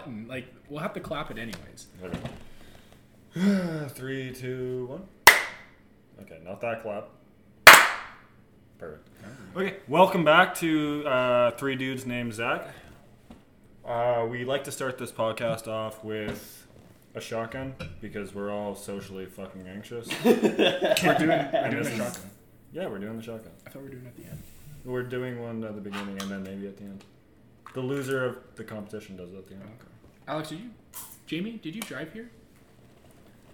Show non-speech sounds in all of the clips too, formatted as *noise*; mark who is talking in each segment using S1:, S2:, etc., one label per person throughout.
S1: button. Like we'll have to clap it
S2: *laughs*
S1: anyways.
S2: Okay. *sighs* Three, two, one. Okay, not that clap. Perfect. Okay, welcome back to uh, Three Dudes Named Zach. Uh, we like to start this podcast off with a shotgun because we're all socially fucking *laughs* anxious.
S1: We're doing, we're
S2: And
S1: doing a
S2: this is-
S1: shotgun.
S2: yeah, we're doing the shotgun.
S1: I thought we were doing it at the end.
S2: We're doing one at the beginning and then maybe at the end. The loser of the competition does it at the end.
S1: Oh, Okay. Alex, did you? Jamie, did you drive here?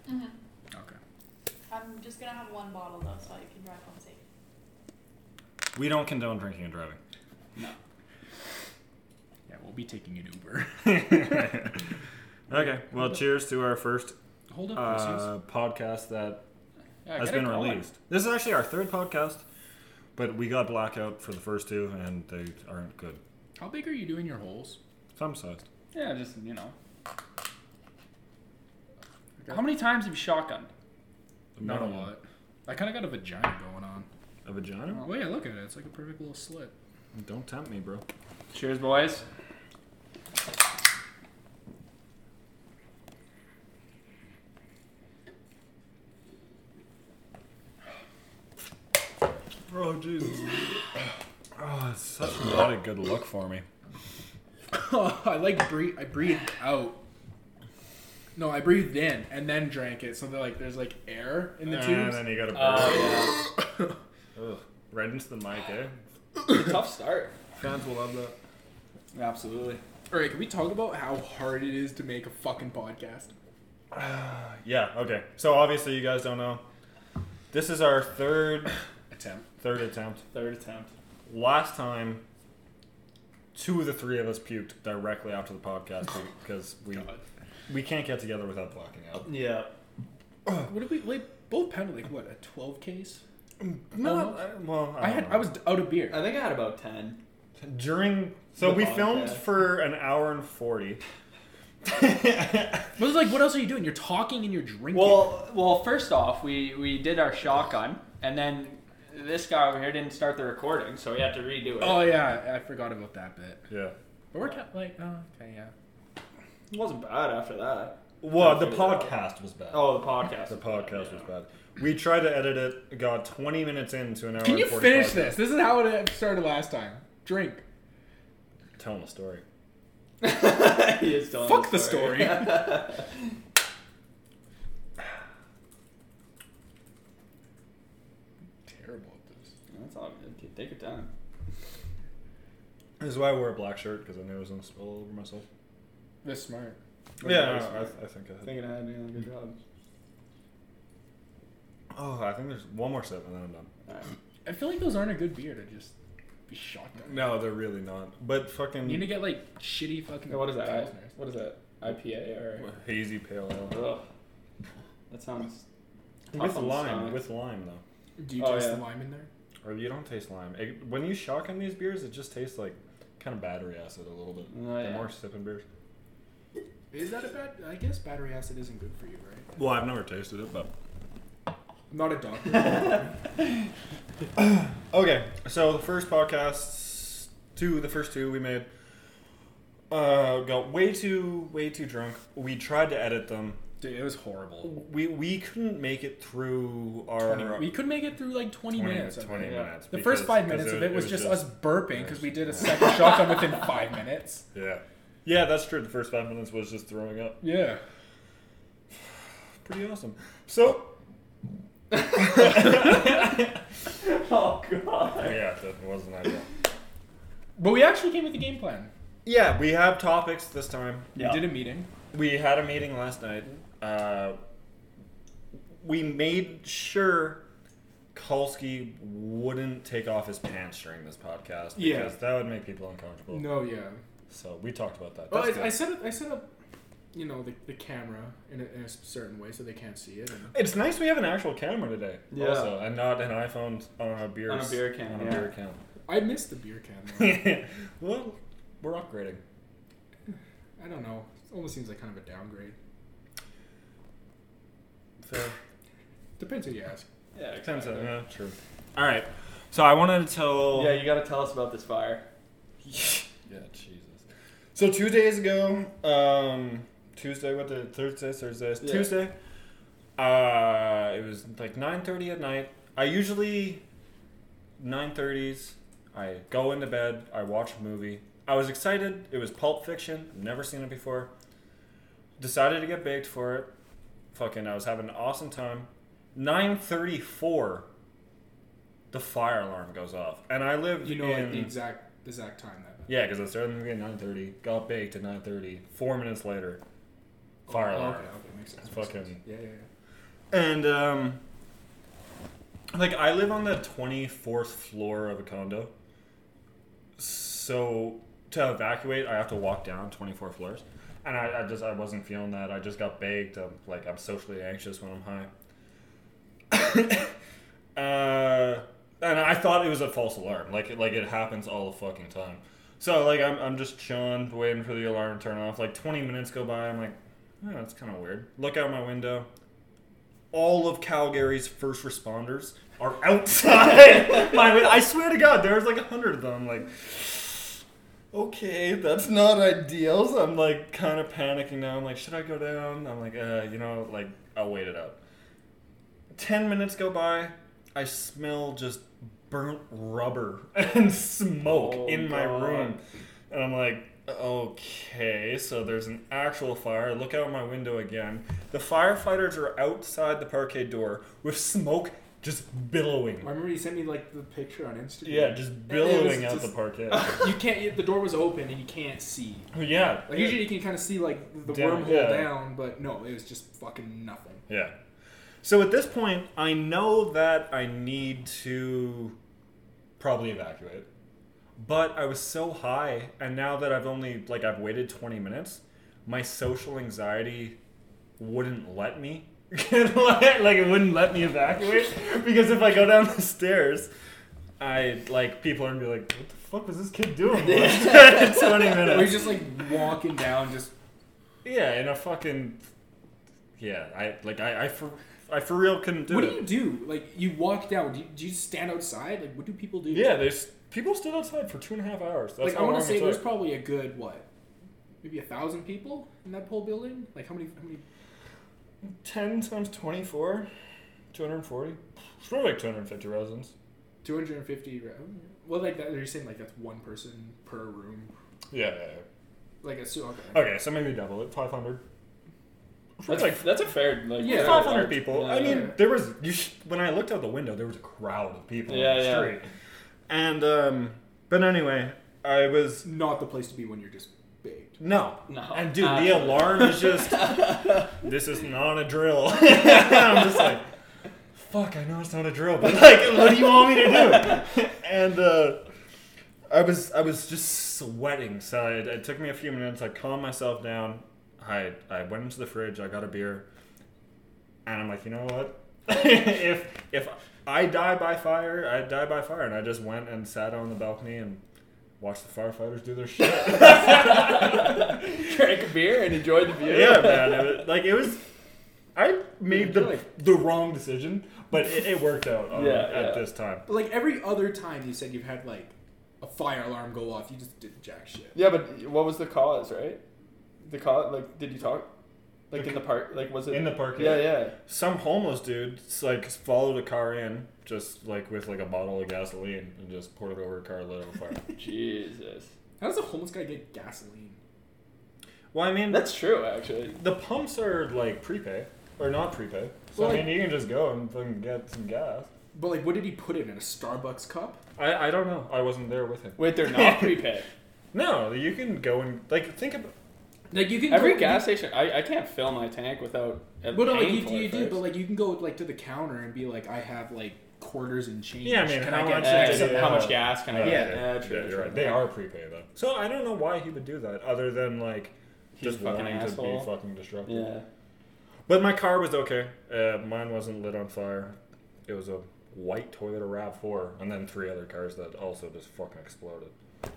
S3: Mhm.
S1: Okay.
S3: I'm just gonna have one bottle though, so you can drive home safe.
S2: We don't condone drinking and *laughs* driving.
S1: Yeah, we'll be taking an Uber. *laughs*
S2: Okay, well, cheers to our first
S1: Hold up, pussies.
S2: uh, podcast that
S1: Yeah,
S2: has
S1: get it
S2: been
S1: going.
S2: released. This is actually our third podcast, but we got blackout for the first two, and they aren't good.
S1: How big are you doing your holes?
S2: Some sized.
S4: Yeah, just you know. How many times have you shotgunned?
S1: Not a lot. I kind of got a vagina going on.
S2: A vagina?
S1: Oh yeah, look at it. It's like a perfect little slit. *laughs*
S2: Don't tempt me, bro.
S4: Cheers, boys.
S2: Oh, Jesus. *sighs* oh, it's such not a good look for me.
S1: I like breathe. I breathed out. No, I breathed in and then drank it. So they're like, there's like air in the
S2: And
S1: tubes. Uh,
S2: then you got a burp.
S4: Oh
S1: *laughs*
S2: Ugh. Right into the mic, eh?
S4: yeah, tough start.
S2: Fans will love that.
S4: Absolutely.
S1: All right, can we talk about how hard it is to make a fucking podcast?
S2: Yeah, okay. So, obviously, you guys don't know. This is our third
S1: Attempt.
S2: third attempt.
S4: Third attempt.
S2: Last time, two of the three of us puked directly after the *laughs* podcast because we we can't get together without blacking out.
S4: Yeah.
S1: What did we? Like, both pounded like what a twelve case.
S2: No, I, well, Um, I,
S1: I had. I was out of beer.
S4: I think I had about ten.
S2: during. So
S4: The
S2: we filmed
S4: podcast.
S2: for an hour and *laughs* forty.
S1: But it's like, what else are you doing? You're talking and you're drinking.
S4: Well, well, first off, we we did our shotgun, and then this guy over here didn't start the recording, so we had to redo it.
S1: oh yeah, I forgot about that bit.
S2: Yeah.
S1: But we're kept like, oh okay, yeah.
S4: It wasn't bad after that.
S2: Well, the podcast was bad.
S4: Oh, the podcast.
S2: The podcast was bad. We tried to edit it. Got twenty minutes into an hour.
S1: Can
S2: and
S1: you
S2: 45
S1: finish this? This is how it started last time. Drink.
S2: Telling the story.
S4: bad. *laughs* he is telling
S1: Fuck the story.
S4: *laughs*
S1: Terrible at this.
S4: That's all good. Kid. Take your time.
S2: This is why I wore a black shirt because I knew it was gonna spill all over myself.
S1: This smart.
S2: Yeah, I, I think I had.
S4: Thinking I had doing a good job.
S2: Oh, I think there's one more sip and then I'm done.
S4: All right.
S1: I feel like those aren't a good beer to just be shotgun.
S2: No, they're really not. But fucking
S1: You need to get like shitty fucking.
S4: Hey, What is that? I-
S1: Pilsners.
S4: What is that? IPA or?
S2: hazy pale ale
S4: Ugh. That sounds. tough
S2: with
S4: on the
S2: lime.
S4: stomach.
S2: With lime though,
S1: Do you
S4: Oh,
S1: taste
S4: yeah.
S1: the lime in there?
S2: or you don't taste lime. It- when you shotgun these beers, it just tastes like kind of battery acid a little bit.
S4: Oh,
S2: The
S4: *laughs* yeah.
S2: more sipping beers.
S1: Is that a bad? I guess battery acid isn't good for you, right?
S2: Well, I've never tasted it, but
S1: I'm not a doctor.
S2: *laughs* okay. So the first podcasts, two, the first two we made, uh, got way too, way too drunk. We tried to edit them.
S1: Dude, it was horrible.
S2: We we couldn't make it through our
S1: We could make it through like 20, minutes. of it.
S2: 20
S4: Yeah.
S2: minutes
S1: The first
S2: because-
S1: five
S2: 'cause
S1: minutes of it was, just, us burping because we did a
S2: Yeah.
S1: second
S2: *laughs*
S1: shotgun within five minutes.
S2: Yeah. Yeah, that's true. The first five minutes was just throwing up.
S1: Yeah.
S2: Pretty awesome. So. *laughs*
S4: Oh god.
S2: Yeah, that wasn't ideal.
S1: But we actually came with a game plan.
S2: Yeah, we have topics this time.
S4: Yeah.
S1: We did a meeting.
S2: We had a meeting last night. Uh, we made sure Kalski wouldn't take off his pants during this podcast because
S1: Yeah.
S2: that would make people uncomfortable.
S1: No, yeah.
S2: So we talked about that.
S1: Well,
S2: That's
S1: I, I
S2: good.
S1: set up, I set up, you know, the, the camera in a, in a certain way so they can't see it. And
S2: It's nice we have an actual camera today,
S4: Yeah.
S2: also, and not an iPhone on a beer
S4: On a beer can,
S2: On a
S4: yeah.
S2: beer
S1: I missed the beer can. though.
S2: can. *laughs* well, we're upgrading.
S1: I don't know. It almost seems like kind of a downgrade.
S2: So
S1: Depends who you ask.
S4: Yeah.
S2: Ten
S4: exactly.
S2: Yeah, true. All right. So I wanted to tell.
S4: Yeah, you gotta tell us about this fire.
S2: Yeah, Jesus. So two days ago, um, Tuesday, what the Thursday, Thursday,
S4: Yeah.
S2: Tuesday. Uh, it was like nine thirty at night. I usually nine thirties. I go into bed. I watch a movie. I was excited. It was Pulp Fiction. I've never seen it before. Decided to get baked for it. Fucking, I was having an awesome time. Nine thirty-four, the fire alarm goes off, and I lived
S1: You know,
S2: in
S1: like the exact the exact time that.
S2: yeah, because I started the movie at nine thirty, got baked at nine thirty. Four minutes later, fire
S1: Oh,
S2: alarm.
S1: okay, okay, makes sense.
S2: It's
S1: makes
S2: fucking-
S1: sense. Yeah, yeah, yeah.
S2: And um, like I live on the twenty fourth floor of a condo, so to evacuate, I have to walk down twenty four floors. And I, I just I wasn't feeling that. I just got baked. I'm like I'm socially anxious when I'm high. *coughs* uh, and I thought it was a false alarm. Like like it happens all the fucking time. So like I'm, I'm just chilling, waiting for the alarm to turn off. Like 20 minutes go by. I'm like, oh, that's kind of weird. Look out my window. All of Calgary's first responders are outside. *laughs* my win- I swear to God, there's like a hundred of them. Like, okay, that's not ideal. So I'm like kind of panicking now. I'm like, should I go down? I'm like, uh, you know, like I'll wait it out. Ten minutes go by. I smell just burnt rubber *laughs* and smoke
S4: Oh,
S2: in my
S4: God.
S2: room, and I'm like, okay, so there's an actual fire. Look out my window again. The firefighters are outside the parquet door with smoke just billowing.
S1: I remember you sent me like the picture on Instagram.
S2: Yeah, just billowing out the parquet.
S1: park. You can't. you- The door was open and you can't see.
S2: yeah.
S1: Like usually you can kind of see like the
S2: Down,
S1: wormhole
S2: yeah.
S1: down, but no, it was just fucking nothing.
S2: Yeah. So at this point, I know that I need to probably evacuate. But I was so high, and now that I've only, like, I've waited 20 minutes, my social anxiety wouldn't let me. *laughs* like, it wouldn't let me evacuate. Because if I go down the stairs, I, like, people are gonna be like, what the fuck was this kid
S1: *laughs*
S2: doing? 20 *laughs* minutes.
S1: We're *laughs* just like walking down, just
S2: Yeah, in a fucking yeah. I like I I for I for real couldn't do
S1: what
S2: it.
S1: do you do? Like you walk down. Do you, do you just stand outside? Like what do people do?
S2: yeah, there's people stood outside for two and a half hours. That's
S1: Like I
S2: how
S1: want
S2: long
S1: to say
S2: it
S1: there's
S2: took.
S1: probably a good what, maybe a thousand people in that whole building. Like how many? How many?
S2: ten times twenty four, two hundred forty. It's probably like two hundred fifty residents.
S1: Two hundred and fifty. Well, like that. You're saying like that's one person per room.
S2: Yeah. yeah, yeah.
S1: Like a su- okay.
S2: Okay, so maybe double it, five hundred.
S4: That's like that's a fair like
S1: Yeah.
S4: fair
S2: Five hundred
S4: large-
S2: people.
S4: yeah.
S2: I mean,
S1: Yeah.
S2: there was you sh- when I looked out the window, there was a crowd of people
S4: Yeah,
S2: on the
S4: yeah.
S2: street. And um, but anyway, I was
S1: Not the place to be when you're just baked.
S2: No.
S4: No.
S2: And dude, the
S4: Absolutely.
S2: alarm
S4: *laughs*
S2: is just this is not a drill. *laughs* And I'm just like, fuck, I know it's not a drill,
S4: *laughs*
S2: but like what do you want me to do? And uh I was I was just sweating, so it, it took me a few minutes. I calmed myself down. I I went into the fridge. I got a beer, and I'm like, you know what? *laughs* if if I die by fire, I die by fire. And I just went and sat on the balcony and watched the firefighters do their shit. *laughs*
S4: *laughs* drank a beer and enjoyed the view.
S2: yeah, man. It was, like it was. I made the
S1: Really?
S2: the wrong decision, but it, it worked out um,
S4: Yeah,
S2: at
S4: yeah.
S2: this time.
S1: But like every other time you said you've had like a fire alarm go off, you just did jack shit.
S4: Yeah, but what was the cause, right? The cause, like, did you talk? Like in the park, like was it
S2: In the park,
S4: Yeah,
S2: yeah.
S4: yeah.
S2: Some homeless dude s- like followed a car in, just like with like a bottle of gasoline, and just poured it over a car, lit it on fire.
S1: *laughs*
S4: Jesus,
S1: How does a homeless guy get gasoline?
S2: well, I mean,
S4: that's true actually.
S2: the pumps are like prepay or not prepay, so
S1: Well,
S2: I mean you can just go and fucking get some gas.
S1: But like, what did he put it in? A Starbucks cup?
S2: I, I don't know. I wasn't there with him.
S4: Wait, they're
S2: *laughs*
S4: not prepaid.
S2: No, you can go and like think about.
S1: Like you can
S4: Every
S1: go,
S4: gas station, I, I can't fill my tank without.
S1: You,
S4: Well,
S1: well, no, like you, you do, but like you can go like to the counter and be like, I have like quarters and change.
S2: Yeah, I mean,
S1: can
S2: how
S1: I get
S2: much Yeah,
S1: this?"
S2: is it? yeah.
S4: how much gas can I
S2: Yeah,
S4: get?
S2: okay.
S4: Yeah,
S2: Yeah,
S4: true,
S2: you're
S4: true.
S2: right. They are prepay though. So I don't know why he would do that, other than like
S4: He's
S2: just
S4: a fucking
S2: wanting to
S4: asshole.
S2: be fucking disruptive.
S4: Yeah.
S2: But my car was okay. Uh, mine wasn't lit on fire. It was a white Toyota Rav Four, and then three other cars that also just fucking exploded.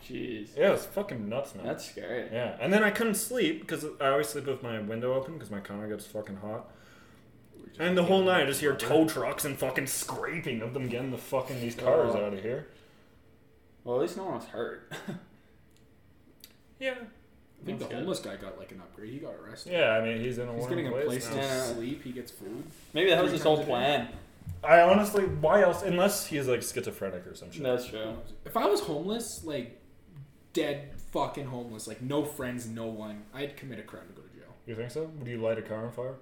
S4: Jeez.
S2: Yeah, it was fucking nuts, man.
S4: That's scary.
S2: yeah, and then I couldn't sleep because I always sleep with my window open because my counter gets fucking hot. And the whole night I just hear tow trucks and fucking scraping of them getting the fucking these cars
S4: Oh.
S2: out of here.
S4: Well, at least no one was hurt.
S2: Yeah.
S1: I think the
S4: That's good.
S1: homeless guy got like an upgrade. He got arrested.
S2: Yeah, I mean he's in a
S1: He's
S2: warm
S1: getting a place
S2: place
S1: to
S2: now.
S4: now. Yeah.
S1: sleep. He gets food.
S4: *laughs* Maybe that was
S1: Three
S4: his whole
S1: times a day.
S4: plan.
S2: I honestly, why else? Unless he's like schizophrenic or some shit.
S4: That's true.
S1: If I was homeless, like dead fucking homeless, like no friends, no one, I'd commit a crime to go to jail.
S2: You think so? Would you light a car on fire?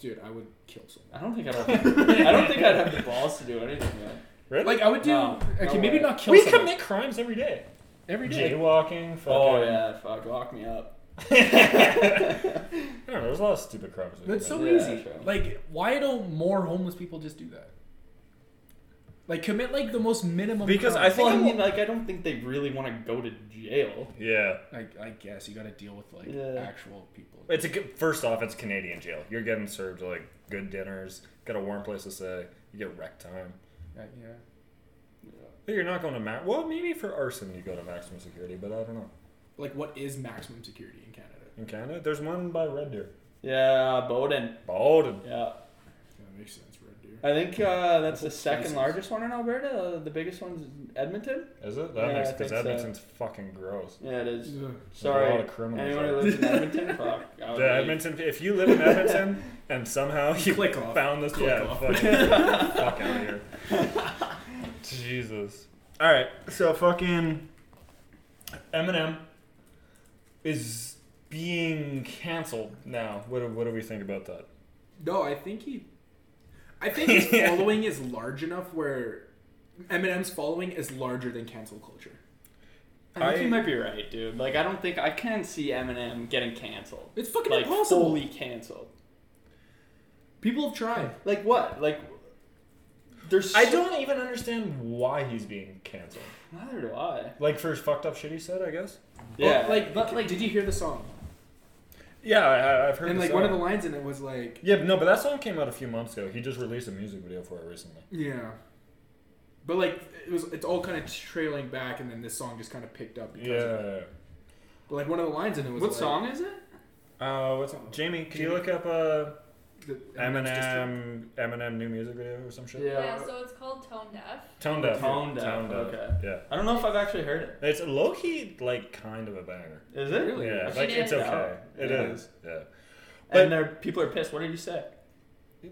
S1: Dude, I would kill someone.
S4: I don't think
S2: *laughs*
S4: I'd have. The, I don't think I'd have the balls to do anything. Man.
S2: Really?
S1: Like I would do.
S4: No,
S1: okay,
S4: no
S1: maybe
S4: way.
S1: not kill.
S2: we
S1: someone.
S2: commit crimes every day.
S1: every day.
S2: Jaywalking. Fucking,
S4: Oh yeah, fuck, lock me up.
S2: *laughs*
S4: *laughs*
S2: I don't know. There's a lot of stupid crimes. we
S1: That's
S2: commit.
S1: so
S4: Yeah,
S1: easy.
S4: true.
S1: Like, why don't more homeless people just do that? Like, commit like the most minimum.
S2: Because
S1: crime.
S2: I think
S4: Well, I
S2: I'm-
S4: mean, like, I don't think they really want to go to jail.
S2: Yeah.
S1: I, I guess you got to deal with like
S4: Yeah.
S1: actual people.
S2: It's a good, first off, it's Canadian jail. You're getting served like good dinners, got a warm place to stay, you get rec time.
S1: Uh, yeah.
S2: But you're not going to max. Well, maybe for arson you go to maximum security, but I don't know.
S1: Like, what is maximum security in Canada?
S2: In Canada, there's one by Red Deer.
S4: Yeah, Bowden.
S2: Bowden.
S4: Yeah,
S1: That makes sense, Red Deer.
S4: I think uh, that's the
S1: Jesus.
S4: second largest one in Alberta. The biggest one's in Edmonton.
S2: Is it? That
S4: Yeah,
S2: makes
S4: I
S2: because
S4: think so.
S2: Edmonton's fucking gross.
S4: Yeah, it is.
S1: Ugh.
S4: Sorry,
S2: a lot of criminals
S4: anyone who
S2: out
S4: lives
S2: *laughs*
S4: in Edmonton, fuck. I would
S2: The
S4: leave.
S2: Edmonton. If you live
S1: *laughs*
S2: in Edmonton and somehow you
S1: Click off.
S2: found this,
S1: Click
S2: yeah,
S1: off.
S2: fuck,
S1: *laughs*
S2: fuck out of here. Jesus. All right, so fucking Eminem is being canceled now. What do, what do we think about that?
S1: No, I think he. I think
S4: *laughs*
S1: his following is large enough where Eminem's following is larger than cancel culture.
S4: I think
S2: I-
S4: you might be right, dude. Like, I don't think I can see Eminem getting canceled.
S1: It's fucking
S4: like,
S1: impossible.
S4: fully canceled.
S1: People have tried.
S4: Like what? Like, there's.
S2: I
S4: so-
S2: don't even understand why he's being canceled.
S4: Neither do I.
S2: Like for his fucked up shit he said, I guess.
S4: Yeah.
S1: Well, like, but, like, did you hear the song?
S2: Yeah, I- I, I've heard.
S1: And
S2: the
S1: like one of the
S2: song.
S1: lines in it was like,
S2: Yeah, but no, but that song came out a few months ago. He just released a music video for it recently.
S1: yeah. But like it was, it's all kind of trailing back, and then this song just kind of picked up. Because of it.
S2: Yeah.
S1: But like one of the lines in it was
S4: what
S1: like,
S4: song is it?
S2: Uh, what's Jamie? Can you
S1: Jamie.
S2: look up uh,
S1: the- Eminem's just-
S2: Eminem Eminem new music video or some shit?
S3: Yeah, so it's called Tone Deaf.
S2: Tone deaf.
S4: Tone
S2: yeah.
S4: Deaf, okay.
S2: Yeah.
S4: I don't know if I've actually heard it.
S2: It's low key like kind of a banger.
S4: Is it?
S1: Really?
S2: Yeah,
S1: It
S2: like it's
S3: is.
S2: okay. It is.
S4: Yeah.
S2: Yeah. But-
S4: And there, people are pissed. What did you say?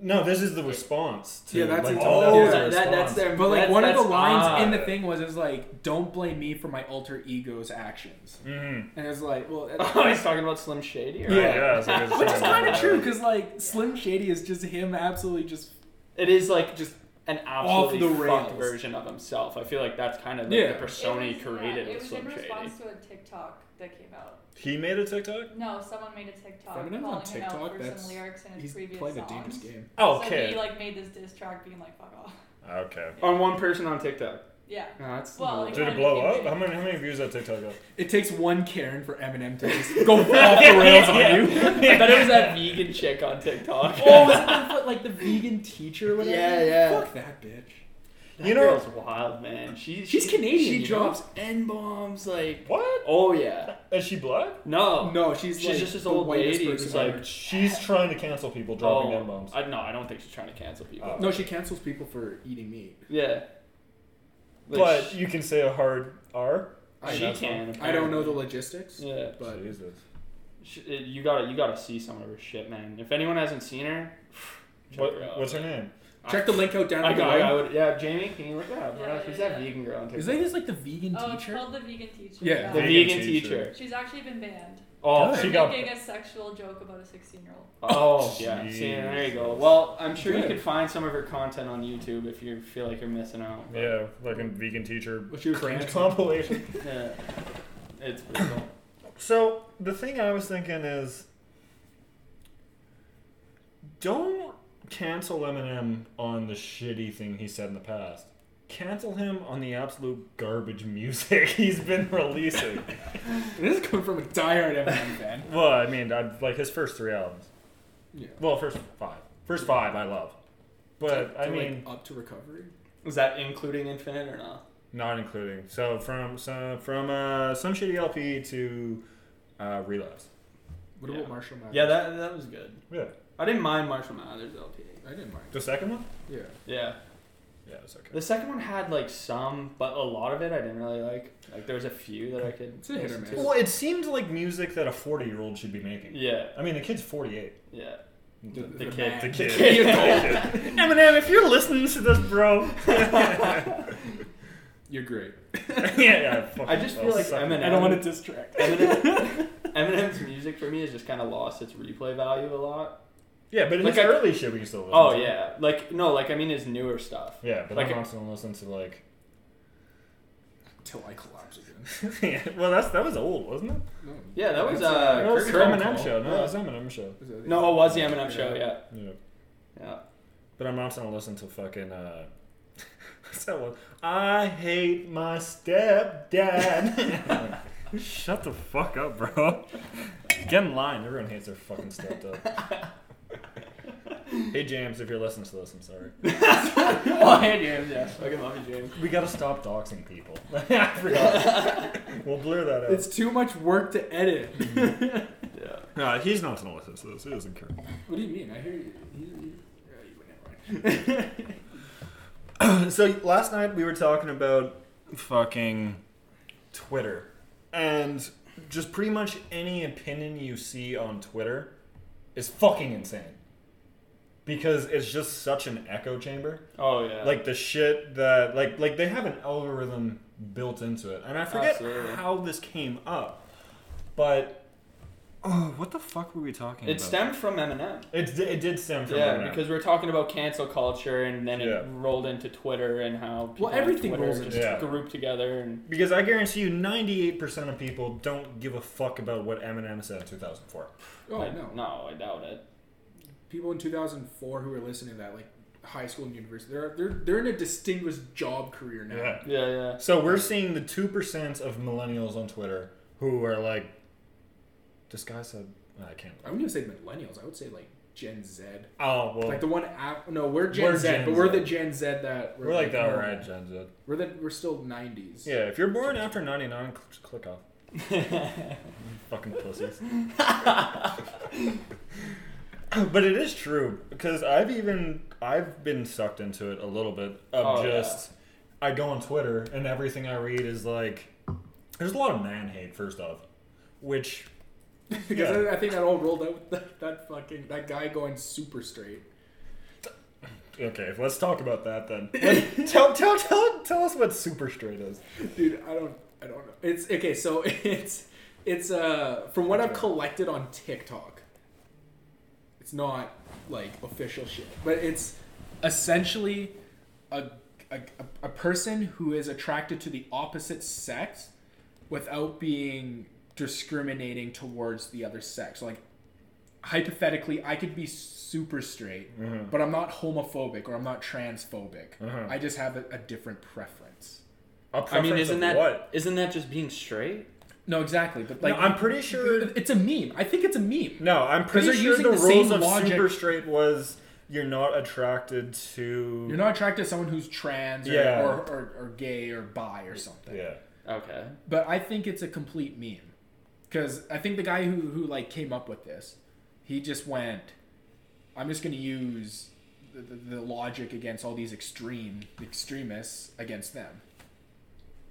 S2: No, this is the response to
S1: Yeah, that's
S2: like,
S1: it.
S2: Tone
S1: Oh,
S2: Deaf was
S1: that-
S4: that- that's
S2: response.
S4: their-
S1: But like
S4: That's-
S1: one of the
S4: that's
S1: lines in
S4: odd.
S1: the thing was is like, "Don't blame me for my alter ego's actions,"
S2: Mhm.
S1: and it was like,
S4: *laughs*
S1: well,
S4: *laughs* Oh, he's talking about Slim Shady. Or
S2: Yeah. yeah, it's like it's
S1: Which is
S2: kinda-
S1: kind of true because like Slim Shady is just him absolutely just
S4: It is like just an
S1: Off
S4: absolutely
S1: the
S4: fucked
S1: rails.
S4: version of himself. I feel like that's kind of like
S1: Yeah.
S4: the persona he
S3: It was- yeah, It
S4: created with
S3: was in
S4: Slim Shady.
S3: response to a TikTok that came out.
S2: He made a TikTok.
S3: No, someone made a TikTok
S1: Eminem on
S3: calling him
S1: TikTok?
S3: out for
S1: That's-
S3: some lyrics in his
S1: he's
S3: previous
S1: playing
S3: songs.
S1: a dangerous game.
S2: Oh,
S3: So he
S2: okay.
S3: like made this diss track being like, "Fuck off."
S2: Okay.
S4: On one person on TikTok.
S3: Yeah.
S4: No, that's
S3: Uh, Well,
S4: not-
S3: like-
S2: Did it
S3: kinda
S2: blow
S3: became
S2: up?
S3: big.
S2: How many how many views that TikTok got?
S1: It takes one Karen for Eminem to
S4: *laughs*
S1: just go off the rails on you.
S4: *laughs* I thought it was that vegan chick on TikTok.
S1: Oh, was it the, like the vegan teacher? Or whatever?
S4: Yeah, yeah.
S1: Fuck that bitch.
S4: *laughs* That
S2: You know-
S4: girl's wild, man. She,
S1: She's
S4: she-
S1: Canadian,
S4: She
S1: you
S4: drops n bombs like.
S2: What?
S4: Oh yeah.
S2: Is she black?
S4: No.
S1: No, she's
S4: She's
S1: like
S4: just this
S1: the
S4: old
S1: whitest
S4: lady
S1: person
S4: who's like
S1: ever.
S4: *laughs*
S2: She's trying to cancel people dropping
S4: oh,
S2: M bombs.
S4: I, no, I don't think she's trying to cancel people.
S2: Oh.
S1: no, she cancels people for eating meat.
S4: Yeah. Like,
S2: But
S4: sh-
S2: you can say a hard R.
S1: I-
S4: she
S2: that's
S4: can.
S1: I don't know the
S4: apparently.
S1: logistics,
S4: Yeah.
S1: but
S2: Jesus.
S4: Sh- it- You gotta, you gotta see some of her shit, man. If anyone hasn't seen her, check
S2: What,
S4: her out.
S2: what's her name?
S1: check the link out down
S4: I,
S1: below.
S4: got, I would, yeah, Jamie, can you look that up?
S3: Yeah,
S4: bro?
S3: yeah,
S4: She's that
S3: yeah.
S4: vegan girl on
S1: Is
S4: TikTok.
S1: that just like the vegan
S3: Oh, it's
S1: teacher?
S3: called the vegan teacher.
S1: Yeah,
S4: the
S2: Vegan
S4: vegan
S2: teacher.
S4: teacher?
S3: She's actually been banned
S4: Oh,
S2: Good.
S3: for
S2: She
S4: she,
S2: got-
S3: making a sexual joke about a 16-year-old.
S4: oh, yeah. See,
S2: Jeez.
S4: there you go. Well, I'm sure you
S1: Good.
S4: could find some of her content on YouTube if you feel like you're missing out. but-
S2: Yeah, like a vegan teacher
S1: Well, she was
S2: cringe
S1: canceled.
S2: compilation.
S4: yeah. It's pretty cool.
S2: so the thing I was thinking is, don't cancel Eminem on the shitty thing he said in the past. Cancel him on the absolute garbage music *laughs* he's been releasing.
S1: *laughs* This is coming from a diehard Eminem fan.
S2: *laughs* well, I mean, I, like his first three albums.
S1: Yeah.
S2: Well, first five. First five, I love. But
S1: To,
S2: I
S1: like,
S2: mean,
S1: up to recovery.
S4: Is that including Infinite or not?
S2: Not including. So from so from uh, some shitty LP to uh, relapse.
S1: What
S4: Yeah.
S1: about Marshall Mathers?
S4: Yeah, that that was good.
S2: Yeah.
S4: I didn't mind Marshall Mathers LP.
S1: I didn't mind.
S2: The second one.
S1: Yeah.
S4: Yeah.
S2: Yeah, it's okay.
S4: The second one had like some, but a lot of it I didn't really like. Like there was a few that I could.
S1: It's a hit or
S4: listen
S1: miss.
S4: to.
S2: Well, it seemed like music that a 40 year old should be making.
S4: Yeah,
S2: I mean, the kid's 48.
S4: yeah.
S2: The,
S4: The
S1: The
S4: kid.
S1: man.
S2: the
S4: *laughs*
S2: kid.
S4: kid.
S2: *laughs* Eminem, if you're listening to this,
S4: *laughs*
S2: bro. yeah,
S1: You're great.
S2: yeah, fucking
S4: I just feel
S2: well,
S4: like
S2: suck it.
S4: Eminem.
S1: I don't want to distract.
S4: Eminem, *laughs* Eminem's music for me has just kind of lost its replay value a lot.
S2: Yeah, but in
S4: Like
S2: his
S4: I-
S2: early shit, we can still listen
S4: Oh
S2: to.
S4: yeah, like no, like I mean his newer stuff.
S2: Yeah, but
S4: Like
S2: I'm
S4: a-
S2: also gonna listen to
S4: *laughs*
S2: like. *laughs*
S1: Till I collapse again.
S2: yeah, well, that's that was old, wasn't it?
S1: No.
S4: Yeah, that was,
S1: That's,
S4: uh,
S2: No, it's
S4: Kurt
S2: Eminem
S4: Cobain.
S2: show. No, it's Eminem show.
S1: was it-
S4: No, it was the Eminem show. Yeah,
S2: Yeah,
S4: yeah.
S2: but I'm also gonna listen to fucking. Uh, *laughs* what's that one? I hate my stepdad. *laughs* Shut the fuck up, bro. Get in line. Everyone hates their fucking stepdad. hey, James, if you're listening to this, I'm sorry.
S4: Oh, hey James, yeah, fucking love you, James.
S2: We gotta stop doxing people. *laughs* I forgot. we'll blur that out.
S1: It's too much work to edit.
S4: Yeah.
S2: no, he's not gonna listen to this. He doesn't care.
S1: *laughs* What do you mean? I hear you. you, you- yeah, you went that way.
S2: *laughs* so last night we were talking about fucking Twitter. And just pretty much any opinion you see on Twitter is fucking insane. Because it's just such an echo chamber.
S4: Oh yeah.
S2: Like the shit that like like they have an algorithm built into it. And I forget
S4: Absolutely.
S2: how this came up. But oh, what the fuck were we talking
S4: it stemmed from Eminem.
S2: It, it did stem from
S4: Yeah,
S2: Eminem.
S4: because we were talking about cancel culture, and then
S2: Yeah.
S4: it rolled into Twitter and how people on
S1: everything
S4: Twitter
S1: rolls
S4: just
S2: into Yeah.
S4: group together and
S2: Because I guarantee you, 98% of people don't give a fuck about what Eminem said in 2004.
S1: Oh
S4: I,
S1: no.
S4: no, I doubt it.
S1: People in 2004 who are listening to that, like high school and university, they're they're they're in a distinguished job career now.
S4: Yeah, yeah.
S2: So we're seeing the 2% of millennials on Twitter who are like, this guy said, I can't.
S1: I wouldn't even say millennials. I would say like Gen Z,
S2: Oh, well,
S1: like the one. Ap- no, we're Gen
S2: We're
S1: Z,
S2: Gen
S1: but we're
S2: Z.
S1: the Gen Z that
S2: we're like the
S1: normal.
S2: alright Gen Z.
S1: We're the we're still 90s.
S2: Yeah, if you're born after 99, cl- just click
S4: *laughs*
S2: off. Fucking pussies. but it is true because I've even I've been sucked into it a little bit of
S4: Oh, yeah.
S2: just I go on Twitter and everything I read is like there's a lot of man hate first off, which
S1: *laughs* because
S2: Yeah.
S1: I, I think that all rolled out with that, that fucking that guy going super straight.
S2: okay let's talk about that
S4: *laughs*
S2: then. Let's- tell, tell tell tell us what super straight is.
S1: Dude, I don't I don't know. It's okay, so *laughs* it's it's uh from what I've collected on TikTok. It's not like official shit, but it's essentially a a, a person who is attracted to the opposite sex without being discriminating towards the other sex. Like hypothetically, I could be super straight, but I'm not homophobic or I'm not transphobic.
S2: Mhm.
S1: I just have a, a different preference.
S2: A
S4: I mean,
S2: preference
S4: isn't
S2: of
S4: that
S2: what?
S4: isn't that just being straight?
S1: No, exactly. But
S2: Like
S1: like,
S2: I'm pretty sure
S1: it's a meme. I think it's a meme.
S2: No, I'm pretty
S1: they're
S2: sure
S1: using
S2: the,
S1: the same
S2: rules of
S1: logic.
S2: super straight was you're not attracted to.
S1: You're not attracted to someone who's trans or,
S2: Yeah.
S1: or, or, or gay or bi or something.
S2: Yeah.
S4: Okay.
S1: But I think it's a complete meme. Because I think the guy who, who like came up with this, he just went, I'm just going to use the, the, the logic against all these extreme extremists against them.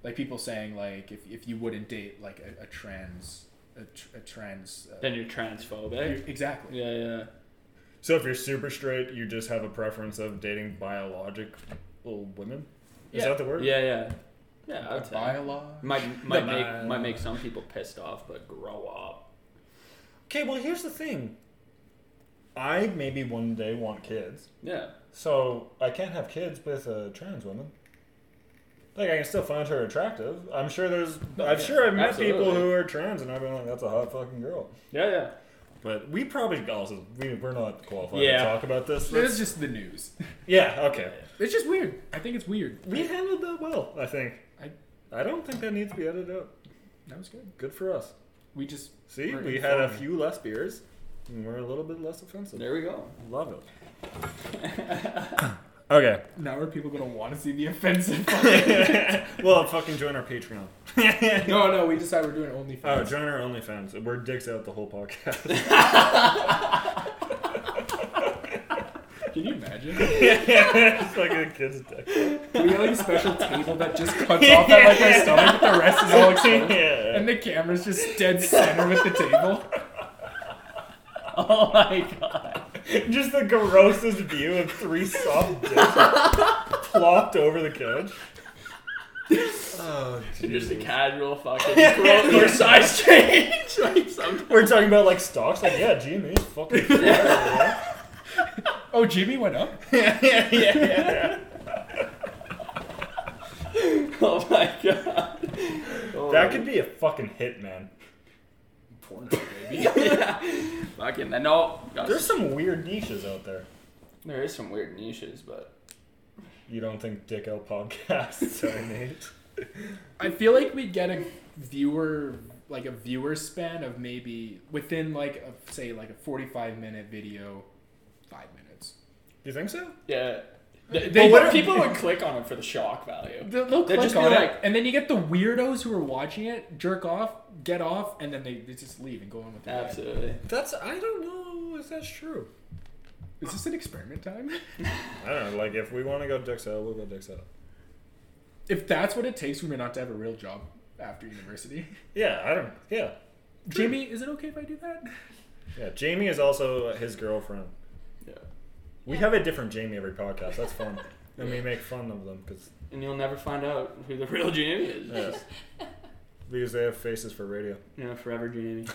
S1: Like people saying like if, if you wouldn't date like a, a trans a, tr- a trans uh,
S4: Then you're transphobic.
S1: exactly
S4: Yeah, yeah.
S2: So if you're super straight, you just have a preference of dating biological women. Is
S1: Yeah.
S2: that the word?
S4: Yeah, yeah. Yeah, I
S1: a
S4: would say.
S1: bylaw.
S4: *laughs* Might might
S2: The
S4: make
S2: bi-
S4: might make some people pissed off, but grow up.
S2: Okay. Well, here's the thing. I maybe one day want kids,
S4: Yeah.
S2: so I can't have kids with a trans woman. Like I can still find her attractive. I'm sure there's. I'm
S4: yeah,
S2: sure I've met people
S4: absolutely.
S2: who are trans, and I've been like, "That's a hot fucking girl."
S4: Yeah, yeah.
S2: But we probably also we, we're not qualified
S4: Yeah.
S2: to talk about this.
S1: It's just the news.
S2: Yeah, okay.
S1: It's just weird. I think it's weird.
S2: We handled that well, I think.
S1: I-
S2: I don't think that needs to be edited out.
S1: That was good.
S2: Good for us.
S1: We just
S2: See,
S1: We're
S2: we had a
S1: informing.
S2: few less beers, and we're a little bit less offensive.
S4: There we go.
S2: Love
S1: *laughs*
S2: it. okay.
S1: now are people gonna want to see the *laughs* offensive?
S2: well, fucking join our Patreon.
S1: no, no. We decided we're doing
S2: Oh,
S1: OnlyFans.
S2: join our OnlyFans. We're dicks out the whole podcast.
S1: Can you imagine? *laughs* imagine?
S2: *laughs* it's like a kid's dick.
S1: Do we have like a special table that just cuts off at like my stomach, but the rest is all exposed,
S2: *laughs* Yeah.
S1: and the camera's just dead center with the table.
S4: *laughs* Oh my *laughs* god.
S2: Just the grossest view of three soft dicks *laughs* plopped over the couch. Oh,
S4: Just a casual fucking *laughs* grow your size change. *laughs* Like some
S2: We're talking about like stocks. Like, yeah, GMA's fucking. fire, yeah.
S1: Oh, Jimmy went up.
S4: yeah, yeah, yeah. oh my god. Oh.
S2: That could be a fucking hit, man.
S1: Porno, baby.
S4: *laughs* yeah. Fucking and no gosh,
S2: There's some weird niches out there.
S4: there is some weird niches, but
S2: You don't think dick out podcasts are neat?
S1: I feel like we get a viewer like a viewer span of maybe within like a, say like a 45 minute video 5 minutes
S2: You think so?
S4: yeah.
S1: They-
S4: They,
S1: they-
S4: what people would click on it for the shock value.
S1: they'll, they'll
S4: They'd
S1: click
S4: just be
S1: on it
S4: like-
S1: and then you get the weirdos who are watching it jerk off get off and then they, they just leave and go on with their life.
S4: Absolutely.
S2: That's I don't know if that's true.
S1: is this an experiment time *laughs*
S2: I don't know. Like, if we want to go dicks out, we'll go dicks out.
S1: if that's what it takes for me not to have a real job after
S4: *laughs*
S1: university
S2: Yeah, I don't. Yeah,
S1: Jamie is it okay if I do
S4: *laughs*
S1: that
S2: yeah. Jamie is also his girlfriend.
S4: Yeah.
S2: We have a different Jamie every podcast. That's fun, and we make fun of them because
S4: And you'll never find out who the real Jamie is.
S3: *laughs*
S2: yeah. because they have faces for radio.
S4: You know, forever Jamie.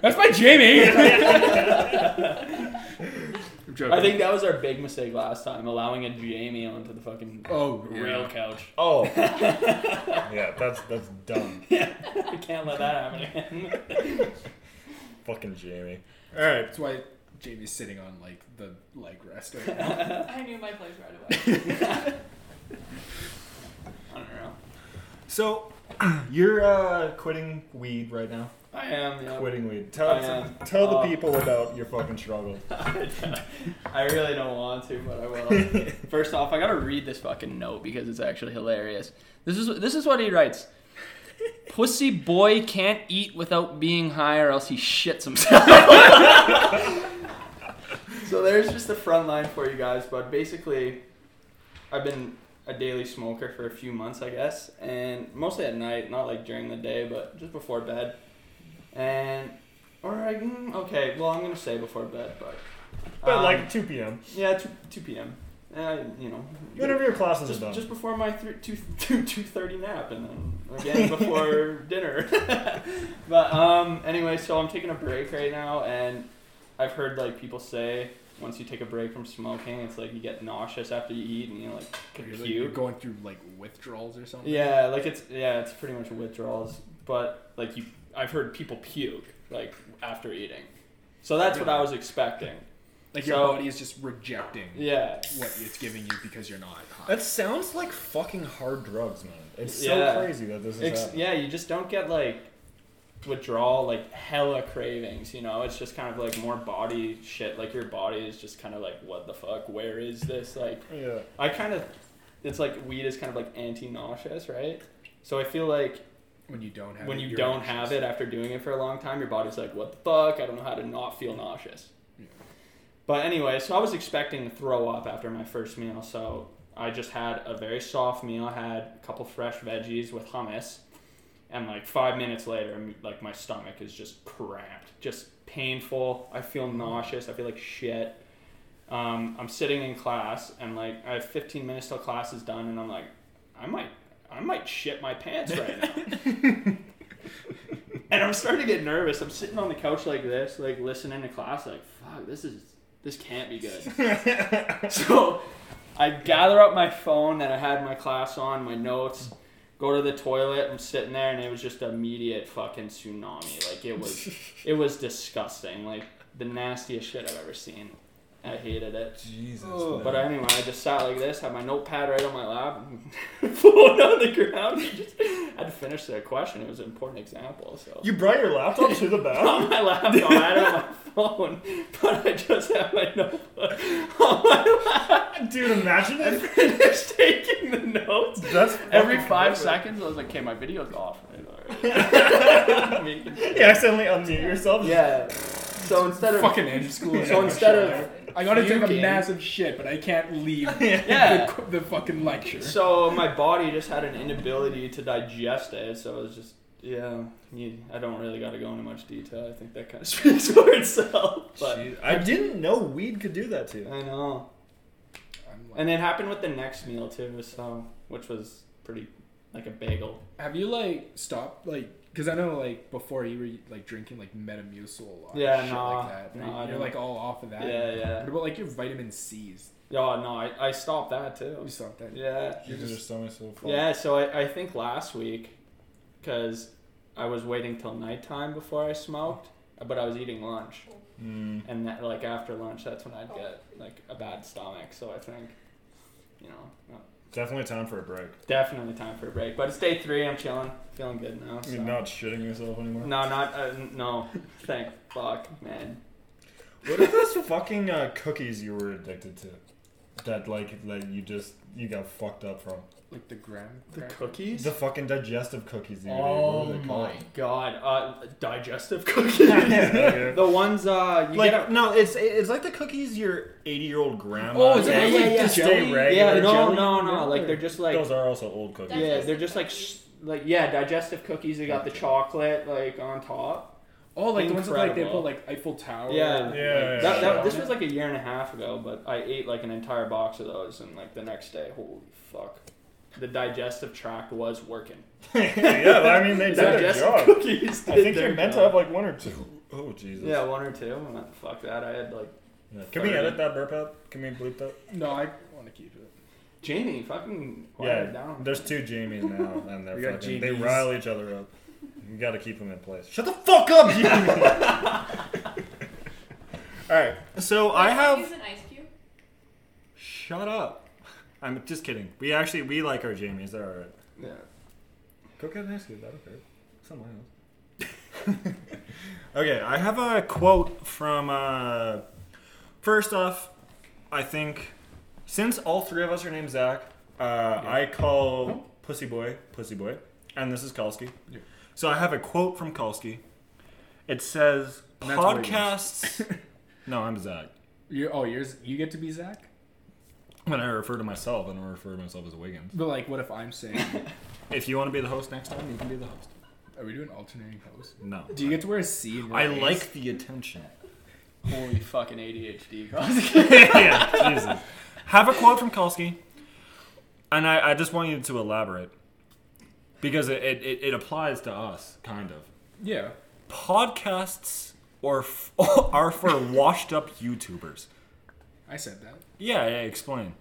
S1: that's my *laughs* Jamie
S4: I think that was our big mistake last time, allowing a Jamie onto the fucking
S1: oh yeah.
S4: real couch. *laughs*
S2: Oh, yeah. That's that's dumb.
S4: I can't let that happen again. *laughs*
S2: Fucking Jamie. All right.
S1: That's why Jamie's sitting on like the leg rest right now.
S4: *laughs*
S3: I knew my place right away.
S4: I don't know.
S2: So *clears throat* you're uh, quitting weed right now.
S4: I am. Yeah.
S2: Quitting weed. Tell
S4: I am.
S2: tell the
S4: Uh, *laughs*
S2: people about your fucking struggle.
S4: I really don't want to, but I will. First off, I gotta read this fucking note because it's actually hilarious. This is this is what he writes. Pussy boy can't eat without being high, or else he shits himself. so there's just the front line for you guys, but basically, I've been a daily smoker for a few months, I guess, and mostly at night, not like during the day, but just before bed. And or I, mm, okay, well I'm gonna say before bed, but
S2: But
S4: um,
S2: like 2 p.m.
S4: yeah, two, two p.m. Uh, you know,
S2: Whenever your classes
S4: just
S2: are done.
S4: just before my three, two *laughs* two two thirty nap, and then again before dinner. *laughs* but um, anyway, so I'm taking a break right now, and I've heard like people say once you take a break from smoking, it's like you get nauseous after you eat, and you know, like could
S1: You're,
S4: puke.
S1: like, you're going through like withdrawals or something.
S4: Yeah, like it's yeah, it's pretty much withdrawals. But like you, I've heard people puke like after eating, so that's what I was expecting.
S1: Like your
S4: So-
S1: body is just rejecting
S4: Yeah,
S1: what it's giving you because you're not high.
S2: That sounds like fucking hard drugs, man. It's so
S4: Yeah.
S2: crazy that this is
S4: Ex-
S2: happening.
S4: yeah, you just don't get like withdrawal, like hella cravings. You know, it's just kind of like more body shit. Like your body is just kind of like, what the fuck? Where is this? Like,
S2: Yeah.
S4: I kind of, it's like weed is kind of like anti-nauseous, right? So I feel like
S1: when you don't have
S4: when
S1: it,
S4: you
S1: you're
S4: don't
S1: anxious.
S4: have it after doing it for a long time, your body's like, what the fuck? I don't know how to not feel nauseous.
S1: Yeah.
S4: But anyway, so I was expecting to throw up after my first meal, so I just had a very soft meal. I had a couple fresh veggies with hummus, and like five minutes later, I'm- like my stomach is just cramped, just painful. I feel nauseous. I feel like shit. Um, I'm sitting in class, and like I have 15 minutes till class is done, and I'm like, I might, I might shit my pants
S1: *laughs*
S4: right now. and I'm starting to get nervous. I'm sitting on the couch like this, like listening to class, like fuck, this is this can't be good. so I gather up my phone that I had my class on, my notes, go to the toilet. I'm sitting there, and it was just immediate fucking tsunami. Like it was, it was disgusting. Like the nastiest shit I've ever seen. I hated it.
S2: Jesus.
S1: Oh,
S2: man.
S4: But anyway, I just sat like this, had my notepad right on my lap, and *laughs* falling on the ground. I just had to finish the question. It was an important example, so.
S2: you brought your laptop to the
S4: *laughs*
S2: bathroom?
S4: on my laptop, I had it on my phone, but I just had my notebook *laughs* on my
S2: *laughs*
S4: lap.
S2: Dude, imagine
S4: I *laughs*
S2: it.
S4: finished taking the notes.
S2: That's
S4: Every
S2: fucking
S4: five
S2: perfect.
S4: seconds, I was like, okay, my *laughs* video's off.
S2: You accidentally unmute yourself.
S4: yeah. So instead of
S1: fucking end school.
S4: so instead of
S1: I gotta take a
S4: puking-
S1: massive shit, but I can't
S4: *laughs*
S1: leave
S4: Yeah.
S1: the, the fucking lecture.
S4: So my body just had an inability to digest it, so it was just yeah. You, I don't really got to go into much detail. I think that kind of *laughs* speaks for itself. But
S2: Jeez, I didn't know weed could do that to you.
S4: I know,
S1: I'm like-
S4: and it happened with the next meal too, so which was pretty like a bagel.
S1: have you like stopped like? Because I know like before you were like drinking like Metamucil a lot.
S4: Yeah,
S1: shit
S4: nah,
S1: like that.
S4: nah,
S1: right?
S4: I
S1: You're
S4: don't.
S1: like all off of that.
S4: Yeah, yeah.
S1: What about like your vitamin C's?
S4: Yeah, Oh, no, I, I stopped that
S1: You
S4: too.
S1: stopped that.
S4: Yeah,
S1: You just-
S2: tell me so far.
S4: yeah. So I, I think last week, because I was waiting till nighttime before I smoked, but I was eating lunch.
S2: Mm.
S4: and that like after lunch that's when i'd get like a bad stomach so i think you know no,
S2: Definitely time for a break.
S4: definitely time for a break but it's day three i'm chilling feeling good now
S2: I
S4: so.
S2: mean, not shitting yourself anymore.
S4: no not uh, no thank fuck man
S2: What are those fucking uh, cookies you were addicted to? That like that you just you got fucked up from
S1: Like the gram. gram-
S4: cookies
S2: the fucking digestive cookies. You ate.
S4: oh
S2: what were they
S4: my
S2: called?
S4: god uh digestive
S2: *laughs*
S4: cookies
S2: Yeah.
S4: the ones uh you Oh get
S2: Like
S4: a-
S2: no, it's it's like the cookies your eighty year old grandma.
S1: Oh, is it
S4: Yeah,
S1: those,
S4: yeah,
S1: like
S4: yeah.
S1: the
S2: Stay
S1: jelly?
S2: regular
S4: yeah no
S2: jelly?
S4: no no like they're just like
S2: those are also old cookies.
S4: yeah they're just like sh- like yeah digestive cookies they got the chocolate like on top
S1: Oh, like the ones that like they
S4: Incredible.
S1: put like Eiffel Tower.
S4: Yeah.
S1: like,
S2: Yeah,
S4: That,
S1: shit
S4: that,
S1: on
S4: this
S1: it.
S4: was like a year and a half ago, but I ate like an entire box of those, and like the next day, holy fuck, the digestive tract was working.
S2: *laughs* yeah, but I mean they did their
S4: digestive
S2: job.
S4: cookies.
S2: I
S4: did
S2: think
S4: their
S2: you're meant to
S4: job.
S2: have like one or
S4: *laughs*
S2: two. Oh Jesus.
S4: Yeah, one or two. and that- Fuck that. I had like
S2: Yeah. Can we
S4: Sorry.
S2: edit that burp out? Can we bleep that?
S1: No, I want to keep it.
S4: Jamie fucking
S2: yeah.
S4: yeah. down.
S2: There's two Jamies now,
S1: *laughs*
S2: and
S1: We
S2: they're
S1: got
S2: fucking, they
S1: Jamies.
S2: rile each other up. You got to keep them in place. Shut the fuck up, you. All right. So I
S3: Use
S2: have.
S3: an ice cube.
S2: Shut up. I'm just kidding. We actually we like our Jamies. They're all right.
S4: Yeah.
S2: Go get an ice cube. That'll hurt. Something else. *laughs* okay, I have a quote from. Uh, first off, I think since all three of us are named Zach, uh, I call Pussy Boy Pussy Boy, and this is Kalski.
S1: Yeah.
S2: So I have a quote from Kalski. It says
S1: And that's Williams. *laughs*
S2: podcasts. no, I'm Zach.
S1: *laughs* You're, oh, yours. You get to be Zach.
S2: When I refer to myself, I don't refer to myself as Wiggins.
S1: But like, what if I'm saying?
S2: If you want to be the host next time, you can be the host.
S1: Are we doing alternating hosts?
S2: No.
S1: Do you get to wear a C? In your
S2: I
S1: names?
S2: like the attention.
S4: Holy fucking ADHD.
S2: *laughs* yeah, Jesus. Have a quote from Kulski, and I, I just want you to elaborate because it, it, it applies to us, kind of.
S1: Yeah.
S2: Podcasts or f- *laughs* are for washed up YouTubers.
S1: I said that.
S2: Yeah, yeah, explain.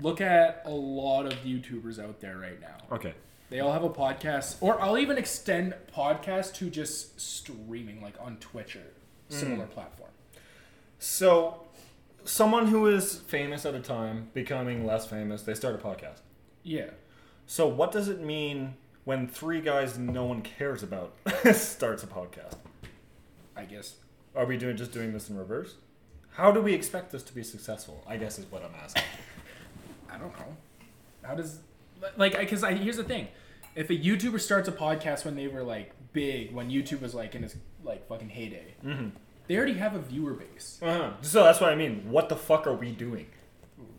S1: Look at a lot of YouTubers out there right now.
S2: Okay.
S1: They all have a podcast, or I'll even extend podcast to just streaming, like on Twitch or
S2: Mm.
S1: similar platform.
S2: So, someone who is famous at a time, becoming less famous, they start a podcast.
S1: Yeah.
S2: So, what does it mean when three guys no one cares about *laughs* starts a podcast?
S1: I guess.
S2: Are we doing just doing this in reverse? How do we expect this to be successful? I guess is what I'm
S4: *laughs*
S2: asking.
S1: I don't know. How does like because I, here's the thing, if a YouTuber starts a podcast when they were like big, when YouTube was like in its like fucking heyday,
S2: Mm-hmm.
S1: they already have a viewer base.
S2: Uh-huh. So that's what I mean. What the fuck are we doing?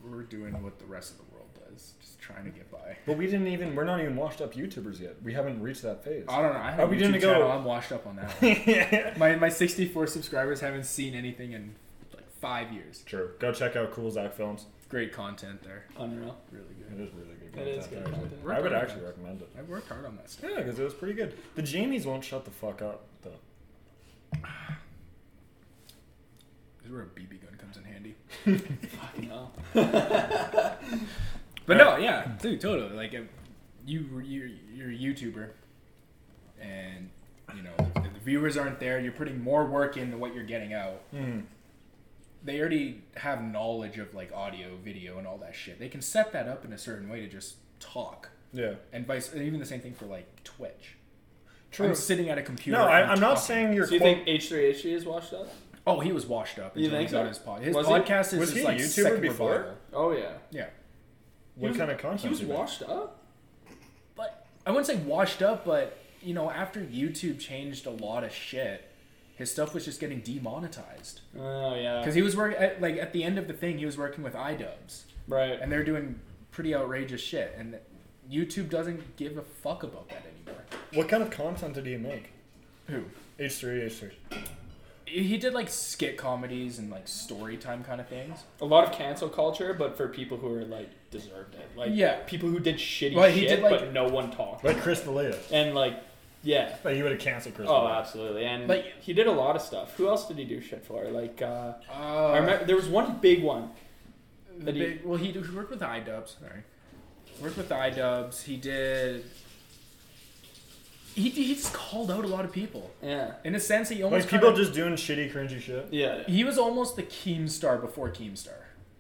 S1: We're doing what the rest of the world does, just trying to get by.
S2: But we didn't even. We're not even washed up YouTubers yet. We haven't reached that phase.
S4: Uh,
S1: I don't know. I have
S2: Are
S1: a
S2: we
S1: YouTube
S2: gonna go-
S1: channel. I'm washed up on that. One. my my 64 subscribers haven't seen anything in like five years.
S2: *laughs* True. Go check out Cool Zach Films.
S1: Great content there.
S4: *laughs* Unreal.
S1: Really good.
S2: It is really good.
S4: It is
S2: content,
S4: good
S2: actually.
S4: content.
S2: I would actually recommend it.
S1: I worked hard on that stuff.
S2: Yeah, because it was pretty good. The Jamies won't shut the fuck up though.
S1: This is where a BB gun comes in handy.
S4: Fucking hell.
S1: But no, yeah, dude, totally. Like, if you you you're a YouTuber, and you know if the viewers aren't there. You're putting more work into what you're getting out.
S2: Mm.
S1: They already have knowledge of like audio, video, and all that shit. They can set that up in a certain way to just talk,
S2: Yeah.
S1: and vice. and Even the same thing for like Twitch.
S2: True.
S1: I'm sitting at a computer.
S2: no, I,
S1: and
S2: I'm not
S1: talking.
S2: saying your
S4: So you
S2: quote-
S4: think H3H3 is washed up?
S1: Oh, he was washed up.
S4: You
S1: Until
S4: think
S1: he got
S4: so?
S1: his pod. His
S4: Was he-
S1: podcast is
S2: was
S1: his,
S2: he a
S1: like
S2: YouTuber
S1: second
S2: before?
S1: revival.
S4: Oh yeah.
S1: Yeah.
S2: what
S4: was-
S2: kind of content?
S4: He was
S2: do you make?
S4: washed up.
S1: but I wouldn't say washed up, but you know, after YouTube changed a lot of shit, his stuff was just getting demonetized
S4: Oh yeah.
S1: because he was working at, like at the end of the thing he was working with iDubbbz
S4: Right.
S1: and they're doing pretty outrageous shit and YouTube doesn't give a fuck about that anymore.
S2: What kind of content did he make?
S1: Who?
S2: H three, H three.
S1: He did like skit comedies and like story time kind of things.
S4: A lot of cancel culture, but for people who are like deserved it. Like
S1: Yeah.
S4: people who did shitty
S1: Well,
S4: shit,
S1: he did, like-
S4: but no one talked.
S2: Like Chris D'Elia.
S4: and like, yeah.
S2: Like you would have canceled Chris.
S4: Oh,
S2: D'Elia.
S4: absolutely. And
S1: Like-
S4: he did a lot of stuff. Who else did he do shit for? Like, uh,
S1: Uh,
S4: I remember there was one big one.
S1: the
S4: that he-
S1: big- well, he, he worked with iDubbbz. Sorry, worked with iDubbbz. He did. He, he just called out a lot of people.
S4: Yeah.
S1: In a sense, he almost
S2: Like people
S1: kinda-
S2: just doing shitty, cringy shit.
S4: Yeah.
S1: he was almost the Keemstar before Keemstar.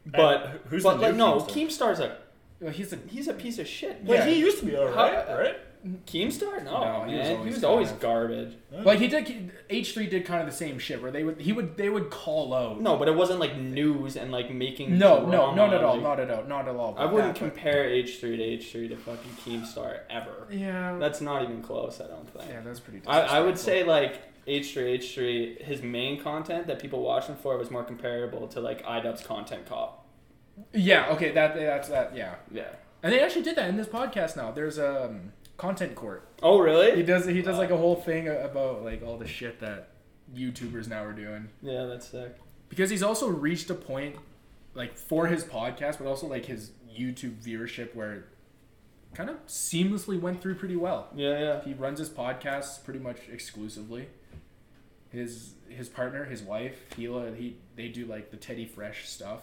S4: But
S2: And who's
S4: but
S2: the
S4: like
S2: new
S4: no,
S2: Keemstar?
S4: Keemstar's a
S1: Well, he's a
S4: he's a piece of shit.
S2: Like
S1: Yeah.
S2: he used to be alright,
S4: How-
S2: right?
S4: Keemstar? No,
S1: No,
S4: man.
S1: he was always
S4: always
S1: kind of-
S4: garbage.
S1: like he did H three did kind of the same shit where they would he would they would call out.
S4: No, but it wasn't like news and like making.
S1: No, no,
S4: drama,
S1: not at all,
S4: like-
S1: not at all, not at all.
S4: I
S1: about
S4: wouldn't
S1: that, but-
S4: compare H three to H three to fucking Keemstar ever.
S1: Yeah,
S4: That's not even close. I don't think.
S1: yeah, that's pretty.
S4: I, I would
S1: disrespectful.
S4: say like H three H three. His main content that people watched him for was more comparable to like IDubbbz content cop.
S1: Yeah. Okay. That that's that. Yeah.
S4: Yeah.
S1: And they actually did that in this podcast now. There's um content court.
S4: Oh
S1: He
S4: really?
S1: does he does like a whole thing about like all the shit that YouTubers now are doing
S4: Yeah, that's sick.
S1: because he's also reached a point like for his podcast, but also like his YouTube viewership where it kind of seamlessly went through pretty well.
S4: Yeah, yeah.
S1: He runs his podcasts pretty much exclusively. His his partner, his wife, Hila, he they do like the Teddy Fresh stuff.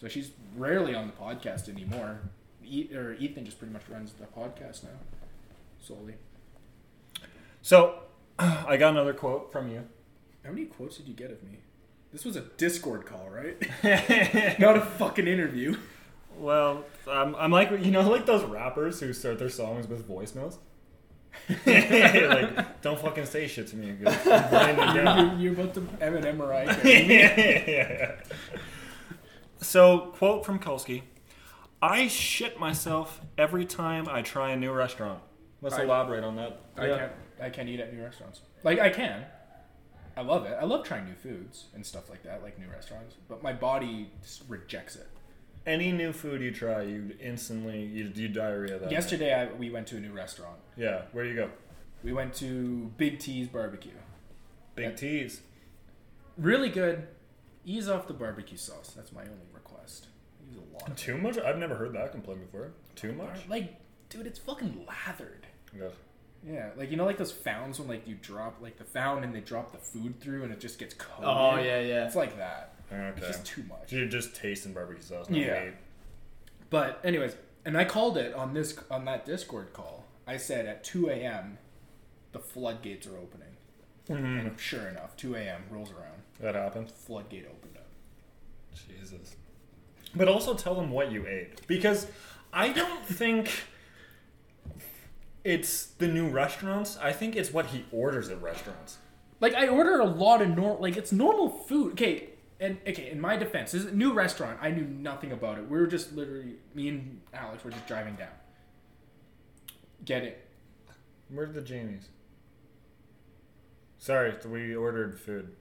S1: So she's rarely on the podcast anymore. E- or Ethan just pretty much runs the podcast now solely.
S2: So *clears throat* I got another quote from you. *laughs*
S1: How many quotes did you get of me? This was a Discord call,
S2: *laughs*
S1: right? *laughs* Not a fucking interview.
S2: Well, I'm, I'm like you know like those rappers who start their songs with voicemails. *laughs* like don't fucking say shit to me. 'cause I'm blinded
S1: You're,
S2: down.
S1: you're, you're about to Eminem Mariah.
S2: *laughs*
S1: Carey.
S2: Yeah. *laughs* so, quote from Kolsky I shit myself every time I try a new restaurant. Let's
S1: I-
S2: elaborate on that.
S1: I
S4: Yeah.
S1: can't. I can't eat at new restaurants. Like I can. I love it. I love trying new foods and stuff like that, like new restaurants. But my body just rejects it.
S2: Any new food you try, you instantly you, you diarrhea that.
S1: Yesterday, I, we went to a new restaurant.
S2: night. Yeah, where do you go?
S1: We went to Big T's Barbecue.
S2: Big T's.
S1: Really good. Ease off the barbecue sauce. That's my only request. Use a lot. Of
S2: Too much? I've never heard that complaint before. Too much?
S1: Like, dude, it's fucking lathered.
S2: Yeah.
S1: Yeah, like you know, like those founds when like you drop like the found and they drop the food through and it just gets coated.
S4: Oh yeah, yeah.
S1: it's like that. It's
S2: Okay.
S1: just too much.
S2: So you're just tasting barbecue sauce. Not
S1: Yeah.
S2: meat.
S1: But anyways, and I called it on this on that Discord call. I said at 2 a.m. the floodgates are opening. And sure enough, 2 a.m. rolls around,
S2: That happened.
S1: floodgate opened up.
S2: Jesus. But also tell them what you ate. Because I don't *laughs* think it's the new restaurants. I think it's what he orders at restaurants.
S1: Like I order a lot of normal, like it's normal food. Okay, and okay, in my defense, this is a new restaurant. I knew nothing about it. We were just literally me and Alex were just driving down. Get it?
S2: Where are the Jamies? Sorry, we ordered *laughs* food.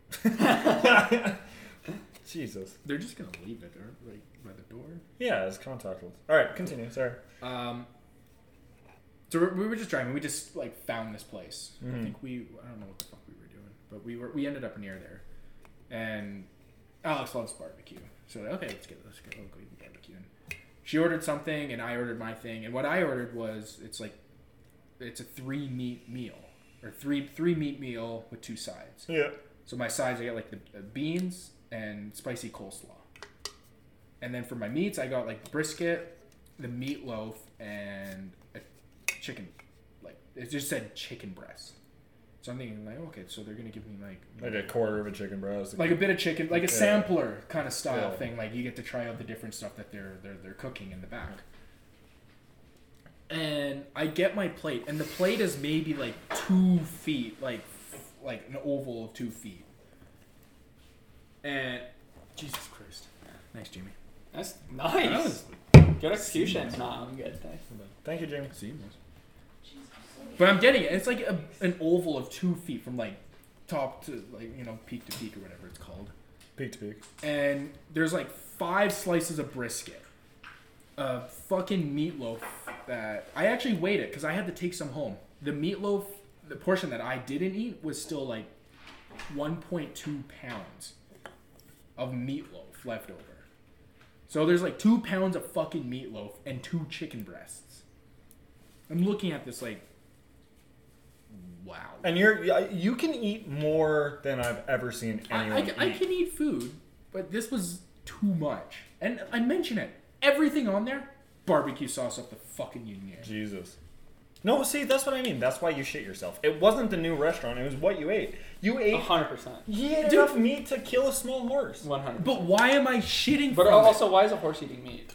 S2: Jesus.
S1: They're just gonna leave it, or like by the door.
S2: Yeah, it's contactless. All right, continue. Sorry.
S1: Um, so we we were just driving. We just like found this place. I
S2: Mhm.
S1: think we I don't know what the fuck we were doing, but we were we ended up near there. And Alex loves barbecue, so like, okay, let's get let's get local barbecue. And she ordered something, and I ordered my thing. And what I ordered was it's like it's a three meat meal or three three meat meal with two sides.
S2: Yeah.
S1: So my sides, I got like the uh, beans and spicy coleslaw. And then for my meats, I got like brisket, the meatloaf, and a chicken. Like it just said chicken breast. So I'm thinking like, okay, so they're gonna give me like
S2: Like a quarter of a chicken breast.
S1: like a bit of chicken, like a
S2: Yeah.
S1: sampler kind of style
S2: Yeah.
S1: thing. Like you get to try out the different stuff that they're they're they're cooking in the back. And I get my plate, and the plate is maybe like two feet, like like an oval of two feet. And Jesus Christ, thanks, Jimmy.
S4: That's
S1: That
S4: nice.
S1: was
S4: Good execution. Nah, I'm good. Thanks.
S2: Thank you, Jamie.
S1: But I'm getting it. It's like a, an oval of two feet from like top to like you know peak to peak or whatever it's called,
S2: Peak to peak.
S1: and there's like five slices of brisket, of fucking meatloaf that I actually weighed it because I had to take some home. The meatloaf, the portion that I didn't eat was still like 1.2 pounds of meatloaf left over. So there's like two pounds of fucking meatloaf and two chicken breasts. I'm looking at this like, wow.
S2: And you're you can eat more than I've ever seen anyone
S1: I, I, I
S2: eat.
S1: can eat food, but this was too much. And I mention it. Everything on there, barbecue sauce up the fucking union.
S2: Jesus. No, see, that's what I mean. That's why you shit yourself. It wasn't the new restaurant. It was what you ate. You ate.
S4: hundred percent,
S2: You ate
S1: Dude.
S2: enough meat to kill a small horse.
S4: one hundred.
S1: But why am I shitting?
S4: But
S1: from
S4: also, why is a horse eating meat?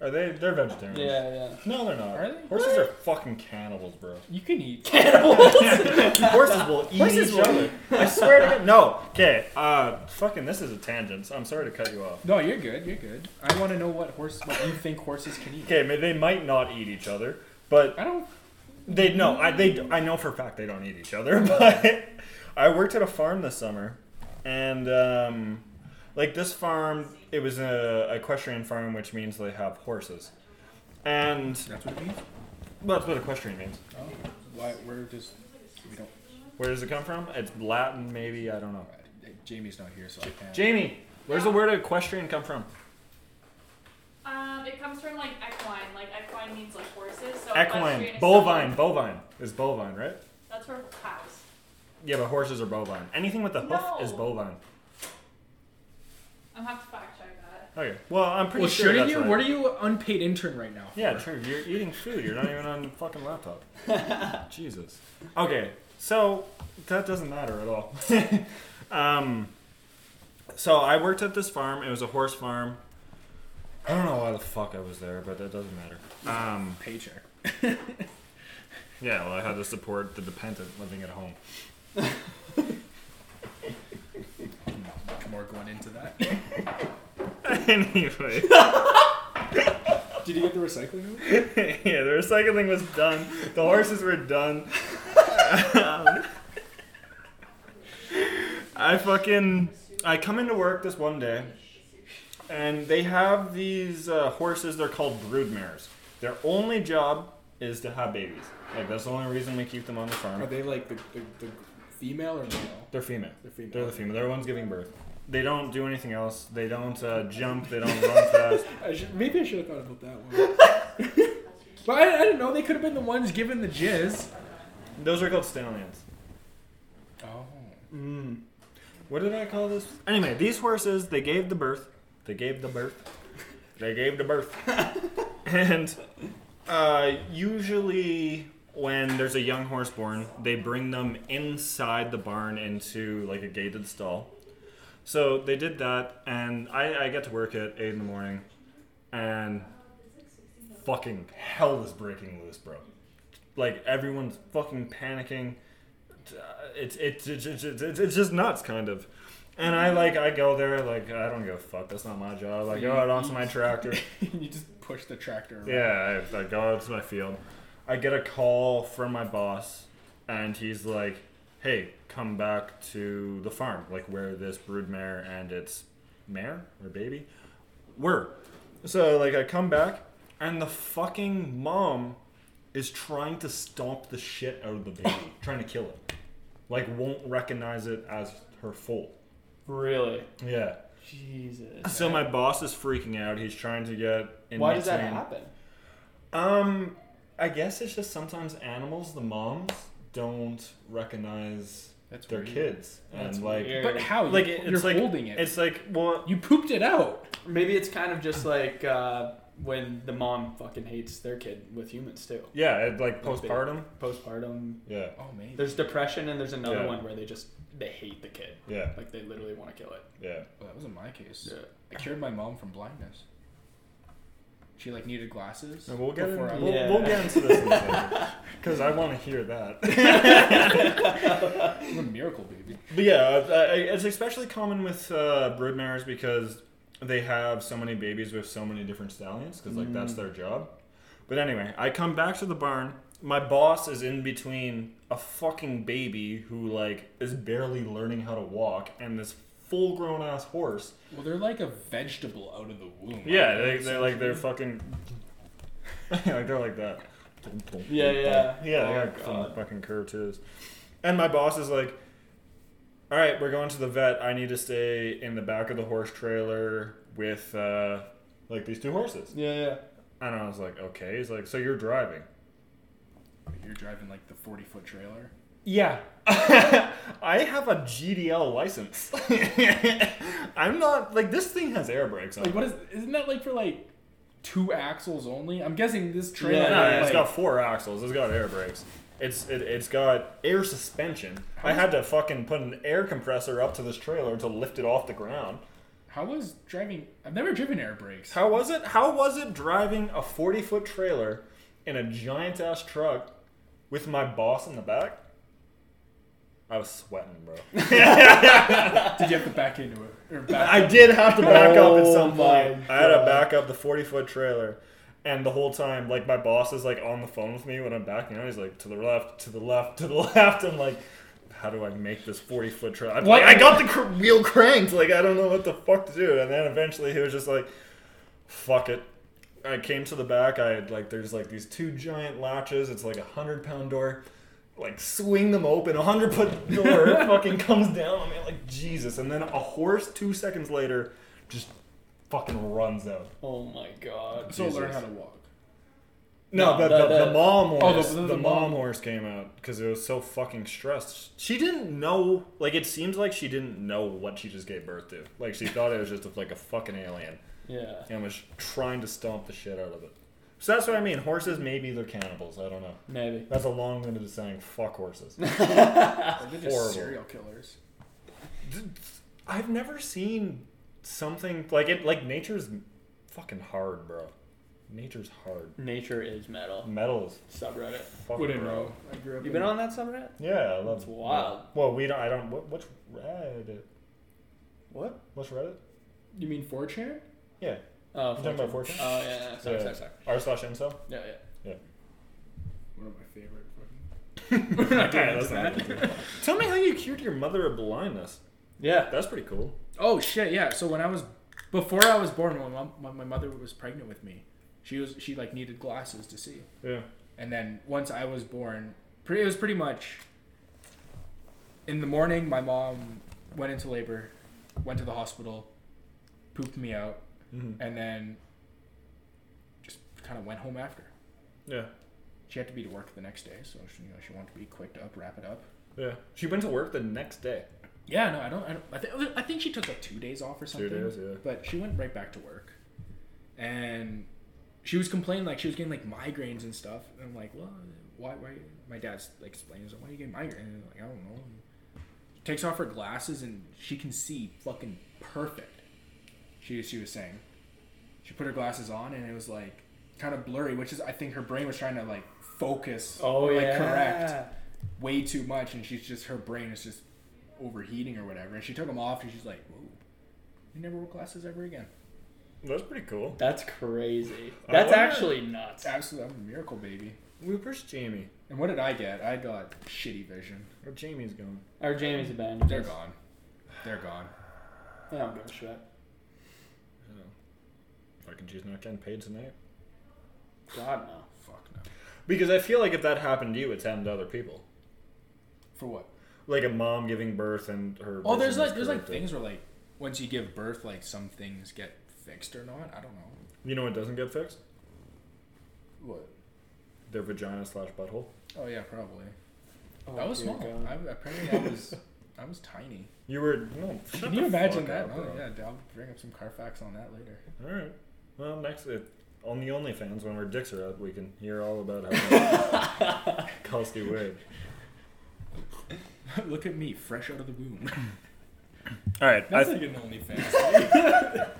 S2: Are they? They're vegetarians.
S4: Yeah, yeah.
S2: No, they're not.
S1: Are they?
S2: Horses are fucking cannibals, bro.
S1: it? you can eat.
S2: *laughs* Horses will eat
S4: Horses
S2: each
S4: will
S2: other. I swear to God. No. Okay. Uh, fucking. This is a tangent. So I'm sorry to cut you off.
S1: No, you're good. You're good. I want to know what horse, what you think horses can eat.
S2: Okay. ma- They might not eat each other, but
S1: I don't.
S2: They no, I they I know for a fact they don't eat each other. *laughs* But I worked at a farm this summer, and um, like this farm, it was a equestrian farm, which means they have horses, and
S1: That's what it means.
S2: well, that's what equestrian means.
S1: Oh, why? We're just we don't.
S2: Where does it come from? It's Latin, maybe I don't know.
S1: Jamie's not here, so I can't.
S2: Jamie, where's the word equestrian come from?
S3: Um, it comes from like equine. Like equine means like horses. So equestrian
S2: Equine,
S3: is
S2: bovine,
S3: someone-
S2: bovine is bovine, right?
S3: That's for cows.
S2: Yeah, but horses are bovine. Anything with a hoof is
S3: No.
S2: bovine.
S3: I'm gonna have to fact check that.
S2: Okay. Well, I'm pretty
S1: Well,
S2: sure.
S1: shouldn't
S2: that's
S1: you?
S2: right.
S1: What are you unpaid intern right now?
S2: Yeah, true. You're eating food. You're not even on
S1: *laughs*
S2: fucking laptop. Jesus. Okay, so that doesn't matter at all. *laughs* um, so I worked at this farm. It was a horse farm. I don't know why the fuck I was there, but that doesn't matter. Um,
S1: Paycheck. *laughs*
S2: yeah, well, I had to support the dependent living at home. *laughs*
S1: More going into that.
S2: anyway,
S1: Did you get the recycling? Room?
S2: *laughs* yeah, the recycling was done. The horses were done. Um, I fucking I come into work this one day, and they have these uh, horses. They're called broodmares. Their only job is to have babies. Like that's the only reason we keep them on the
S1: Are
S2: farm.
S1: they like the, the, the female or male?
S2: They're female.
S1: They're female.
S2: They're the female. They're the ones giving birth. They don't do anything else. They don't uh, jump. They don't run fast.
S1: I should, maybe I should have thought about that one. but I, I don't know. They could have been the ones given the jizz.
S2: Those are called stallions.
S1: Oh.
S4: Mm.
S2: What did I call this? Anyway, these horses, they gave the birth. They gave the birth. They gave the birth. and uh, usually, when there's a young horse born, they bring them inside the barn into like a gated stall. So they did that, and I, I get to work at 8 in the morning, and fucking hell is breaking loose, bro. Like, everyone's fucking panicking it's it's it's, it's, it's, it's just nuts kind of and i like i go there like i don't give a fuck that's not my job i go out onto my tractor
S1: *laughs* you just push the tractor. around.
S2: yeah I, I go out to my field i get a call from my boss and he's like hey come back to the farm like where this broodmare and its mare or baby were so like i come back and the fucking mom is trying to stomp the shit out of the
S4: *laughs*
S2: baby trying to kill it like won't recognize it as her foal
S4: Really?
S2: yeah
S4: Jesus.
S2: so my boss is freaking out he's trying to get in
S4: Why does that
S2: between-
S4: happen?
S2: um, I guess it's just sometimes animals, the moms, don't recognize
S1: That's
S2: their
S1: weird.
S2: kids, and
S4: That's
S2: like,
S4: weird.
S1: But how?
S2: like
S1: you,
S2: it-
S1: you're
S2: it's like
S1: holding it.
S2: It's like, well,
S1: you pooped it out.
S4: Maybe it's kind of just like uh, when the mom fucking hates their kid with humans too.
S2: yeah, it, like
S4: Must be.
S2: postpartum.
S4: Postpartum.
S2: Yeah,
S1: Oh, maybe.
S4: There's depression and there's another
S2: Yeah.
S4: one where they just they hate the kid.
S2: yeah,
S4: Like they literally want to kill it.
S2: yeah.
S1: well, that wasn't my case. I cured my mom from blindness. She like needed glasses.
S2: And we'll get into,
S1: before I-
S2: we'll,
S4: Yeah.
S2: we'll get into this because I want to hear that.
S1: I'm a miracle baby.
S2: But yeah, I- I- it's especially common with uh, broodmares because they have so many babies with so many different stallions because like that's their job. But anyway, I come back to the barn my boss is in between a fucking baby who like is barely learning how to walk and this full grown ass horse.
S1: Well, they're like a vegetable out of the womb.
S2: Yeah, they, they're like they're fucking *laughs* like they're like that.
S4: Yeah, yeah.
S2: Yeah, they
S4: Oh,
S2: got some
S4: God.
S2: fucking curvatures. And my boss is like, "All right, we're going to the vet. I need to stay in the back of the horse trailer with uh, like these two horses."
S4: Yeah, yeah.
S2: And I was like, "Okay." He's like, "So you're driving?"
S1: You're driving like the 40 foot trailer.
S2: Yeah. *laughs* I have a GDL license. *laughs* I'm not like this thing has air brakes on.
S1: Like,
S2: it.
S1: what is? Isn't that like for like two axles only? I'm guessing this trailer.
S4: Yeah,
S2: No,
S1: had,
S2: it's
S1: like,
S2: got four axles. It's got air brakes. It's it, it's got air suspension. I had to fucking put an air compressor up to this trailer to lift it off the ground.
S1: How was driving? I've never driven air brakes.
S2: How was it? How was it driving a forty foot trailer in a giant ass truck with my boss in the back? I was sweating, bro.
S1: Did you have to back into it
S4: *laughs*
S1: or back?
S2: *laughs* I did have to back up at
S4: Oh
S2: some
S4: my
S2: point. I had to
S4: God.
S2: back up the 40 foot trailer. And the whole time, like my boss is like on the phone with me when I'm backing out. He's like to the left, to the left, to the *laughs* left. I'm like, how do I make this 40 foot trailer? I'm
S1: What?
S2: Like, I got the cr- wheel cranked. Like I don't know what the fuck to do. And then eventually he was just like, fuck it. I came to the back. I had like there's like these two giant latches. It's like a hundred pound door. Like swing them open. A hundred foot door fucking comes down on me like Jesus. And then a horse two seconds later just fucking runs out.
S4: Oh my god.
S1: so learn
S2: Jesus.
S1: how to walk.
S2: No,
S4: No,
S2: but
S4: the-
S2: the, the,
S4: the-
S2: mom
S1: Oh,
S2: horse.
S1: the-
S2: the,
S1: the- the
S2: mom,
S1: mom.
S2: horse came out because it was so fucking stressed. She didn't know. Like it seems like she didn't know what she just gave birth to. Like she thought it was just like a fucking alien.
S4: Yeah.
S2: and was trying to stomp the shit out of it. So that's what I mean. Horses, maybe they're cannibals. I don't know.
S4: Maybe.
S2: That's a long winded saying. Fuck *laughs* horses.
S4: Ah,
S1: Or they're just
S2: Horrible.
S1: serial killers.
S2: I've never seen something like it. Like nature's fucking hard, bro. Nature's hard.
S4: Nature is metal.
S2: Metal is
S4: Subreddit.
S2: fuck,
S1: Wouldn't
S2: bro.
S1: know. I grew up.
S4: You
S1: in-
S4: been on that subreddit?
S2: Yeah, I love.
S4: That's wild.
S2: Well, we don't. I don't. What, what's Reddit?
S4: What?
S2: What's Reddit?
S1: You mean 4chan?
S2: Yeah.
S4: Oh,
S2: talking about fortune?
S4: fortune. Oh yeah, yeah, yeah. Sorry,
S2: Yeah.
S4: sorry, sorry.
S2: R slash incel.
S4: Yeah, yeah.
S1: One of my favorite. fucking- We're not
S2: Yeah,
S1: getting into
S2: that's not
S1: that.
S2: Tell me how you cured your mother of blindness.
S4: Yeah.
S2: That's pretty cool.
S1: Oh shit, yeah. So when I was before I was born, when my, when my mother was pregnant with me, she was she like needed glasses to see.
S2: Yeah.
S1: And then once I was born, pretty, it was pretty much in the morning my mom went into labor, went to the hospital, pooped me out,
S2: hmm
S1: and then just kind of went home after.
S2: Yeah.
S1: She had to be to work the next day, so she, you know she wanted to be quick to up, wrap it up.
S2: Yeah. She went to work the next day.
S1: Yeah, no, I don't. I, don't, I, th- I think she took like two days off or something.
S2: days, yeah.
S1: But she went right back to work, and she was complaining like she was getting like migraines and stuff. And I'm like, well, why? Why? My dad's like explaining, he's like, why are you getting migraines? And I'm like, I don't know. She takes off her glasses and she can see fucking perfect. She she was saying, she put her glasses on and it was like kind of blurry, which is I think her brain was trying to like focus.
S4: Oh
S1: like,
S4: yeah.
S1: Correct way too much, and she's just her brain is just overheating or whatever. And she took them off, and she's like, "Whoa, you never wear glasses ever again."
S2: That's pretty cool.
S4: That's crazy.
S2: I
S4: That's
S2: wonder-
S4: actually nuts.
S1: It's absolutely I'm a miracle, baby.
S2: Where's Jamie?
S1: And what did I get? I got shitty vision.
S2: Where Jamie's going?
S4: Our Jamie's abandoned.
S1: They're
S4: us.
S1: gone. They're gone.
S4: I don't give a shit.
S2: Fucking she's not getting paid tonight.
S4: God no.
S1: Fuck no.
S2: Because I feel like if that happened to you, it's happened to other people.
S1: For what?
S2: Like a mom giving birth and her.
S1: Oh, there's
S2: vision is
S1: like there's like
S2: corrected.
S1: things where like once you give birth, like some things get fixed or not. I don't know.
S2: You know what doesn't get fixed?
S1: What?
S2: Their vagina slash butthole.
S1: Oh yeah, probably.
S4: Oh,
S1: I was
S4: dear
S1: small.
S4: God.
S1: I, apparently, I *laughs* was I was tiny.
S2: You were no. shut
S1: Can
S2: the
S1: you imagine
S2: fuck
S1: that?
S2: up,
S1: oh
S2: bro.
S1: yeah, I'll bring up some Carfax on that later.
S2: All right. Well, next if, on the OnlyFans when our dicks are up, we can hear all about how *laughs* cost you wig.
S1: *laughs* Look at me, fresh out of the womb.
S2: All right.
S1: That's like an
S2: *laughs*
S1: OnlyFans. Oh.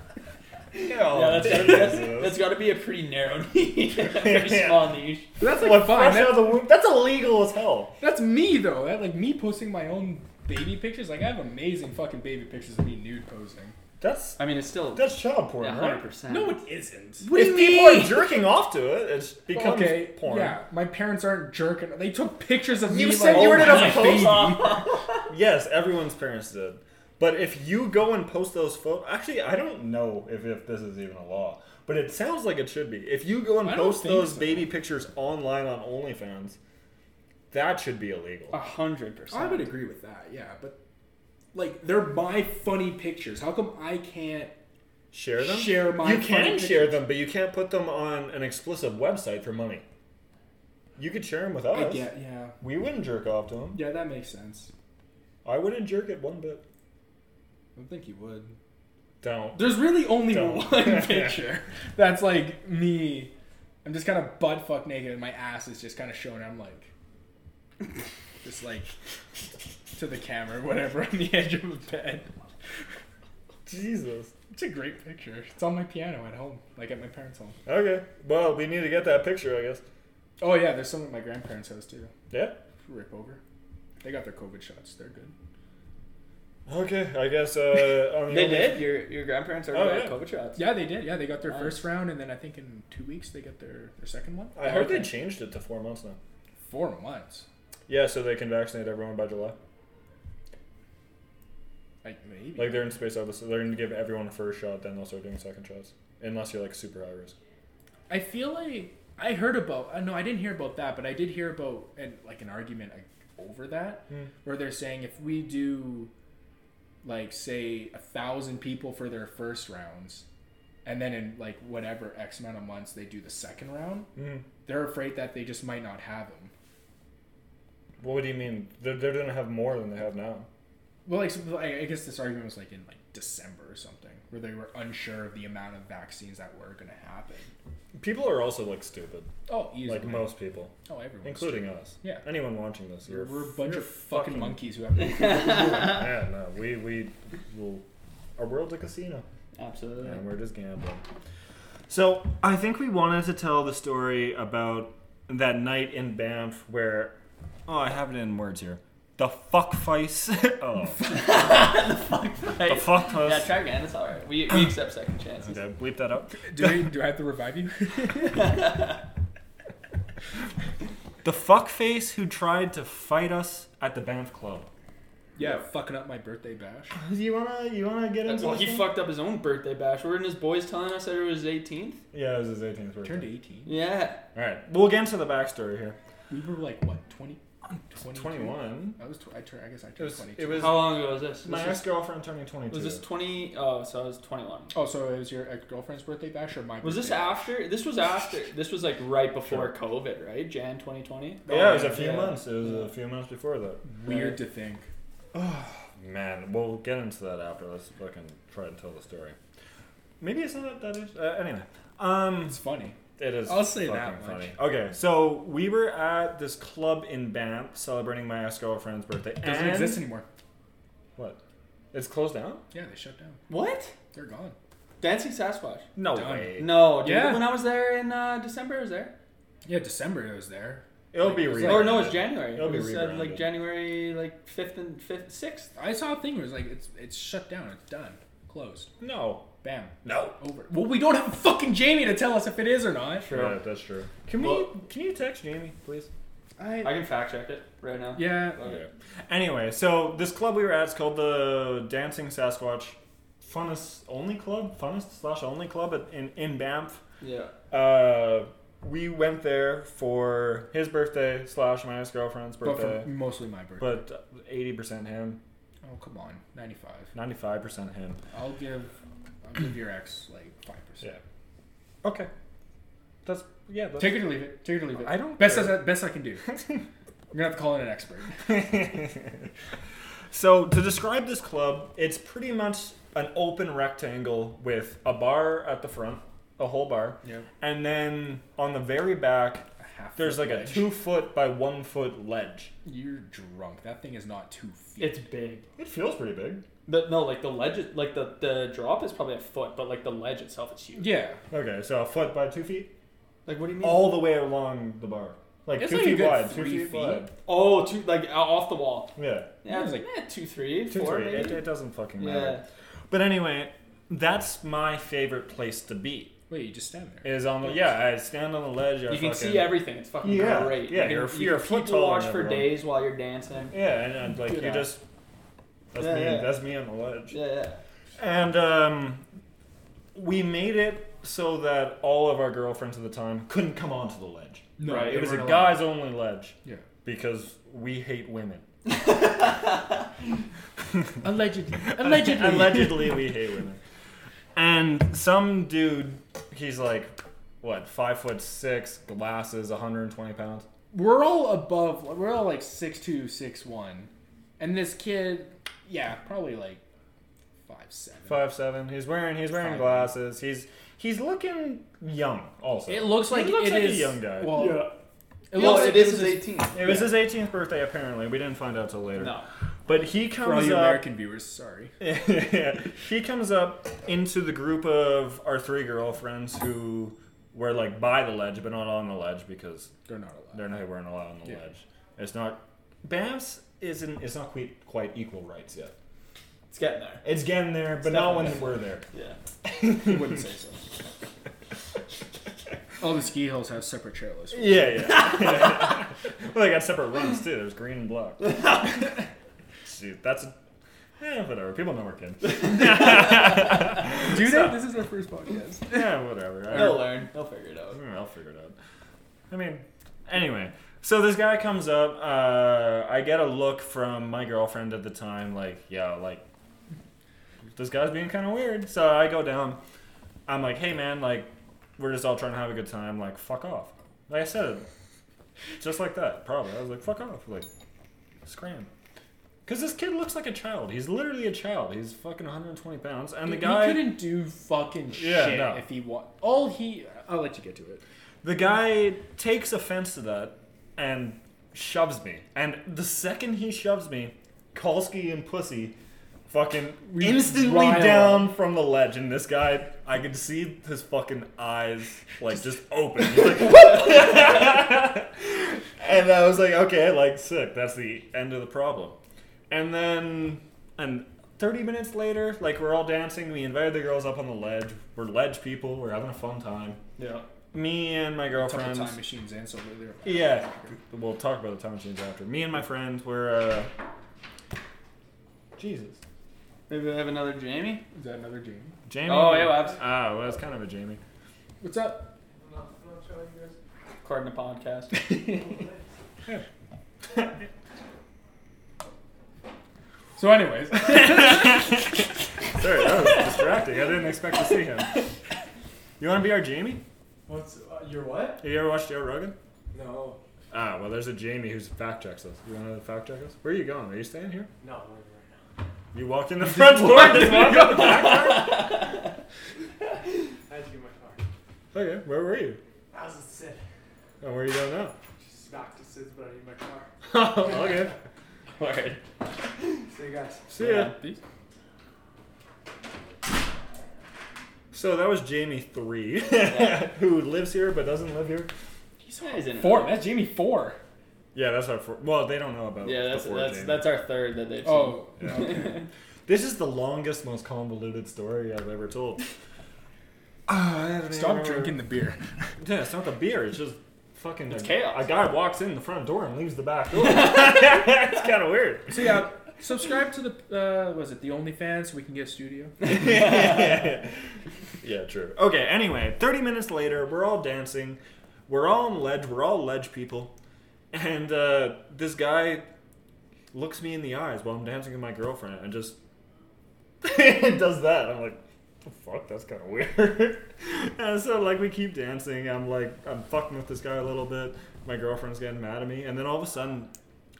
S4: Yeah, that's gotta,
S1: *laughs*
S4: that's, that's gotta be a pretty narrow *laughs* niche. pretty small niche.
S1: that's
S2: like fresh out of the womb. That's illegal as hell.
S1: that's me though. That like me posting my own baby pictures. Like I have amazing fucking baby pictures of me nude posing.
S2: That's
S4: I mean, it's still
S2: that's child porn,
S4: hundred
S2: right?
S4: percent.
S1: No, it isn't.
S2: If
S1: If
S2: people are jerking off to it, it's becomes
S1: okay,
S2: porn.
S1: yeah, my parents aren't jerking. They took pictures of
S2: You
S1: me.
S2: said
S1: like,
S2: you were
S1: oh,
S2: in a
S1: my
S2: post-
S1: baby.
S2: *laughs* Yes, everyone's parents did. But if you go and post those photos, actually, I don't know if, if this is even a law, but it sounds like it should be. If you go and
S1: I don't
S2: post
S1: think
S2: those
S1: so.
S2: baby pictures online on OnlyFans, that should be illegal.
S1: Uh,
S4: A hundred
S1: I would
S4: percent.
S1: agree with that. Yeah, but like they're my funny pictures. How come I can't?
S2: share them?
S1: Share my
S2: You can
S1: funny
S2: share them, but you can't put them on an explicit website for money. You could share them with us.
S1: I get. Yeah.
S2: We wouldn't jerk off to them.
S1: Yeah, that makes sense.
S2: I wouldn't jerk it one bit.
S1: I don't think you would.
S2: Don't. *laughs*
S1: There's really only
S2: Don't.
S1: *laughs* one picture that's like me. I'm just kind of butt fuck naked, and my ass is just kind of showing. I'm like, just like to the camera, whatever, on the *laughs* edge of a bed.
S2: Jesus.
S1: It's a great picture. It's on my piano at home, like at my parents' home.
S2: Okay. Well, we need to get that picture, I guess.
S1: Oh yeah, there's some at my grandparents' house too.
S2: Yeah.
S1: Rip over. They got their COVID shots. They're good.
S2: Okay, I guess *laughs* uh, on the
S4: They
S2: only-
S4: did. Your your grandparents already
S2: Oh,
S4: got
S2: yeah.
S4: COVID shots.
S1: Yeah, they did. Yeah, they got their
S4: Nice.
S1: first round, and then I think in two weeks they get their, their second one.
S2: I heard
S4: Okay.
S2: they changed it to four months now.
S1: Four months.
S2: Yeah, so they can vaccinate everyone by July.
S1: Like maybe.
S2: Like they're in space out, so they're going to give everyone a first shot, then they'll start doing second shots, unless you're like super high risk.
S1: I feel like I heard about. Uh, no, I didn't hear about that, but I did hear about an, like an argument like, over that,
S2: Hmm.
S1: where they're saying if we do, like, say a thousand people for their first rounds, and then in like whatever X amount of months they do the second round,
S2: Mm.
S1: they're afraid that they just might not have them.
S2: What do you mean? They're, they're going to have more than they have now.
S1: Well, like, so, like, I guess this argument was like in like December or something, where they were unsure of the amount of vaccines that were going to happen.
S2: People are also like stupid,
S1: Oh, easily.
S2: like most people,
S1: Oh, everyone,
S2: including us.
S1: Yeah.
S2: Anyone watching this,
S1: We're,
S2: you're
S1: we're a bunch
S2: you're
S1: of fucking monkeys who have no clue.
S2: yeah, no, we we will. Our world's a casino.
S4: Absolutely.
S2: And we're just gambling. So I think we wanted to tell the story about that night in Banff where oh I have it in words here. The fuck face. *laughs*
S4: *laughs*
S2: oh, the fuck
S4: Yeah,
S2: face.
S4: try again. It's all right. We,
S1: *clears throat*
S4: we accept second chances.
S2: Okay, bleep that out.
S1: do, we, do I have to revive
S2: *laughs*
S1: you?
S2: The fuck face who tried to fight us at the Banff Club.
S1: Yeah, fucking up my birthday bash.
S2: You wanna you wanna get
S4: That's
S2: into
S4: well,
S2: this
S4: he
S2: thing?
S4: fucked up his own birthday bash. Weren't his boys telling us that it was his 18th?
S2: Yeah, it was his 18th birthday.
S1: Turned 18.
S4: Yeah.
S2: All right, we'll get into the backstory here.
S1: We were like, what, 20? 22?
S2: 21.
S1: I was, tw- I, tur- I guess I turned
S2: It was.
S1: 22.
S2: It was
S4: How long ago was this?
S2: my
S4: Was
S2: ex girlfriend turning 22.
S4: this, was this 20? Oh, so I was 21.
S1: oh, so it was your ex girlfriend's birthday bash or my
S4: Was this
S1: birthday bash?
S4: after? This was after. This was like right before COVID, right? Jan 2020.
S2: yeah, it was a few
S4: yeah.
S2: months. It was
S4: Yeah.
S2: a few months before that.
S1: Weird to think.
S2: Man, we'll get into that after. Let's fucking try and tell the story. Maybe it's not that. Is, uh, anyway, um,
S1: It's funny.
S2: it is.
S1: I'll say
S2: fucking
S1: that much.
S2: Okay, so we were at this club in Banff celebrating my ex girlfriend's birthday.
S1: It doesn't
S2: and-
S1: exist anymore.
S2: What? It's closed down?
S1: Yeah, they shut down.
S4: What?
S1: They're gone.
S4: Dancing Sasquatch.
S2: No
S1: Done.
S2: way.
S4: No, dude.
S1: Yeah.
S4: When I was there in uh, December, I was there.
S1: Yeah, December it was there.
S2: It'll
S1: Like,
S2: be
S1: it's
S2: re.
S1: like-
S4: Or no, it was January.
S2: It'll
S4: it
S2: be
S4: was uh, like
S2: rebranded.
S4: January like fifth and fifth, sixth.
S1: I saw a thing where it was like, it's, it's shut down. It's done. Closed.
S2: No.
S1: Bam.
S2: No.
S1: Over. Well, we don't have fucking Jamie to tell us if it is or not.
S2: Yeah, that's true. Can
S4: Well-
S2: we? Can you text Jamie, please?
S1: I,
S4: I can fact check it right now.
S1: yeah.
S4: Okay.
S2: Anyway, so this club we were at is called the Dancing Sasquatch, funnest only club, funnest slash only club at, in in Banff.
S4: Yeah.
S2: Uh, we went there for his birthday slash my ex girlfriend's
S1: But for
S2: birthday,
S1: mostly my birthday.
S2: but eighty percent him,
S1: oh, come on. 95.
S2: ninety five percent him.
S1: I'll give I'll give your ex like five percent.
S2: Okay. That's yeah. That's,
S1: Take it or leave it. Take it or leave it.
S2: I don't.
S1: best
S2: care.
S1: as, best I can
S2: *laughs*
S1: do. I'm gonna have to call in an expert.
S2: so to describe this club, it's pretty much an open rectangle with a bar at the front, a whole bar,
S1: Yeah.
S2: and then on the very back
S1: A half
S2: there's
S1: foot
S2: like a
S1: ledge.
S2: two foot by one foot ledge.
S1: You're drunk. That thing is not two feet.
S4: It's big.
S2: It feels pretty big.
S4: The, no, like the ledge, like the, the drop is probably a foot, but like the ledge itself is huge.
S1: yeah.
S2: Okay, so a foot by two feet,
S4: Like what do you mean?
S2: all the way along the bar, like
S1: It's
S2: two
S1: like a
S2: feet
S1: good
S2: wide, two
S1: three
S2: feet,
S1: feet.
S2: wide.
S4: Oh, two like o- off the wall.
S2: Yeah,
S4: Yeah,
S1: Yeah,
S4: it's
S1: like-
S4: like eh, two, three,
S2: two,
S4: four,
S2: three. It,
S4: maybe.
S2: it doesn't fucking matter.
S4: Yeah.
S2: But anyway, That's my favorite place to be.
S1: Wait, you just stand there.
S2: Is on the yeah. I stand on the ledge. I
S4: You can
S2: fucking-
S4: see everything. It's fucking
S2: Yeah,
S4: great.
S2: yeah,
S4: you can,
S2: you're-
S4: you
S2: you're a
S4: can
S2: foot
S4: people
S2: taller
S4: watch
S2: than
S4: for
S2: everyone.
S4: days while you're dancing.
S2: Yeah, and, and like
S4: Good
S2: you
S4: eye.
S2: just that's
S4: Yeah,
S2: me.
S4: yeah.
S2: That's me on the ledge.
S4: Yeah, yeah.
S2: And um, we made it so that all of our girlfriends at the time couldn't come onto the ledge.
S1: No,
S4: Right,
S1: they
S2: It was a
S1: weren't allowed.
S2: guys only ledge
S1: Yeah.
S2: because we hate women. *laughs*
S1: Allegedly.
S2: Allegedly, we hate women. And some dude, he's like, what, five foot six, glasses, 120 pounds.
S1: We're all above. We're all like six two, six one, and this kid, yeah, probably like five seven.
S2: Five seven. He's wearing he's wearing
S1: Five.
S2: glasses. He's he's looking young also.
S1: It looks like
S2: He looks
S1: it
S2: like a
S1: is-
S2: young guy.
S1: Well, it
S4: Well,
S1: looks
S4: it
S1: like
S4: is
S1: it was
S4: his 18th.
S2: It was his 18th birthday, apparently. We didn't find out till later.
S4: No.
S2: But he
S1: For all
S2: comes
S1: you
S2: up.
S1: American viewers, sorry.
S2: *laughs* he comes up into the group of our three girlfriends who were like by the ledge, but not on the ledge because
S1: They're not allowed.
S2: they're not weren't allowed on the
S1: Yeah.
S2: ledge. It's not. Banff's isn't. It's not quite quite equal rights yet.
S4: It's getting there.
S2: It's getting there, but
S4: It's
S2: not when
S4: definitely
S2: we're there.
S4: Yeah.
S1: You wouldn't say so. All the ski hills have separate trailers.
S2: Yeah, yeah. *laughs* well, they got separate runs too. There's green
S1: *laughs*
S2: and black. Shoot, that's a, eh, whatever. People know we're
S1: *laughs*
S2: kids. *laughs*
S1: Do
S2: So-
S1: that. This is our first podcast.
S2: yeah, whatever. I-
S4: He'll learn. He'll figure it out.
S2: I'll figure it out. I mean, anyway. So this guy comes up. Uh, I get a look from my girlfriend at the time, like, yeah, like, this guy's being kind of weird. So I go down. I'm like, hey, man, like, we're just all trying to have a good time. Like, fuck off. Like I said, just like that, probably. I was like, fuck off. Like, scram. Because this kid looks like a child. He's literally a child. He's fucking 120 pounds. And the guy.
S1: he couldn't do fucking
S2: Yeah,
S1: shit
S2: no.
S1: if he want. All he, I'll let you get to it.
S2: The guy takes offense to that and shoves me. And the second he shoves me, Kalski and Pussy fucking
S1: We
S2: instantly
S1: rile
S2: down from the ledge. And this guy, I could see his fucking eyes like just open.
S1: *laughs*
S2: He's like, *laughs* and I was like, okay, like sick. That's the end of the problem. And then, and 30 minutes later, like we're all dancing. We invited the girls up on the ledge. We're ledge people. We're having a fun time
S4: Yeah.
S2: me and my
S1: Talk about
S2: girlfriend.
S1: time machines and so they're-
S2: Yeah, we'll talk about the time machines after. Me and my friend were. Uh, Jesus,
S4: Maybe we have another Jamie.
S1: Is that another game?
S2: Jamie.
S4: Oh, yeah, well, that's-
S2: Ah, well, that's kind of a Jamie.
S1: What's up?
S4: According
S2: *laughs*
S4: to podcast.
S1: So, *laughs* anyways,
S2: Sorry, that was distracting. I didn't expect to see him. You want to be our Jamie?
S5: What's uh, your what?
S2: Have you ever watched Joe Rogan?
S5: No,
S2: Ah, well, there's a Jamie who's fact checks us. You want to fact check us? Where are you going? Are you staying here?
S5: no, I'm leaving right
S2: You walked in the front door. Just walked *laughs* out the back door?
S5: now. I had to get my car.
S2: Okay, where were you?
S5: I was at Sid.
S2: And where are you going now?
S5: Just back to Sid's, but I need my car.
S2: okay.
S4: Word.
S5: See you guys.
S2: See ya. So that was Jamie three, *laughs* who lives here but doesn't live here.
S4: He's always in it.
S1: four. That's Jamie four.
S2: Yeah, that's our four. Well, they don't know about.
S4: Yeah,
S2: the
S4: that's
S2: four
S4: that's
S2: Jamie.
S4: that's our third that they've seen.
S1: Oh,
S2: Yeah.
S1: *laughs*
S2: This is the longest, most convoluted story I've ever
S4: *laughs*
S2: told.
S1: stop drinking the beer.
S2: Yeah, it's not the beer. It's just fucking.
S4: It's
S2: a,
S4: chaos.
S2: A guy walks in the front door and leaves the back
S4: *laughs*
S2: door. *laughs* it's kind of weird.
S1: So yeah, subscribe to the uh, was it the OnlyFans so we can get a studio.
S2: *laughs* yeah, true. Okay, anyway, 30 minutes later, we're all dancing. We're all on ledge. We're all ledge people. And uh, this guy looks me in the eyes while I'm dancing with my girlfriend and just *laughs* does that. I'm like, the fuck, that's kind of weird. *laughs* and so, like, we keep dancing. I'm like, I'm fucking with this guy a little bit. My girlfriend's getting mad at me. And then all of a sudden,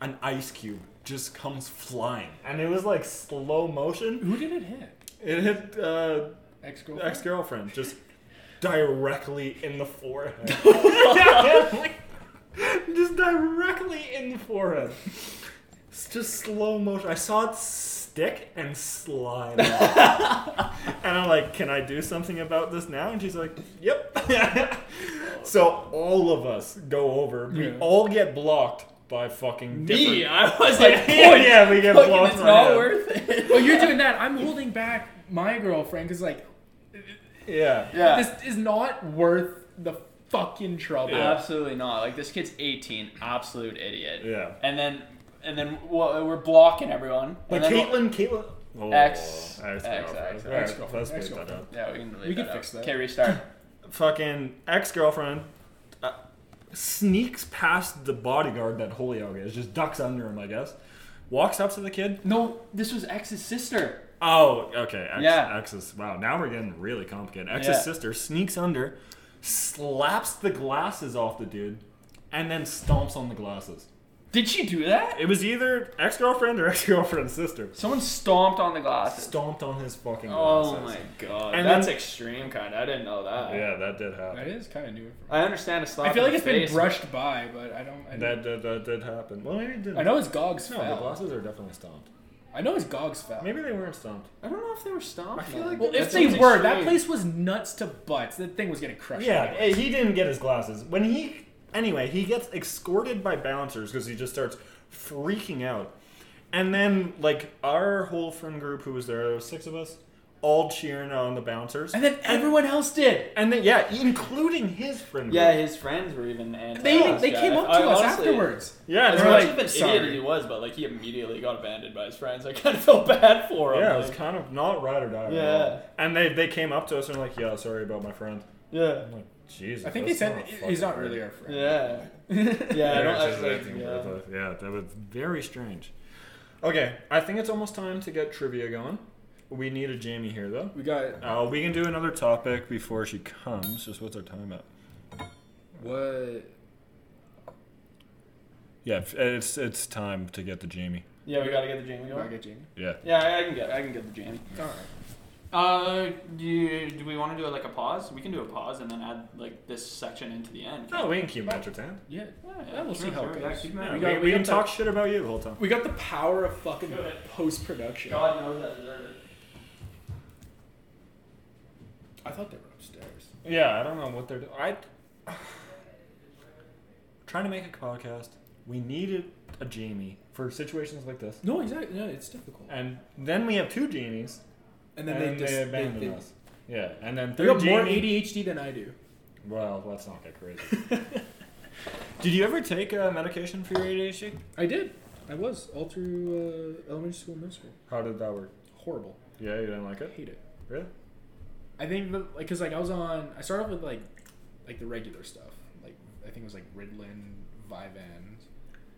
S2: an ice cube just comes flying. And it was like slow motion.
S1: Who did it hit?
S2: It hit uh,
S1: Ex girlfriend.
S2: ex girlfriend just directly in the
S4: *laughs*
S2: forehead. *laughs* just directly in the forehead. It's just slow motion. I saw it stick and slide. out.
S4: *laughs*
S2: and I'm like, can I do something about this now? And she's like, yep. *laughs* so all of us go over. We
S1: Yeah.
S2: all get blocked by fucking
S4: Me,
S2: different. *laughs*
S4: *laughs* I was like,
S2: yeah, we get
S4: fucking,
S2: blocked.
S4: it's
S2: by
S4: not
S2: him.
S4: worth it.
S1: Well, you're doing that. I'm holding back my girlfriend because like
S2: Yeah.
S4: Yeah.
S1: this is not worth the fucking trouble.
S2: Yeah.
S4: Absolutely not. Like this kid's 18, absolute idiot.
S2: Yeah.
S4: And then and then well, we're blocking everyone.
S2: But
S4: and then
S2: Caitlyn, Caitlyn. Oh,
S4: Ex-
S2: ex-
S4: ex-
S2: girlfriend.
S4: ex-
S2: All right,
S1: ex-girlfriend,
S2: Let's pick that
S1: ex-girlfriend.
S2: up.
S4: we'll- yeah, we can delete
S1: We can
S4: that
S1: fix that.
S4: Okay, restart.
S2: Fucking ex girlfriend uh, sneaks past the bodyguard that Holyoke is, just ducks under him, I guess. Walks up to the kid.
S4: no, this was ex's sister.
S2: Oh, okay. Ex,
S4: Yeah.
S2: Ex's. Wow, now we're getting really complicated. Ex's
S4: Yeah.
S2: sister sneaks under, slaps the glasses off the dude, and then stomps on the glasses.
S4: Did she do that?
S2: It was either ex girlfriend or *laughs* ex girlfriend's sister.
S4: Someone stomped on the glasses.
S2: Stomped on his fucking glasses.
S4: Oh my god.
S2: And
S4: That's
S2: then-
S4: extreme kind. I didn't know that.
S2: Yeah, that did happen.
S1: That is kind of new.
S4: I understand a slap.
S1: I feel
S4: in
S1: like
S4: the
S1: it's been
S4: face.
S1: brushed by, but I don't. I,
S2: That,
S1: don't,
S2: that, that did happen. Well, maybe it didn't.
S1: I know his gogs
S2: No, the
S1: fell.
S2: glasses are definitely stomped.
S1: I know his gogs fell.
S2: Maybe they weren't stomped.
S4: I don't know if they were stomped.
S2: I feel
S4: though.
S2: like
S1: Well, if
S4: That
S1: they
S4: sounds
S1: were, that
S4: extreme.
S1: place was nuts to butts. That thing was getting crushed.
S2: Yeah,
S1: anyway.
S2: eh, he didn't get his glasses. When he anyway, he gets escorted by bouncers because he just starts freaking out. And then like our whole friend group who was there, there was six of us, all cheering on the bouncers.
S1: And then everyone else did.
S2: And then yeah, including his friend group.
S4: Yeah, his friends were even anti.
S1: They they came up to us afterwards.
S2: Yeah,
S4: As
S2: they're
S4: much
S2: like,
S4: of an
S1: sorry.
S4: idiot he was, but like he immediately got abandoned by his friends. I kind of felt bad for him.
S2: yeah, it
S4: like,
S2: was kind of not ride or die. at all.
S4: Yeah.
S2: And they they came up to us and were like, yeah, sorry about my friend.
S4: yeah,
S2: I'm like, Jesus.
S1: I think they
S2: that's
S1: said
S2: not a
S1: he's not
S2: fucking
S1: really
S2: friend."
S1: our *laughs* friend.
S4: yeah, yeah. I don't. I, like, yeah.
S2: yeah, that was very strange. Okay, I think it's almost time to get trivia going. We need a Jamie here, though.
S1: We got
S2: Uh, we can do another topic before she comes. Just what's our time at?
S1: what?
S2: Yeah, f- it's it's time to get the Jamie.
S4: yeah, we gotta get the Jamie
S1: I
S4: going.
S1: get Jamie.
S2: Yeah.
S4: Yeah, I, I can get. I can get the Jamie.
S1: All right.
S4: Uh, do, you, do we want to do like a pause? We can do a pause and then add like this section into the end.
S2: No, we can keep match entertained.
S1: Yeah.
S4: Yeah,
S1: Yeah, we'll see how it goes.
S4: keep
S1: Yeah, we
S2: we,
S1: got-
S2: we
S1: we
S2: can
S1: got
S2: talk shit about you the whole time.
S1: We got the power of fucking post production. I
S4: God knows I deserve it.
S1: thought they were upstairs.
S2: Yeah, I don't know what they're doing. I *sighs* trying to make a podcast. We needed a Jamie for situations like this,
S1: No, exactly. No, it's difficult.
S2: and then we have two Jamies.
S1: And then they just
S2: abandoned
S1: they, they,
S2: us. Yeah, and then
S1: You
S2: third
S1: got more
S2: Jamie-
S1: ADHD than I do.
S2: Well, let's not get crazy. *laughs* Did you ever take uh, medication for your ADHD?
S1: I did. I was all through uh, elementary school, and middle school.
S2: How did that work?
S1: Horrible.
S2: Yeah, you didn't like
S1: I
S2: it.
S1: hate it.
S2: Really?
S1: I think that, like because like I was on. I started off with like like the regular stuff. Like I think it was like Ritalin, Vyvanse.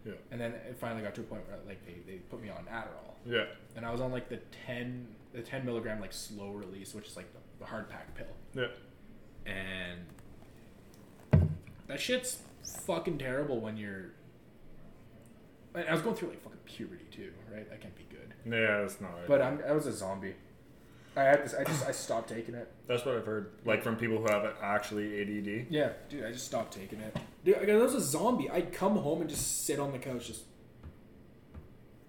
S2: Yeah.
S1: And then it finally got to a point where like they, they put me on Adderall,
S2: Yeah.
S1: and I was on like the ten the ten milligram like slow release, which is like the, the hard pack pill.
S2: Yeah.
S1: and that shit's fucking terrible when you're. I I was going through like fucking puberty too, right? That can't be good.
S2: Yeah, that's not right.
S1: But I'm, I was a zombie. I had this. I just I stopped taking it.
S2: that's what I've heard, like from people who have actually ADD.
S1: Yeah, dude, I just stopped taking it. Dude, I I was a zombie. I'd come home and just sit on the couch, just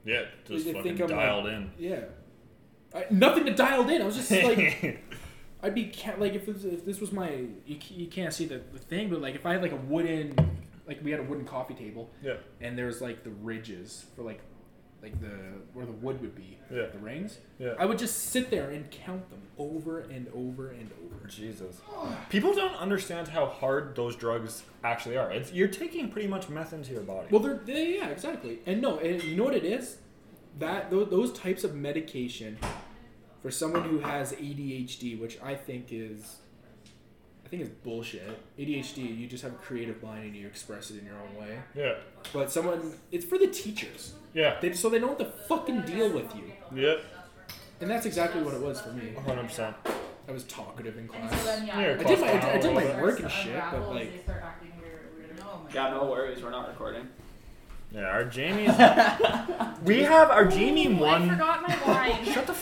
S2: Yeah,
S1: just They think fucking I'm dialed like-
S2: in.
S1: yeah, I, nothing to dialed in. I was just like.
S2: *laughs*
S1: I'd be ca- like if this, if this was my you, c- you can't see the, the thing but like if I had like a wooden like we had a wooden coffee table
S2: Yeah.
S1: and there's like the ridges for like like the where the wood would be
S2: Yeah.
S1: the rings
S2: Yeah.
S1: I would just sit there and count them over and over and over
S2: Jesus. People don't understand how hard those drugs actually are. It's, you're taking pretty much meth into your body.
S1: well they're they, yeah exactly and no and you know what it is that those, those types of medication for someone who has ADHD which I think is I think is bullshit ADHD you just have a creative mind and you express it in your own way
S2: yeah.
S1: But someone, it's for the teachers,
S2: Yeah.
S1: they, so they don't have to fucking deal with you.
S2: Yep.
S1: And that's exactly what it was for me.
S2: 100%.
S1: I was talkative in
S6: And so
S1: class.
S6: then, yeah,
S2: Yeah,
S6: it
S1: I did my, I
S2: class
S1: did, I did my
S2: clown.
S1: work and
S6: starts to
S1: shit, but
S6: unravel as
S1: like,
S6: they start acting weird- weird. Oh my
S4: Yeah,
S6: God.
S4: no worries. We're not recording.
S2: Yeah, our
S1: *laughs*
S2: Jamie is. *laughs* we have our Jamie
S6: Ooh, I
S2: one. *laughs*
S6: forgot my wine. Shut the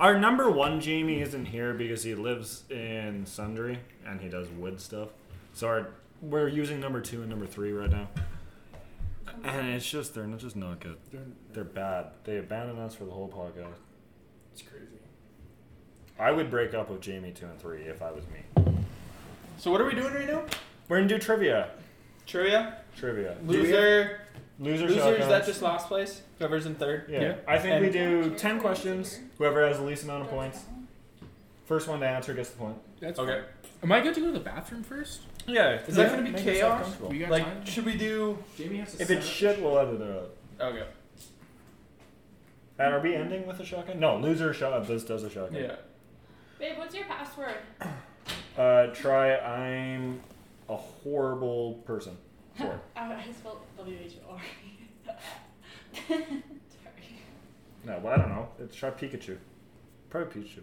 S2: Our number one Jamie isn't here because he lives in Sundry and he does wood stuff. So our, we're using number two and number three right now. And it's just, they're not, just not good. They're bad. They abandoned us for the whole podcast.
S1: it's crazy.
S2: I would break up with Jamie two and three if I was me.
S4: So what are we doing right now?
S2: We're gonna do trivia.
S4: Trivia,
S2: Trivia.
S1: we
S4: loser,
S2: Loser
S4: Loser, is
S2: shotguns.
S4: that just last place? Whoever's in third?
S2: yeah.
S1: Yeah.
S2: I think
S4: And-
S2: we do ten questions. Whoever has the least amount of points, first one to answer gets the point.
S1: That's
S4: Okay.
S1: fine. Am I good to go to the bathroom first?
S2: Yeah.
S4: Is that gonna be chaos?
S1: We got
S4: Like,
S1: time.
S4: should we do.
S1: Jamie has to
S2: If it's
S1: set
S2: shit, we'll edit it out.
S4: Okay.
S2: And are we ending with a shotgun? No, loser shot. This does a shotgun.
S4: Yeah.
S3: Babe, what's your password?
S2: Uh, try. I'm a horrible person. Four.
S3: Oh, *laughs* I spelled W H O R. E. *laughs* Sorry.
S2: no, well, I don't know. It's try Pikachu. Probably Pikachu.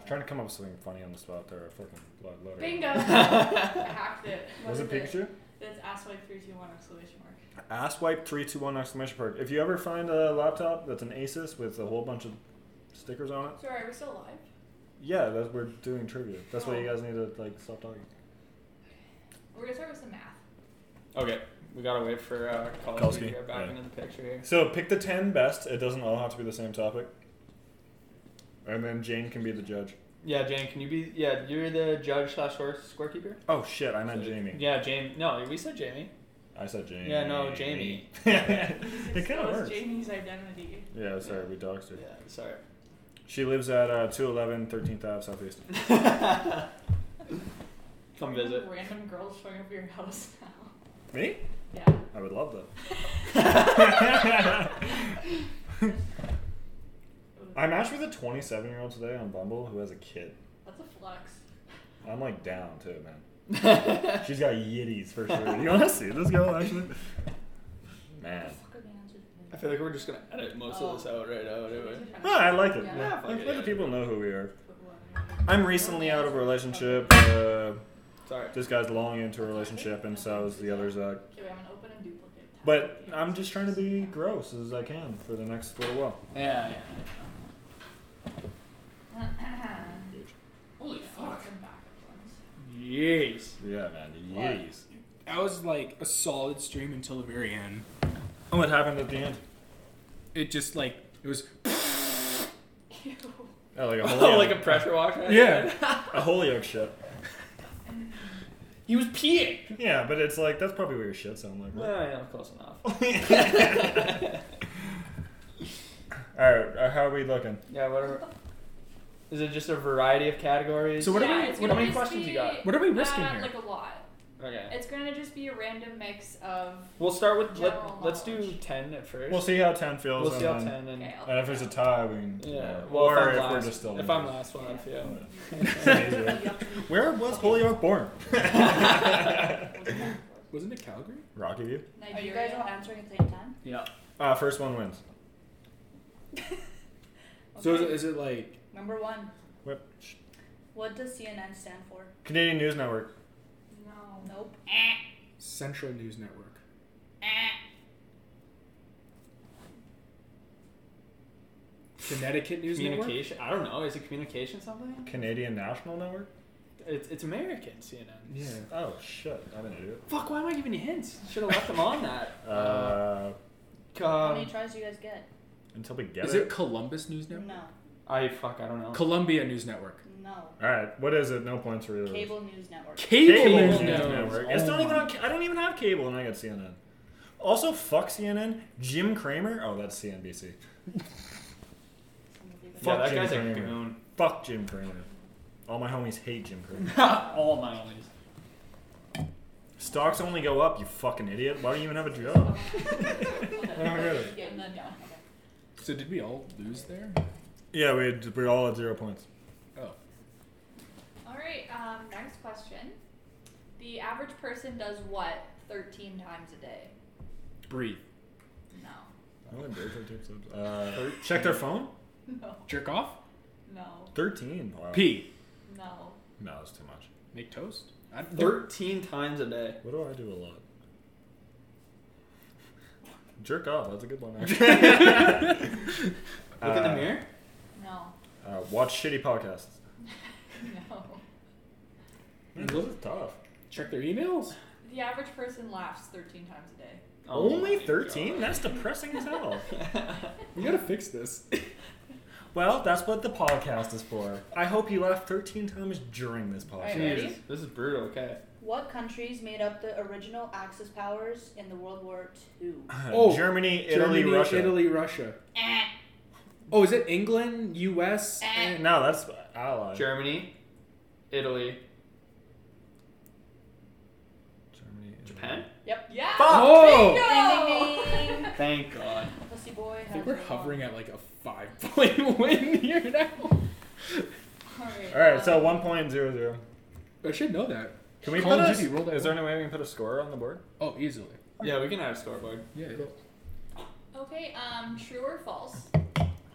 S2: I'm trying to come up with something funny on the spot there. I fucking lo- loaded.
S3: Bingo! *laughs* I hacked it. What
S2: Was
S3: is
S2: it Pikachu?
S3: That's asswipe three two one exclamation mark.
S2: Asswipe three two one exclamation mark. If you ever find a laptop that's an Asus with a whole bunch of stickers on it,
S3: Sorry, are we still alive?
S2: yeah, that's we're doing trivia. That's why you
S3: Oh.
S2: guys need to like stop talking.
S3: We're gonna start with some math.
S4: Okay. We gotta wait for uh, Kalski
S2: Kalski,
S4: to get back
S2: yeah.
S4: into the picture here.
S2: So pick the ten best. It doesn't all have to be the same topic. And then Jane can be the judge.
S4: Yeah, Jane, can you be. Yeah, you're the judge slash score- scorekeeper?
S2: Oh shit! I meant Jamie.
S4: Yeah, Jamie. No, we said Jamie.
S2: I said Jamie.
S4: Yeah, no, Jamie.
S2: *laughs* it kind
S3: So
S2: of
S3: is
S2: works.
S3: Jamie's identity.
S2: Yeah, sorry, we doxed her.
S4: Yeah, sorry.
S2: She lives at uh, 211 13th Ave Southeast.
S4: Come
S3: Random-
S4: visit.
S3: Random girls showing up at your house *laughs*
S2: *laughs*
S3: now.
S2: Me?
S3: Yeah.
S2: I would love that. *laughs* I matched with a 27 year old today on Bumble who has a kid.
S3: That's a flux.
S2: I'm like down too, man. She's got yitties for sure. *laughs* You want to see this girl actually? Man.
S3: Fucker man, just-
S4: I feel like we're just gonna edit most of this out right now, anyway.
S2: No, I like it.
S3: Yeah.
S2: Yeah,
S4: fuck it,
S2: let the
S4: yeah.
S2: people know who we are.
S3: Put one.
S2: I'm recently out of a relationship. Uh,
S4: Sorry.
S2: this guy's long into a relationship, and so is the other Zach.
S3: Okay, wait, I'm gonna open a duplicate. tab.
S2: But I'm just trying to be
S3: *clears throat*
S2: gross as I can for the next little while.
S4: Yeah, yeah.
S3: Holy fuck. Some backup ones.
S4: Jeez.
S2: Yeah, man. Yeez.
S1: That was like a solid stream until the very end.
S2: And what happened at the end?
S1: It just like it was
S3: *laughs* Ew.
S2: Oh, *laughs* like a
S4: *laughs* Oh,
S2: holy
S4: like a pressure washer?
S1: *laughs* *laughs* Yeah.
S2: a Holyoke shit.
S4: He was peeing.
S2: Yeah, but it's like that's probably what your shit sound like. Right?
S4: Well, yeah, close enough.
S2: *laughs* All right, uh, how are we looking?
S4: Yeah, whatever. Is it just a variety of categories?
S1: So what are
S3: yeah,
S1: we-
S3: it's
S1: what
S3: gonna
S1: are we-
S3: just
S4: questions you got?
S3: be,
S1: What are we risking
S3: uh,
S1: here?
S3: Like a lot.
S4: Okay.
S3: It's gonna just be a random mix of.
S4: We'll start with
S3: General
S4: let, let's do
S3: knowledge.
S4: ten at 1st
S2: We'll see how ten feels.
S4: We'll see how
S2: and then-
S4: ten and
S3: Okay, I'll-
S2: And if there's a tie, we can.
S4: yeah. Well,
S2: Or
S4: if,
S2: if,
S4: I'm
S2: we're
S4: last,
S2: just still.
S4: if I'm last one, if yeah.
S6: *laughs*
S2: Easier. *laughs* Where was Holyoke
S4: *laughs*
S2: born?
S1: wasn't it Calgary?
S2: Rocky View.
S6: Are you guys all answering at the same time?
S4: Yeah.
S2: Uh, first one wins.
S1: So is
S6: Okay.
S1: it, is it like
S6: Number one,
S2: Whip.
S6: what does CNN stand for?
S2: Canadian News Network.
S3: No.
S6: Nope.
S1: Central News Network? Eh. Connecticut News Network.
S4: Communication. I don't know. Is it communication something?
S2: Canadian National Network.
S4: It's it's American CNN.
S1: Yeah.
S2: Oh shit! I didn't do
S4: Fuck. Why am I giving you hints? Should have left them on that.
S1: *laughs*
S2: it. Uh,
S6: How many
S4: God.
S6: tries do you guys get?
S2: until we get
S1: Is it Columbus News Network?
S6: No.
S4: I fuck. I don't know.
S1: Columbia News Network.
S6: No.
S2: All right. What is it? No points for either. of us.
S6: Cable news network.
S1: Cable,
S4: Cable
S1: News
S4: News
S1: Network.
S2: It's
S1: Oh
S2: not even
S1: my-
S2: on, ca- I don't even have cable, and I got CNN. Also, fuck CNN. Jim Cramer. Oh, that's CNBC.
S4: Yeah,
S2: Fuck
S4: that
S2: Jim
S4: guy's a
S1: *laughs*
S2: Cramer.
S4: goon. *laughs*
S2: Fuck Jim Cramer. All my homies hate Jim Cramer.
S4: All my homies.
S2: Stocks only go up. You fucking idiot. Why do you even have a job? I don't get it.
S6: *laughs* Yeah, and then down.
S1: So did we all lose there?
S2: Yeah, we we're all at zero points.
S1: Oh.
S3: All right. Um, next question. The average person does what 13 times a day?
S1: Breathe.
S3: No.
S2: I only did 13 episodes. Uh, check their phone.
S3: No.
S1: Jerk off.
S3: No.
S2: Thirteen. Wow.
S1: Oh. Pee.
S3: No.
S2: No, that's too much.
S1: Make toast. I,
S4: Thirteen times a day.
S2: What do I do a lot? Jerk off. That's a good one. Actually.
S4: Look in
S2: Uh,
S4: the mirror.
S3: No.
S2: Uh, watch shitty podcasts.
S3: No.
S2: Man, those are tough.
S1: check their emails.
S3: *laughs* The average person laughs 13 times a day.
S4: Oh
S2: Only
S4: my
S2: 13?
S4: God.
S2: That's depressing as hell.
S1: We gotta fix this.
S2: well, that's what the podcast is for. I hope you laughed 13 times during this podcast.
S6: Alright, ready?
S4: Jesus, this is brutal. Okay.
S6: What countries made up the original Axis powers in the World War II?
S1: Oh,
S2: Uh, Germany, *laughs* Italy,
S1: Germany,
S2: Russia.
S1: Italy, Russia.
S6: Eh.
S1: Oh, is it England, U.S. and
S2: Eh, No, that's allied.
S4: Germany, Italy,
S2: Germany, Italy.
S4: Japan.
S3: Yeah.
S1: Oh!
S3: Bingo!
S6: Ding, ding, ding.
S4: Thank God.
S6: Pussy boy.
S1: I think we're hovering at like a five point *laughs* win here now.
S6: Alright,
S2: All right, so one point zero zero.
S1: I should know that.
S2: Can we
S1: Call
S2: put
S1: of
S2: a,
S1: Duty rolled out
S2: Is there any way we can put a score on the board?
S1: Oh, easily.
S4: Yeah, we can add a scoreboard.
S1: Yeah.
S3: Okay, um, true or false?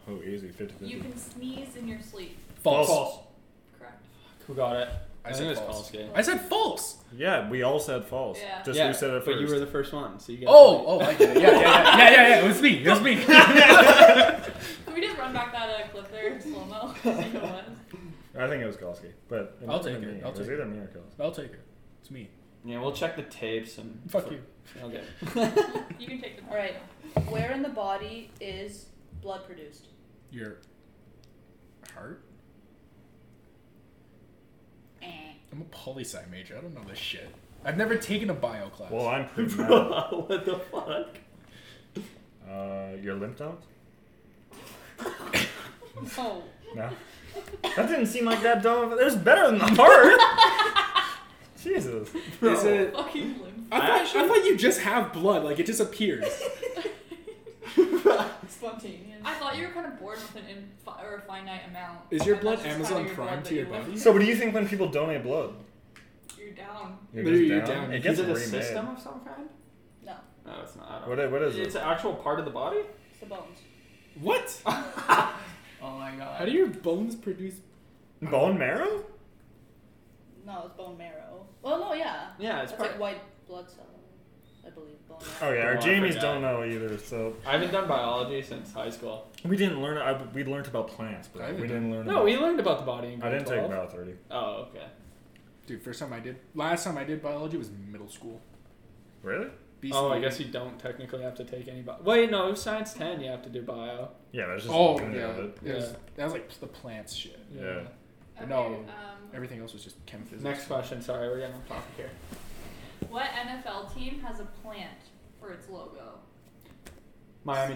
S2: Oh, easy, 50
S3: You can sneeze in your sleep.
S1: False.
S3: Correct.
S4: Who got it?
S1: I
S4: think
S1: said
S4: it's
S1: false.
S4: false game.
S1: I said false.
S2: Yeah, we all said false.
S3: Yeah.
S2: Just
S4: yeah,
S2: who said it first?
S4: But you
S2: *laughs*
S4: were the first one, so you got
S1: Oh, oh, I get it. Yeah, yeah, yeah, yeah, yeah, yeah. It was me. It was me.
S3: Can we just run back that uh, clip there in
S1: *laughs*
S3: slow mo? All
S2: I think it was Golski, but
S1: I'll take
S2: wasn't
S1: it,
S2: me.
S1: I'll
S2: it was
S1: take
S2: either me or Golski.
S1: I'll take it. It's me.
S4: *laughs* Yeah, we'll check the tapes and.
S1: Fuck you.
S4: Okay.
S3: You can take the.
S6: Alright. Where in the body is blood produced?
S1: Your heart.
S6: Eh.
S1: I'm a poli sci major. I don't know this shit. I've never taken a bio class.
S2: Well,
S4: *laughs*
S2: I'm pretty mad.
S4: what the fuck?
S2: Uh, your lymph nodes?
S3: Oh.
S6: No.
S2: No. That didn't seem like that dumb. Of, there's better
S4: *laughs*
S2: than the heart. Jesus.
S1: Is it?
S3: Fucking lymph.
S1: *laughs* I thought, I thought you just have blood. Like it just appears. *laughs*
S6: Spontaneous.
S3: I thought you were kind of born with an infi- or a finite amount.
S1: Is your
S3: and
S1: blood
S3: that's just
S1: Amazon
S3: kinda your
S1: Prime
S3: blood
S1: to
S3: that
S1: your
S3: you live
S1: body?
S3: with.
S2: So, what do you think when people donate blood?
S3: You're down.
S2: You're
S1: Maybe
S2: just
S1: you're down.
S2: It
S4: Is
S2: gets
S4: it a
S2: remade.
S4: system of some kind?
S6: No.
S4: No, it's not. I don't
S2: What, i- what is
S4: It's
S2: it?
S4: an actual part of the body?
S6: It's the bones.
S1: What?
S4: Oh my god.
S1: How do your bones produce?
S2: Bone marrow?
S6: No, it's bone marrow. Well, no, yeah.
S4: Yeah, it's
S6: That's
S4: part.
S6: like white blood cell, I believe. Bone marrow.
S2: Oh yeah, our
S4: Oh, I
S2: Jamies
S4: forgot.
S2: don't know either. So
S4: I haven't done biology since high school.
S2: we didn't learn. I, we learned about plants, but
S1: I
S2: we
S1: didn't.
S2: didn't learn.
S4: No,
S2: about,
S4: we learned about the body in
S2: I
S4: grade
S2: didn't
S4: 12.
S2: take bio thirty.
S4: Oh, okay.
S1: Dude, first time I did. Last time I did biology was middle school.
S2: Really?
S1: BC.
S4: Oh, I guess you don't technically have to take any bio. Wait, no, it was science 10, you have to do bio.
S2: Yeah, that's just
S1: Oh
S2: looking
S1: yeah,
S2: at it.
S1: It was-
S4: Yeah.
S1: that was like the plants shit.
S2: Yeah.
S3: Okay,
S1: No.
S3: Um,
S1: Everything else was just chem physics.
S4: Next question. Sorry, we're getting off topic here.
S3: what NFL team has a plant for its logo?
S4: Miami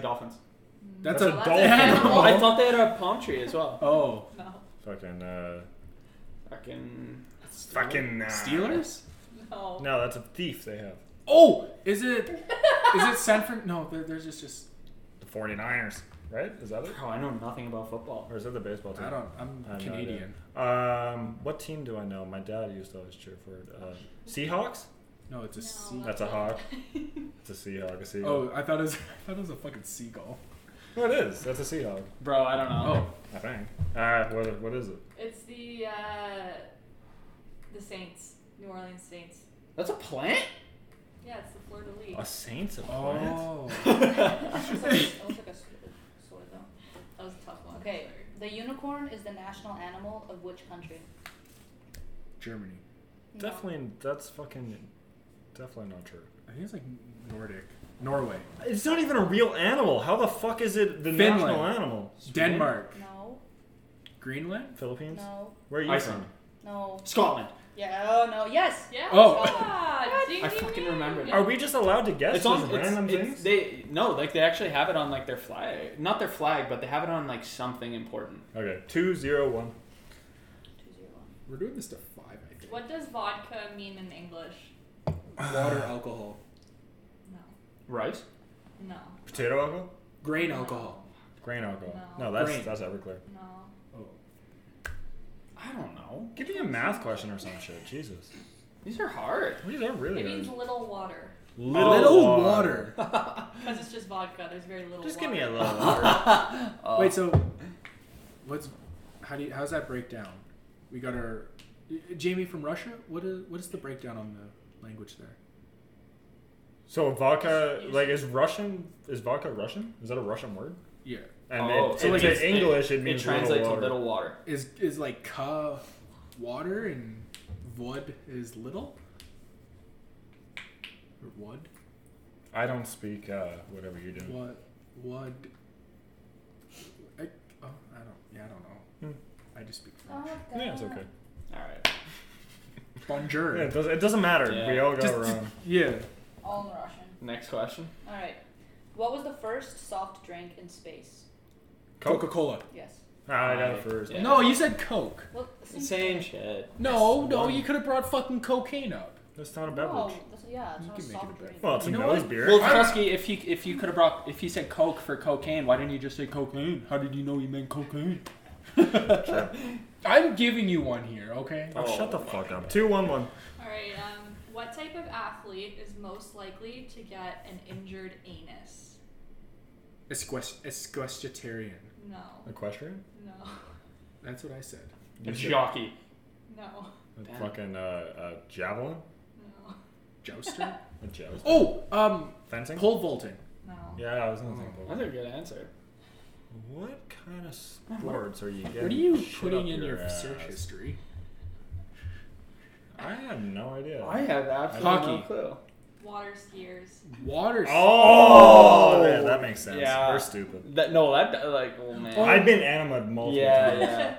S1: *laughs*
S4: Dolphins.
S1: That's
S3: No,
S1: a
S3: an
S4: *laughs*
S1: dolphin.
S4: I thought they had a palm tree as well.
S1: Oh,
S3: No.
S2: Fucking. Uh,
S4: Fucking.
S2: fucking. Uh,
S1: Steelers?
S3: No.
S2: No, that's a thief. They have
S1: Oh, is *laughs* it? Is it San Fran? No, they're, they're just just.
S2: the 49ers. Right? Is that it?
S4: Bro, I know nothing about football.
S2: Or is that the baseball team?
S1: I don't. I'm
S2: I have no
S1: Canadian.
S2: idea. Um, what team do I know? My dad used to always cheer for it. Uh, Seahawks.
S1: No, it's a
S3: No,
S1: sea.
S2: That's a hawk. It's a Seahawk. A seagull.
S1: Oh, I thought it was. *laughs* I thought it was a fucking seagull.
S2: No, it is. That's a Seahawk.
S4: Bro, I don't know.
S1: Oh,
S2: I think. Uh, what, what is it?
S3: It's the uh, the Saints, New Orleans Saints.
S4: That's a plant?
S3: Yeah, it's the Florida League. *laughs*
S2: A Saints of Plant?
S1: oh.
S6: It looks like a- it looks like a sword, sword though.
S3: That was a tough one.
S6: Okay, the unicorn is the national animal of which country?
S1: Germany.
S6: No.
S2: Definitely. That's fucking. Definitely not true.
S1: I think it's like Nordic. Norway.
S2: It's not even a real animal. How the fuck is it the
S1: Finland.
S2: national animal?
S1: Denmark.
S6: No.
S1: Greenland.
S2: Philippines.
S6: No.
S2: Where are you
S4: Iceland.
S2: from?
S6: No.
S4: Scotland.
S6: Yeah. Oh no. Yes.
S3: Yeah.
S1: Oh.
S3: Ah, ding,
S4: I
S3: ding,
S4: fucking
S3: ding.
S4: remembered it.
S2: Are we just allowed to guess
S4: It's on
S2: just
S4: it's,
S2: random
S4: it's-
S2: things?
S4: They no, like they actually have it on like their flag, not their flag, but they have it on like something important.
S2: okay, two zero one.
S6: Two zero one.
S1: We're doing this to five. I think.
S3: What does vodka mean in English?
S1: Water alcohol.
S3: No.
S4: Rice.
S3: No.
S2: Potato alcohol.
S1: Grain alcohol.
S2: Grain alcohol. No,
S3: No.
S2: that's
S1: Grain.
S2: that's Everclear.
S3: No.
S1: Oh.
S4: I don't know.
S2: Give me a math question or some shit. Jesus,
S4: These are hard.
S2: these are really
S3: It means
S2: hard.
S3: little water.
S2: Little,
S3: Because it's just vodka. There's very little
S2: Just
S3: water.
S2: give me a little *laughs* water.
S1: Wait, so what's how do you, how's that breakdown? We got our Jamie from Russia. What is what is the breakdown on the language there?
S2: So vodka, like, is Russian? Is vodca Russian? Is that a Russian word?
S1: Yeah,
S2: And
S4: Oh,
S2: it,
S4: so
S2: into
S4: like it's-
S2: English, it, means
S4: it translates
S2: little water.
S4: to little water.
S1: is is like ka water and wood is little. Or wood,
S2: I don't speak uh, whatever you're doing.
S1: what, wood. I, oh,
S4: Hmm.
S1: I don't. Yeah, I don't know. I just speak French.
S2: Yeah, it's okay.
S4: All right.
S1: Bonjour.
S2: Yeah, it, does, it doesn't matter.
S4: Yeah.
S2: We all go
S1: Just- *laughs*
S2: wrong.
S1: yeah.
S6: All in Russian.
S4: Next question.
S6: All right. What was the first soft drink in space?
S1: Coca Cola.
S6: Yes.
S2: Ah, I got it first.
S4: Yeah.
S1: No, you said Coke.
S6: Well,
S4: Same shit.
S1: No, no,
S2: one.
S1: you could have brought fucking cocaine up.
S2: That's not a
S6: Oh,
S2: beverage.
S6: that's, yeah, it's
S1: You
S6: not
S1: can
S6: a
S1: make it a
S6: soft
S1: beverage.
S6: drink.
S2: Well, it's a
S1: You know
S2: nose
S1: what?
S2: beer.
S4: Well,
S1: I'm-
S4: Trusky, if you if you could have brought if you said Coke for cocaine, why didn't you just say cocaine? How did you know you meant cocaine?
S1: *laughs* I'm giving you one here, okay?
S2: oh,
S4: Oh,
S2: shut the fuck up. Two one one.
S3: All right. Um, what type of athlete is most likely to get an injured anus?
S1: Esquest- esquestitarian.
S3: No.
S2: Equestrian.
S3: No. *laughs*
S1: That's what I said.
S4: A jockey.
S3: No.
S2: A fucking uh, a javelin.
S3: No.
S4: *laughs*
S1: Jouster?
S2: A joust.
S1: oh, um,
S2: Fencing.
S1: pole vaulting.
S3: No.
S2: Yeah, I was gonna think. about
S4: That's a good answer.
S2: What kind of sports are you getting?
S1: what are you
S2: shit
S1: putting
S2: up
S1: in your
S2: ass?
S1: search history?
S2: I have no idea.
S4: have
S1: absolutely no
S4: clue.
S3: Water skiers.
S1: Water.
S2: Oh, yeah, that makes sense.
S4: Yeah.
S2: They're stupid.
S4: That no, that like oh man.
S1: Oh.
S2: I've been anima multiple
S4: yeah,
S2: times.
S4: yeah.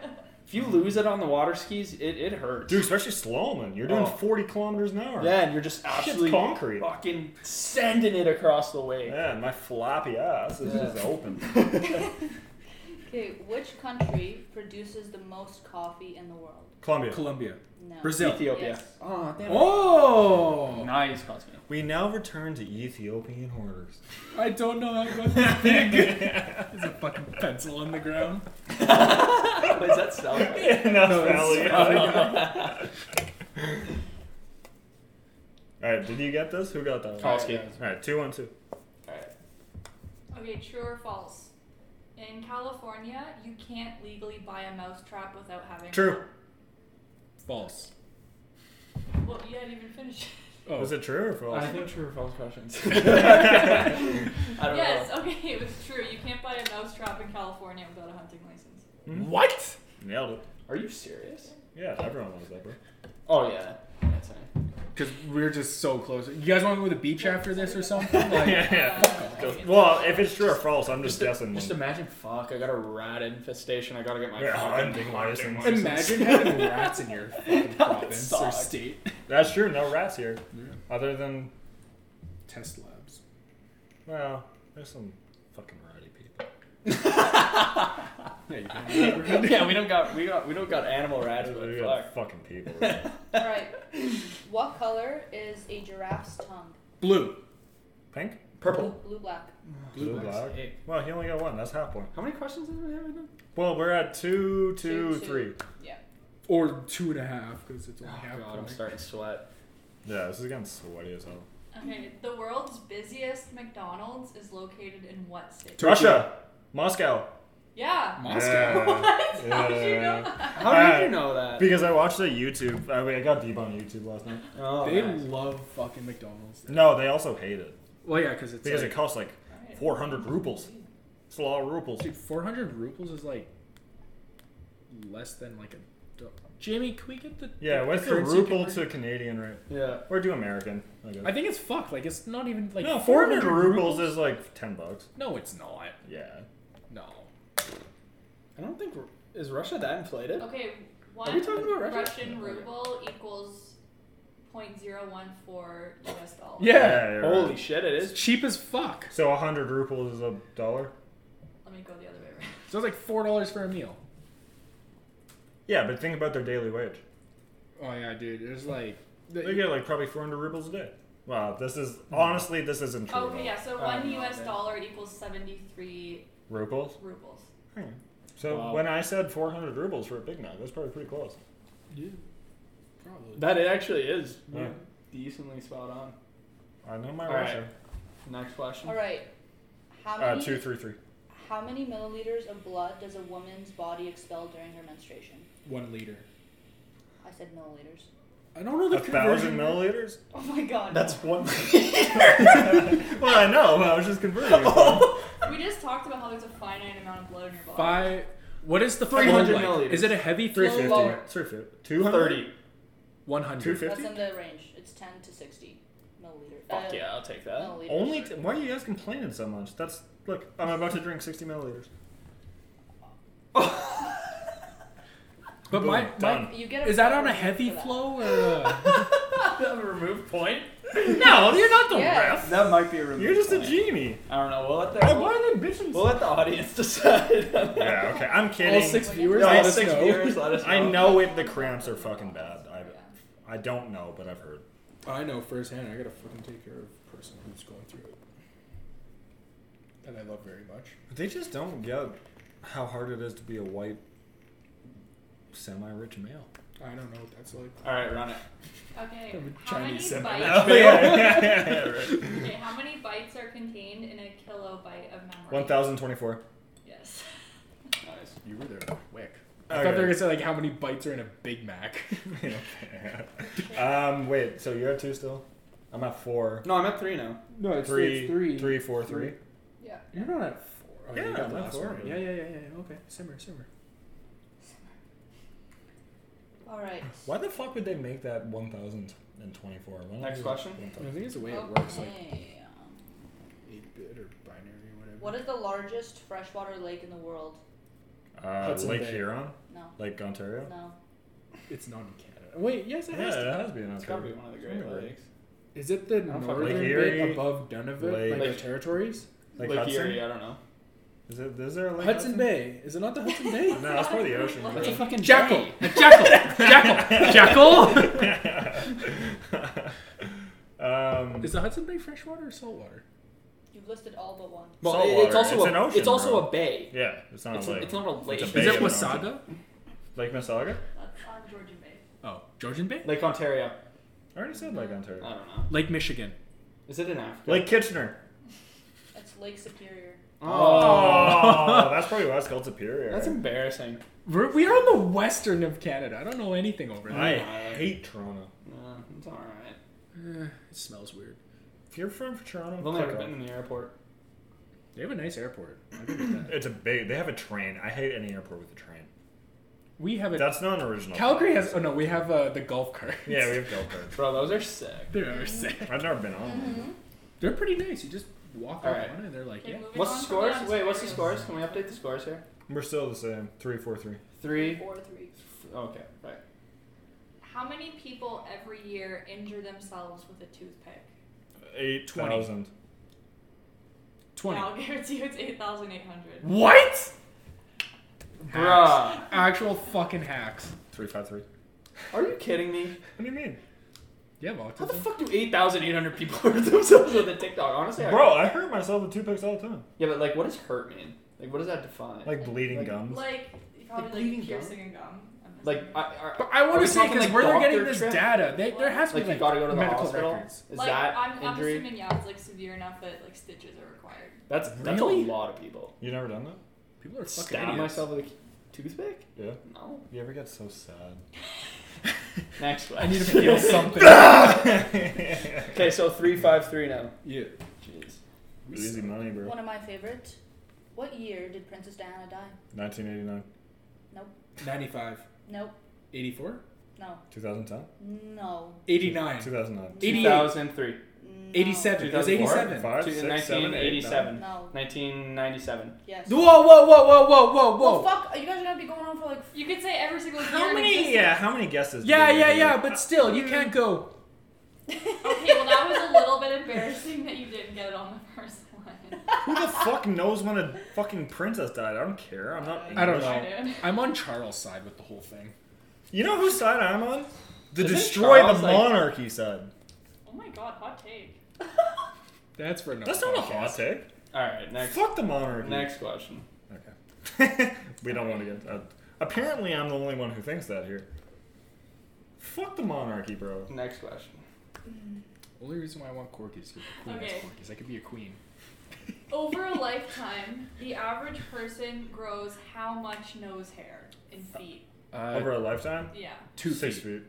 S4: If you lose it on the water skis, it, it hurts.
S2: Dude, especially Sloman. You're doing
S4: Oh.
S2: 40 kilometers an hour.
S4: yeah, and you're just absolutely
S2: Shit's concrete.
S4: fucking sending it across the way.
S2: Yeah, my floppy ass is
S4: Yeah.
S2: just open.
S6: *laughs* Okay, which country produces the most coffee in the world?
S2: Columbia.
S1: Colombia.
S6: No.
S1: Brazil.
S4: Ethiopia.
S6: Yes.
S4: Oh damn.
S1: Oh!
S4: Nice, *laughs* Cosmo.
S2: We now return to Ethiopian hoarders.
S1: I don't know how *laughs* much that's big. There's a fucking pencil on the *laughs* ground.
S4: Is that *laughs* stuff?
S2: *laughs* no,
S1: No, it's- *laughs*
S2: All right, did you get this? Who got that one?
S4: Kowalski.
S2: All right, two, one, two.
S4: Alright.
S3: Okay, true or false? In California, you can't legally buy a mousetrap without having.
S2: True.
S1: False.
S3: Well, you hadn't even finished.
S1: Oh.
S2: Was it true or false?
S4: I think true or false questions. *laughs*
S2: *laughs*
S4: I don't
S3: yes. Okay, it was true. You can't buy a mousetrap in California without a hunting license.
S1: *laughs* What?
S2: Nailed it.
S4: know. Are you serious?
S2: Yeah, everyone knows that, bro.
S4: Oh yeah. That's right.
S1: Because we're just so close. You guys want to go to the beach after this or *laughs* something? Like,
S3: Uh,
S2: Well, if it's true or false, I'm just,
S4: Just,
S2: guessing.
S4: just
S2: one.
S4: imagine, fuck, I got a rat infestation. I gotta get my
S2: Yeah,
S4: fucking
S2: hunting
S4: *laughs* hunting
S2: license.
S1: imagine having rats in *laughs* your fucking province or
S4: suck.
S1: state.
S2: That's true. No rats here, other than
S1: Test labs.
S2: well, there's some fucking ratty people.
S1: Yeah, you can.
S4: license. yeah, we don't got we got we don't got animal rats, but
S2: We
S4: fuck.
S2: got fucking people.
S1: *laughs*
S2: right?
S6: All right. What color is a giraffe's tongue?
S1: Blue.
S2: Pink,
S4: Purple.
S6: Blue, black.
S1: Blue, black.
S2: black. Well, he only got one. That's half point.
S4: How many questions did we have right now?
S2: Well, we're at two, two,
S6: Two,
S2: three.
S6: two. Yeah.
S1: Or two and a half, because it's only
S4: Oh,
S1: half.
S4: God, I'm
S1: point.
S4: starting to sweat. *laughs*
S2: Yeah, this is getting sweaty as hell.
S3: Okay, the world's busiest McDonald's is located in what city?
S1: Tokyo.
S2: Russia, Moscow.
S3: Yeah.
S1: Moscow.
S2: Yeah.
S3: *laughs* What? How did you know *laughs*
S2: Yeah.
S3: that?
S4: How did you know that?
S2: Because I watched a YouTube. I mean, I got deep on YouTube last night.
S4: oh,
S1: They
S4: nice.
S1: love fucking McDonald's.
S2: No, they also hate it
S1: Well, yeah, because it's
S2: because
S1: like,
S2: it costs like
S3: Alright.
S2: 400 rubles. It's a lot of rubles.
S1: dude, 400 ruples is like less than like a. do- Jamie, can we get the
S2: Yeah,
S1: the,
S2: what's the
S1: currency
S2: ruble
S1: conversion?
S2: to Canadian rate?
S4: Yeah.
S2: Or do American? I guess.
S1: I think it's fucked. Like it's not even like
S2: no, 400 rubles is like 10 bucks.
S1: No, it's not.
S2: Yeah.
S1: No.
S4: I don't think is Russia that inflated.
S3: Okay, one
S4: Are we talking about Russia?
S3: Russian
S4: Okay.
S3: ruble equals 0.014 US dollars.
S2: you're
S4: Holy
S2: right.
S4: shit, it
S1: It's
S4: is.
S1: cheap as fuck.
S2: So 100 rubles is a dollar?
S3: Let me go the other way around.
S1: So it's like four dollars for a meal.
S2: Yeah, but think about their daily wage.
S1: Oh yeah, dude. There's like.
S2: They get like probably 400 rubles a day. Wow, this is honestly, this isn't true. at all.
S3: Okay, yeah, so
S4: Oh,
S3: one
S4: no,
S3: US
S4: then.
S3: dollar equals 73
S2: Rubles?
S3: rubles.
S2: Hmm. So
S4: Wow.
S2: when I said 400 rubles for a Big Mac, that's probably pretty close.
S1: yeah, probably.
S4: That it actually is.
S2: Yeah.
S4: Decently spot on.
S2: I know my
S4: All
S2: Russia.
S4: Next question.
S6: All right. How
S2: Uh,
S6: many?
S2: 233.
S6: How many milliliters of blood does a woman's body expel during her menstruation?
S1: One liter.
S6: I said milliliters.
S1: I don't know the
S2: A
S1: conversion.
S2: thousand milliliters?
S6: Oh my god.
S4: That's one.
S2: *laughs* well, I know, but I was just converting. it. Well,
S3: We just talked about how there's a finite amount of blood in your body.
S1: Five. What is the flow
S4: 300
S1: like?
S4: milliliters.
S1: Is it a heavy flow?
S2: 350.
S6: Lower.
S2: 350. 200?
S4: 30.
S1: 100.
S2: 250?
S6: That's in the range. It's 10 to 60 milliliters.
S4: Fuck
S6: Uh,
S4: yeah, I'll take that.
S6: Milliliters.
S2: Only t- why are you guys complaining so much? That's look, I'm about to drink 60 milliliters.
S1: But my,
S2: Boom,
S1: my *laughs*
S3: Oh.
S2: done.
S6: You get a
S1: is that
S6: full
S1: on a
S6: review
S1: heavy
S6: for that.
S1: flow or? uh
S4: remove point? No, you're not the
S6: Yeah.
S4: ref.
S5: That might be a remove.
S2: You're just a
S4: point.
S2: genie.
S4: I don't know. We'll let
S2: Why
S4: the, we'll,
S2: are they bitching?
S4: *laughs* let the audience decide.
S2: yeah, okay. I'm kidding.
S1: All six viewers.
S4: No,
S1: let
S4: all
S1: us
S4: six
S1: know.
S4: viewers, let us know.
S2: I know it. The cramps are fucking bad. I, I don't know, but I've heard.
S1: I know firsthand. I gotta fucking take care of a person who's going through it that I love very much.
S2: They just don't get how hard it is to be a white, semi-rich *laughs* male.
S1: I don't know what that's like.
S4: All right, run it.
S3: Okay.
S1: I'm a
S3: How many,
S1: Chinese
S4: *laughs*
S3: bites,
S2: Oh, yeah, yeah, yeah, right.
S3: okay, how many bites are contained in a kilobyte of memory?
S2: One thousand twenty-four.
S3: Yes.
S4: Nice.
S1: You were there quick. I thought they were gonna say like how many bites are in a Big Mac.
S2: *laughs* Okay. um, wait. So you're at two still? I'm at four.
S4: No, I'm at three now.
S1: *laughs* No,
S2: Three, three, four, three.
S6: Yeah.
S1: You're not at four. Oh,
S2: Yeah,
S1: you got
S2: I'm
S1: the
S2: at
S1: last
S2: four,
S1: one.
S2: yeah.
S1: Yeah, yeah, yeah, yeah. Okay, simmer, simmer.
S6: All right.
S2: Why the fuck would they make that one thousand and twenty-four? Why not
S4: Next
S2: just
S4: question?
S2: 1,000?
S1: I think it's the way it works, like
S6: Okay. um,
S1: eight bit or binary, whatever.
S6: What is the largest freshwater lake in the world?
S2: Uh,
S1: Hudson
S2: Lake
S1: Bay.
S2: Huron,
S6: No.
S2: Lake Ontario.
S6: No.
S1: It's not in Canada. Wait, yes, it
S2: Yeah,
S1: has.
S2: it
S1: To.
S2: has to be in
S4: It's gotta be
S2: Ontario.
S4: one of the
S2: It's
S4: Great
S2: gotta be.
S4: Lakes.
S1: Is it the
S4: don't fucking-
S1: northern
S2: Lake
S1: bit
S2: Erie,
S1: above Nunavut,
S2: Lake-
S1: like the
S4: Lake-
S1: territories?
S2: Like
S4: Lake
S2: Hudson?
S4: Erie, I don't know.
S2: Is it? Is there a Lake
S1: Hudson Bay. Is it not the Hudson *laughs* Bay?
S2: No, that's part of the ocean.
S6: That's
S2: bro.
S6: a fucking
S1: Jackal. A *laughs* jackal. Jackal. Jackal.
S2: *laughs* um,
S1: Is the Hudson Bay freshwater or saltwater?
S6: You've listed all but one.
S4: Well,
S2: Salt
S4: it-
S2: water.
S4: it's also
S2: It's
S4: a,
S2: an ocean,
S4: It's also
S2: bro.
S4: a bay.
S2: yeah, it's not
S4: It's,
S2: a
S4: a,
S2: lake.
S4: it's not a
S2: It's
S4: lake.
S2: a
S1: Is
S2: Bay
S1: it
S2: and
S1: Wasaga?
S2: Lake Mississauga?
S6: That's on Georgian Bay.
S1: Oh, Georgian Bay.
S4: Lake Ontario.
S2: I already said Lake
S4: I
S2: Ontario.
S4: don't know.
S1: Lake Michigan.
S4: Is it in Africa?
S2: Lake Kitchener.
S6: It's Lake Superior.
S4: Oh,
S2: Oh, that's probably why it's called Superior.
S4: that's embarrassing.
S1: We're, we are on the western of Canada. I don't know anything over there.
S2: I hate Toronto.
S4: No, it's all right.
S1: Eh, it smells weird.
S2: If you're from Toronto,
S4: I've only
S2: fuck
S4: ever
S2: off.
S4: been in the airport.
S1: They have a nice airport. I give it that.
S2: It's a big. They have a train. I hate any airport with a train.
S1: We have a
S2: That's not an original.
S1: Calgary has. Oh no, we have uh, the golf carts.
S2: Yeah,
S1: *laughs*
S2: we have go karts.
S4: Bro, those are sick.
S1: They are sick.
S2: I've never been on. one.
S4: Mm-hmm.
S1: They're pretty nice. You just walk
S4: All
S1: up
S4: right.
S1: on it and they're like,
S6: Okay,
S1: yeah.
S6: moving
S4: What's
S6: on
S4: the
S6: to
S4: scores? Wait, what's the
S6: Ontario.
S4: scores? Can we update the scores here?
S2: We're still the same. Three, four, three.
S4: Three.
S6: Four, three.
S4: Okay, right.
S3: How many people every year injure themselves with a toothpick?
S2: Eight
S1: 20.
S2: thousand.
S1: Twenty.
S3: Yeah, I'll *laughs* guarantee you it's 8,800.
S1: What? Hacks.
S4: Bruh.
S1: Actual fucking hacks.
S2: Three, five, three.
S4: Are you kidding me?
S2: What do you mean,
S1: You have
S4: How the
S1: autism.
S4: fuck do 8,800 people *laughs* hurt themselves with a TikTok? Honestly, I-
S2: bro? I hurt myself with two picks all the time,
S4: Yeah, but like, what does hurt mean? Like, what does that define?
S2: like bleeding
S4: Like-
S2: gums.
S3: Like, you
S4: Like
S3: probably
S4: bleeding
S3: like
S4: gum?
S3: piercing a gum. I'm just
S4: like
S3: kidding.
S4: I, I,
S1: But I
S4: Are
S1: want
S4: we
S1: to say
S4: talking,
S1: because
S4: like,
S1: where they're getting
S4: doctor
S1: this
S4: trip?
S1: data, they, there has to
S4: like
S1: be
S4: you gotta go to the
S1: medical
S4: hospital.
S1: records.
S4: Is
S3: like,
S4: that
S3: I'm,
S4: injury?
S3: I'm assuming yeah, it's like severe enough that like stitches are required.
S4: That's that's a
S1: Really?
S4: lot of people.
S2: You never done that?
S1: People are fucking
S4: Stab
S1: idiots.
S4: myself with a k- toothpick?
S2: Yeah.
S4: No.
S2: You ever get so sad?
S4: Next
S1: I
S4: question.
S1: need to *laughs* feel something.
S4: *laughs* okay, so three five three now.
S1: yeah.
S4: Jeez.
S2: Easy money, bro.
S6: One of my favorites. What year did Princess Diana die?
S2: 1989,
S6: Nope.
S1: 95,
S6: Nope.
S1: 84,
S6: No.
S2: 2010,
S6: No.
S1: 89,
S2: 2009,
S1: 88.
S4: 2003.
S6: No.
S1: 87. It was
S4: 2004?
S1: 87.
S2: Five,
S4: Two-
S2: six, seven, eight, nine.
S4: 1987.
S6: No.
S4: 1997.
S6: Yes.
S1: Whoa, whoa, whoa, whoa, whoa, whoa,
S6: Well,
S1: whoa.
S6: fuck. You guys are gonna be going on for like. *laughs*
S3: You could say every single year
S2: How
S3: in
S2: many?
S3: existence.
S2: Yeah, how many guesses?
S1: Yeah,
S2: did you
S1: yeah,
S2: do?
S1: yeah, but still, you can't go.
S3: Okay,
S6: *laughs*
S3: well that was a little bit embarrassing that you didn't get it on the first one.
S2: Who the fuck knows when a fucking princess died? I don't care. I'm not.
S1: I don't
S2: English.
S1: know.
S3: I did.
S1: I'm on Charles' side with the whole thing.
S2: You know whose side I'm on? The
S4: Isn't
S2: destroy
S4: Charles,
S2: the
S4: like-
S2: monarchy side.
S3: Oh my god, hot take.
S1: That's for no.
S2: That's not a hot take.
S4: All right, next
S2: Fuck the monarchy.
S4: next question.
S2: Okay. *laughs* we don't want to get. Uh, apparently, I'm the only one who thinks that here. Fuck the monarchy, bro.
S4: Next question.
S1: Only reason why I want Corky is because the queen
S3: Okay.
S1: has Corky's. I could be a queen.
S3: Over a lifetime, the average person grows how much nose hair in feet?
S1: Uh,
S2: Over a lifetime,
S3: Yeah,
S1: two
S2: six
S1: feet.
S2: feet,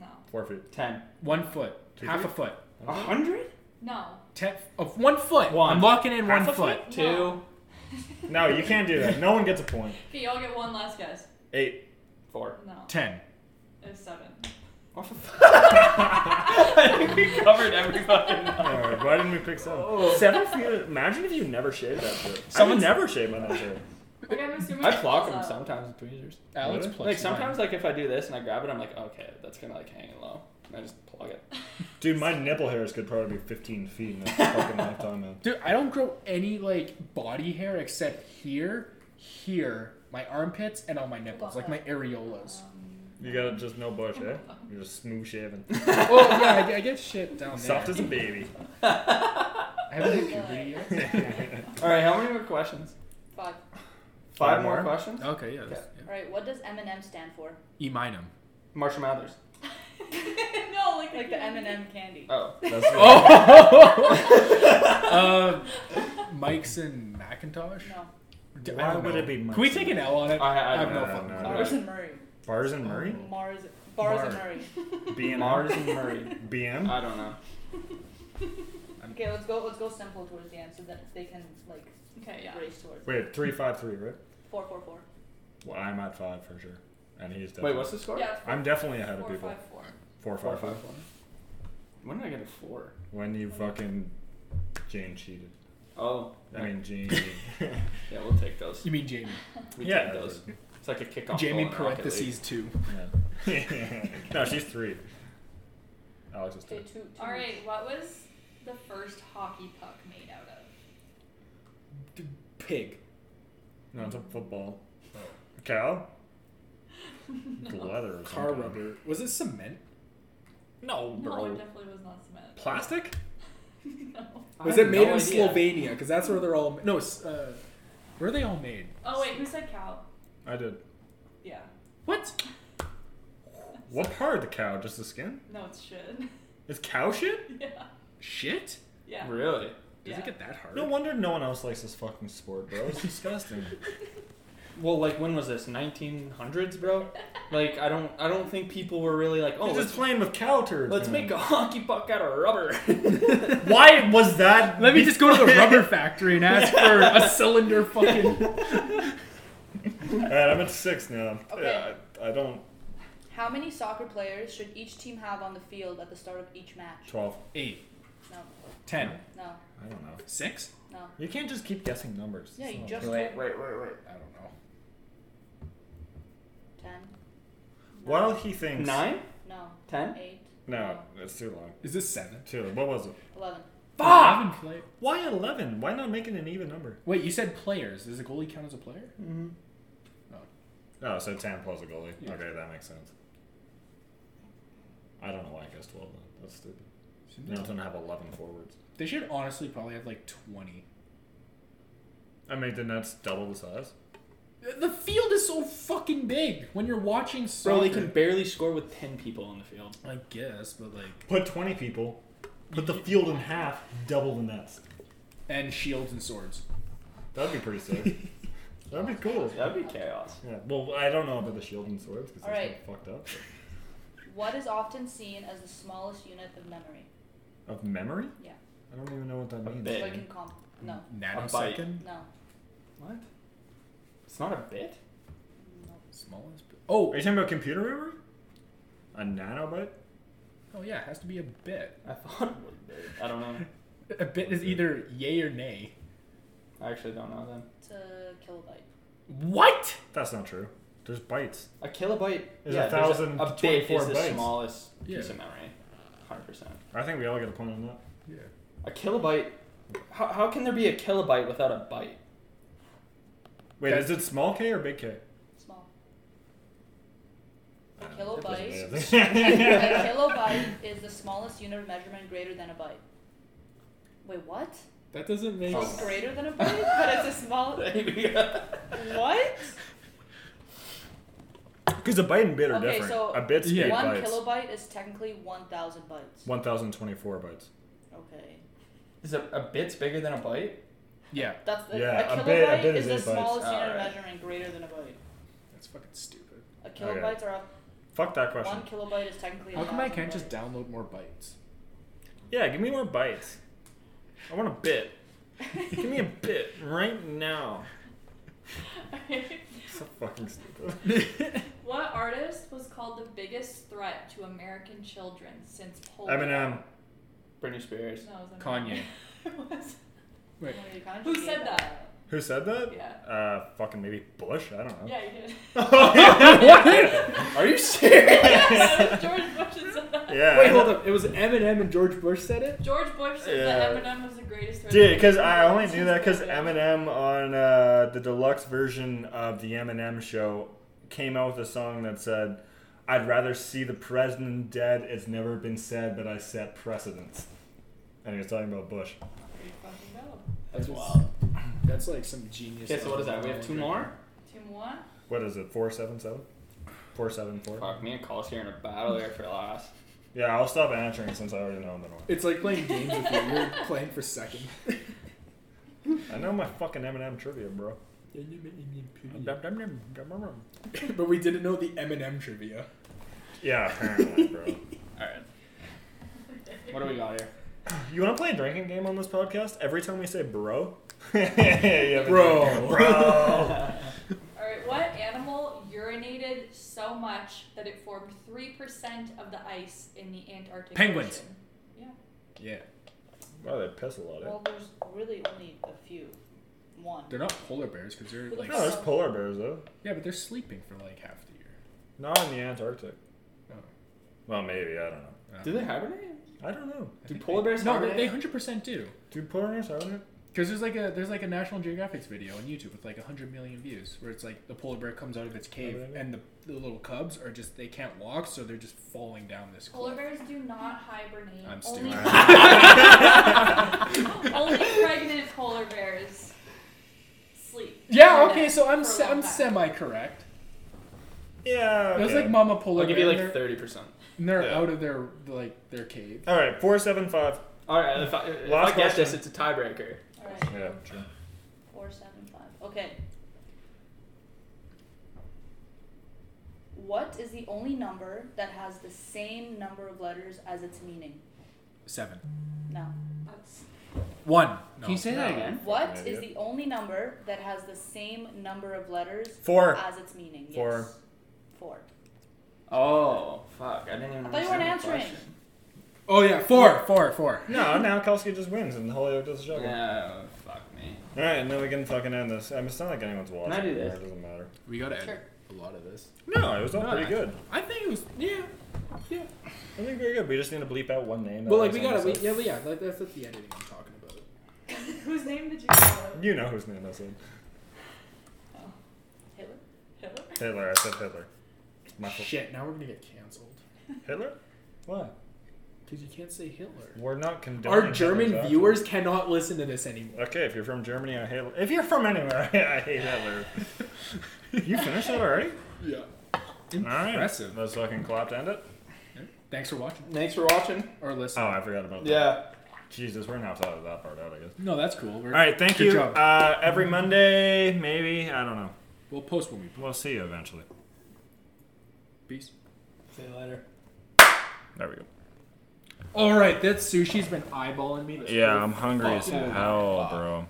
S3: no,
S2: four feet.
S4: Ten.
S1: One foot.
S2: Two
S1: half
S2: feet?
S1: a foot.
S4: A hundred?
S3: no.
S1: Ten, of one foot.
S4: One.
S1: I'm locking in
S2: Half
S1: one
S2: a
S1: foot.
S2: foot?
S4: Two.
S3: No.
S2: No, you can't do that. No one gets a point.
S3: Okay, y'all get one last guess.
S2: Eight.
S4: Four.
S3: No,
S1: Ten.
S3: it was seven.
S4: What *laughs* the fuck? I think we covered every fucking number.
S2: Alright, why didn't we pick seven?
S4: Oh.
S2: Seven feet. Imagine if you never shaved that shit. I would
S4: Someone's-
S2: never shave my nose hair.
S3: Like, I'm assuming
S4: I
S3: it
S4: pluck
S3: fills
S4: them
S3: up.
S4: sometimes with tweezers.
S1: Alex
S2: Really?
S1: plucks
S4: Like
S1: mine.
S4: sometimes, like if I do this and I grab it, I'm like, okay, that's gonna like hang low, and I just plug *laughs* it.
S2: Dude, my nipple hairs could probably be 15 feet in a fucking lifetime, man.
S1: Dude, I don't grow any like body hair except here, here, my armpits, and on my nipples, like my
S2: *laughs*
S1: areolas.
S6: Um,
S2: You got just no bush, eh? You're just smooth shaven.
S1: oh yeah, I, I get shit down there.
S2: Soft as a baby.
S1: I haven't hit puberty
S2: *laughs*
S1: yet.
S4: All right, how many more questions?
S6: Five.
S4: Five,
S2: Five
S4: more, Oh.
S2: more?
S4: questions.
S1: Okay, yeah.
S4: that's-
S6: All right. What does M&M stand for?
S1: E minum.
S4: Marshall Mathers.
S3: *laughs* no, like, *laughs*
S6: Like the M&M candy.
S4: Oh,
S2: That's
S1: Oh. *laughs* um, Mike's and Macintosh.
S6: No.
S1: D- I
S2: Why
S1: don't
S2: would
S1: know.
S2: it be
S1: Can we
S2: Mike's
S1: take
S2: and-
S1: an L on it?
S4: Oh, I, I,
S1: I have no
S2: no,
S1: fucking
S2: no,
S1: clue.
S6: Mars and Murray.
S2: Bars and Murray?
S6: Mars. Bars and
S1: Mar-
S6: Murray.
S2: BM?
S4: Mars and *laughs* Murray.
S2: BM?
S4: I don't know.
S6: Okay, let's go. Let's go simple towards the end so that they can like
S3: Okay, yeah.
S6: race towards
S2: Wait, 353, right?
S6: four, four, four.
S2: Well, I'm at 5 for sure. And he's definitely.
S4: Wait, what's the score?
S3: Yeah,
S2: I'm definitely ahead of
S3: four,
S2: people.
S3: five, four.
S2: Four,
S4: Four,
S2: five,
S4: five,
S2: five.
S4: four. When did I get a four?
S2: When you fucking. Jane cheated.
S4: Oh,
S2: I mean, *laughs* Jane.
S4: yeah, we'll take those.
S1: You mean Jamie?
S4: We
S2: Yeah.
S4: take those. It's like a kickoff.
S1: Jamie
S4: goal in Rocket
S1: parentheses two.
S2: *laughs* yeah. no, she's 3. Alex is 2.
S6: Okay, two. two
S3: All right, what was the first hockey puck made out of?
S1: Pig.
S2: No, it's a football.
S1: Oh,
S2: Cow? Leather or
S1: Car
S2: something.
S1: rubber. Was it cement?
S2: No,
S3: No,
S2: bro.
S3: it definitely was not cement.
S2: Plastic?
S6: *laughs*
S3: no.
S4: League. I
S1: Was
S4: have
S1: it made
S4: no
S1: in
S4: idea.
S1: Slovenia? Because that's where they're all. ma- No, s- uh, where are they all made?
S3: Oh wait, who said cow?
S2: I did.
S3: Yeah.
S1: What?
S2: What part of the cow? Just the skin?
S3: No, it's
S6: *laughs*
S3: shit.
S2: It's cow shit?
S3: yeah.
S1: Shit?
S3: Yeah.
S4: Really?
S1: Does
S3: yeah.
S1: it get that hard?
S2: No wonder no one else likes this fucking sport, bro. It's *laughs* disgusting.
S4: Well, like when was this? 1900s, *laughs* bro. Like I don't, I don't think people were really like, oh,
S2: You're
S4: let's,
S2: just playing with cow turds.
S4: let's
S2: man.
S4: make a hockey puck out of *laughs* rubber.
S2: Why was that?
S1: Let me just go to the rubber factory and ask for
S4: *laughs*
S1: a cylinder fucking.
S2: Alright, I'm at six now.
S6: Okay.
S2: Yeah, I, I don't.
S6: How many soccer players should each team have on the field at the start of each match?
S2: Twelve.
S1: Eight.
S6: No,
S1: Ten.
S6: no,
S2: I don't know.
S1: Six?
S6: no.
S2: You can't just keep guessing numbers.
S6: Yeah,
S2: It's
S6: you
S2: not
S6: just
S2: fair.
S6: told-
S4: wait, wait.
S1: I don't know.
S6: ten. No,
S2: While he thinks.
S4: Nine?
S6: No,
S4: Ten?
S6: eight.
S2: No, it's too long.
S1: Is this seven?
S2: Too. Long. What was it?
S6: Eleven.
S4: Fuck!
S1: Eleven play-
S2: Why eleven? Why not make it an even number?
S1: Wait, you said players. Does a goalie count as a player?
S4: Mm-hmm.
S2: Oh, so ten plus a goalie.
S1: Yeah.
S2: Okay, that makes sense. I don't know why I guessed twelve. Though. That's stupid. Milton have eleven forwards.
S1: They should honestly probably have like 20.
S2: I mean, then that's double the size.
S1: The field is so fucking big when you're watching soccer.
S4: Bro, they can barely score with ten people on the field.
S1: I guess, but like.
S2: Put twenty people. Put the field in half. Double the nets.
S1: And shields and
S4: *laughs*
S1: swords.
S2: That'd be
S1: *laughs*
S2: pretty sick. That'd be cool.
S4: That'd be chaos.
S2: Yeah. Well, I don't know about the shield and swords because
S6: All
S2: that's
S6: right.
S2: kinda fucked up.
S6: What is often seen as the smallest unit of memory?
S2: but- Of memory?
S6: Yeah.
S2: I don't even know what that means.
S4: bit.
S6: Like in comp? No,
S1: Nanosecond?
S6: no,
S4: What? It's not a bit.
S6: no.
S1: Smallest. bit- Oh!
S2: Are you talking about computer memory? A nanobite?
S1: Oh, yeah, it has to be a bit.
S4: I thought it was bit. I don't know.
S1: A bit is either yay or nay.
S4: I actually don't know then.
S6: It's a kilobyte.
S1: What?
S2: That's not true. There's bytes.
S4: A kilobyte
S2: Is
S4: yeah,
S2: a
S4: there's
S2: thousand
S4: A,
S2: to
S4: bit
S2: 24
S4: is the
S2: bytes.
S4: smallest
S1: Yeah.
S4: piece of memory. Hundred percent.
S2: I think we all get a point on that.
S1: Yeah.
S4: A kilobyte. How, how can there be a kilobyte without a byte?
S2: Wait,
S1: That-
S2: is it small k or big k? *laughs*
S6: Small. Uh,
S2: I don't know. *laughs*
S6: Kilobyte. a
S2: Yeah.
S6: kilobyte is the smallest unit of measurement greater than a byte. Wait, what?
S1: That doesn't make
S6: So
S4: Oh.
S6: it's
S2: Um,
S6: greater than a byte, but it's a
S2: *laughs*
S6: small. What?
S2: Because a byte and bit are
S6: Okay,
S2: different.
S6: so
S2: a bit's
S1: Yeah.
S2: eight
S6: One
S2: bytes.
S6: kilobyte is technically 1,000 bytes.
S2: 1024 bytes.
S6: Okay.
S4: *laughs* Is a, a bit's bigger than a byte?
S1: Yeah.
S6: That's the,
S2: Yeah,
S6: a
S2: a
S6: kilobyte
S2: bit- a bit is
S6: is, the
S2: eight bytes.
S6: smallest unit of
S4: Alright.
S6: measurement greater than a byte.
S1: That's fucking stupid.
S6: A kilobyte or a,
S2: Fuck that question.
S6: one kilobyte is technically.
S1: How come I
S6: 1,000
S1: can't just
S6: bytes.
S1: download more bytes?
S2: Yeah, give me more bytes. I want a bit.
S1: *laughs*
S2: give
S6: *laughs*
S2: me a bit right now. So fucking
S6: *laughs*
S2: stupid.
S3: what artist was called the biggest threat to American children since polio?
S2: Eminem.
S4: Britney Spears.
S6: *laughs*
S3: No, it was Eminem.
S1: Kanye.
S3: It was-
S6: Well, you kinda
S3: Who
S6: just
S3: said
S6: gave
S3: that?
S2: Who said that?
S6: Yeah.
S2: Uh, fucking maybe Bush. I don't know. *laughs*
S6: Yeah, *laughs* you did.
S1: Are you serious?
S6: That was George Bush that said that.
S2: Yeah.
S1: Wait, hold up. It was Eminem and George Bush said it.
S6: George Bush said
S2: Yeah.
S6: that Eminem was the greatest. threat
S2: Dude,
S6: to
S2: because
S6: the
S2: I
S6: world.
S2: only knew that because Eminem on uh, the deluxe version of the Eminem show came out with a song that said, "I'd rather see the president dead. It's never been said, but I set precedents." And he was talking about Bush.
S6: Pretty fucking valid.
S4: That's
S1: That's-
S4: wild.
S1: *clears throat* That's like some genius.
S4: Okay, so what is that? We have two more?
S6: Two more.
S2: What is it? Four seven seven. Four seven four.
S4: Fuck, me and Cole's here in a battle there for last.
S2: Yeah, I'll stop answering since I already know them.
S1: It's like playing games with you. You're playing for second. *laughs*
S2: I know my fucking Eminem trivia, bro.
S1: but we didn't know the Eminem trivia.
S2: Yeah, apparently, bro.
S4: Alright. What do we got here?
S2: You want to play a drinking game on this podcast? Every time we say "bro," *laughs* You have a
S1: Bro.
S2: drink.
S4: Oh.
S2: bro.
S6: All right. What animal urinated so much that it formed three percent of the ice in the Antarctic?
S1: Penguins.
S6: Ocean?
S1: Yeah,
S2: Wow, they piss a lot. eh?
S6: Well, there's really only a few. One.
S1: they're not polar bears because they're like
S2: No, there's polar bears though.
S1: yeah, but they're sleeping for like half the year.
S2: Not in the Antarctic.
S1: No.
S2: Well, maybe I don't know.
S1: Uh,
S4: Do they hibernate?
S2: I don't know.
S1: I
S4: Do
S1: think
S4: polar
S1: they-
S4: bears
S1: No,
S4: hibernate?
S1: they hundred percent do.
S2: Do polar bears hibernate?
S1: Because there's like a there's like a National Geographic's video on YouTube with like hundred million views where it's like the polar bear comes out of its cave
S2: Hibernate?
S1: and the, the little cubs are just they can't walk so they're just falling down this.
S6: Polar
S1: cliff.
S6: bears do not hibernate.
S1: I'm
S6: only,
S1: *laughs*
S6: only pregnant polar bears sleep.
S1: Yeah.
S6: for
S1: Okay.
S6: that-
S1: So I'm
S6: for a
S1: se-
S6: long
S1: I'm
S6: time.
S1: semi correct.
S2: Yeah.
S1: It was
S2: okay.
S1: like Mama Polar
S4: I'll give
S1: Bear.
S4: you
S1: and
S4: like
S1: they're,
S4: thirty percent.
S1: and they're
S2: Yeah. Uh,
S1: out of their like their cave.
S2: All right, four seven five.
S4: Alright, if I, if
S2: Last
S4: I get this,
S2: question.
S4: it's a tiebreaker.
S6: All right.
S2: Yeah, true.
S6: Four, seven, five. Okay. What is the only number that has the same number of letters as its meaning?
S1: Seven.
S6: No.
S1: One. No.
S4: that again?
S6: What
S2: Fucking
S6: is
S2: idiot.
S6: the only number that has the same number of letters
S2: Four.
S1: Uh,
S6: as its meaning? Yes.
S2: Four.
S6: Four.
S4: Oh fuck! I didn't even.
S6: I thought you
S4: understand
S6: weren't
S4: the
S6: answering.
S4: question.
S1: Oh yeah. Four. Four. Four. *laughs*
S2: No, now Kelsky just wins and Holyoke does a shotgun.
S4: Yeah, fuck me.
S2: All right, and then we can fucking end this. I mean, it's not like anyone's watching.
S4: I do this?
S2: It doesn't matter.
S1: We gotta edit
S6: Sure.
S1: a lot of this.
S2: No, it was all
S1: No,
S2: pretty
S1: I-
S2: good.
S1: I think it was yeah. Yeah.
S2: I think we're good. We just need to bleep out one name.
S1: But
S2: that
S1: like we
S2: was on
S1: gotta we,
S2: this
S1: yeah yeah that, that's what the editing I'm talking about.
S6: *laughs* Whose name did you call
S2: one. You know whose name I said.
S6: Oh. Hitler. Hitler.
S2: Hitler. I said Hitler. It's my fault.
S1: Shit. Now we're gonna get canceled
S2: Hitler? Why?
S1: because you can't say Hitler.
S2: We're not condoning.
S1: Our German
S2: Hitler's
S1: viewers cannot listen to this anymore.
S2: actions. Okay, if you're from Germany, I hate. If you're from anywhere, *laughs* I
S1: *laughs*
S2: hate Hitler. you finished that already?
S1: Yeah.
S2: All right.
S1: Impressive.
S2: Let's fucking clap to end it.
S1: Thanks for watching
S4: Thanks for watching.
S1: or listening.
S2: Oh, I forgot about that.
S4: Yeah.
S2: Jesus, we're gonna have to edit that part out, I guess.
S1: No, that's cool. We're,
S2: All right, thank
S1: Good
S2: you.
S1: job.
S2: Uh, every Monday, maybe I don't know.
S1: We'll post when we
S2: We'll see you eventually.
S1: peace.
S4: See you later.
S2: There we go.
S1: All right, that sushi's been eyeballing me. This
S2: Yeah,
S1: whole
S2: I'm hungry as
S1: Oh. fucking-
S2: hell, bro.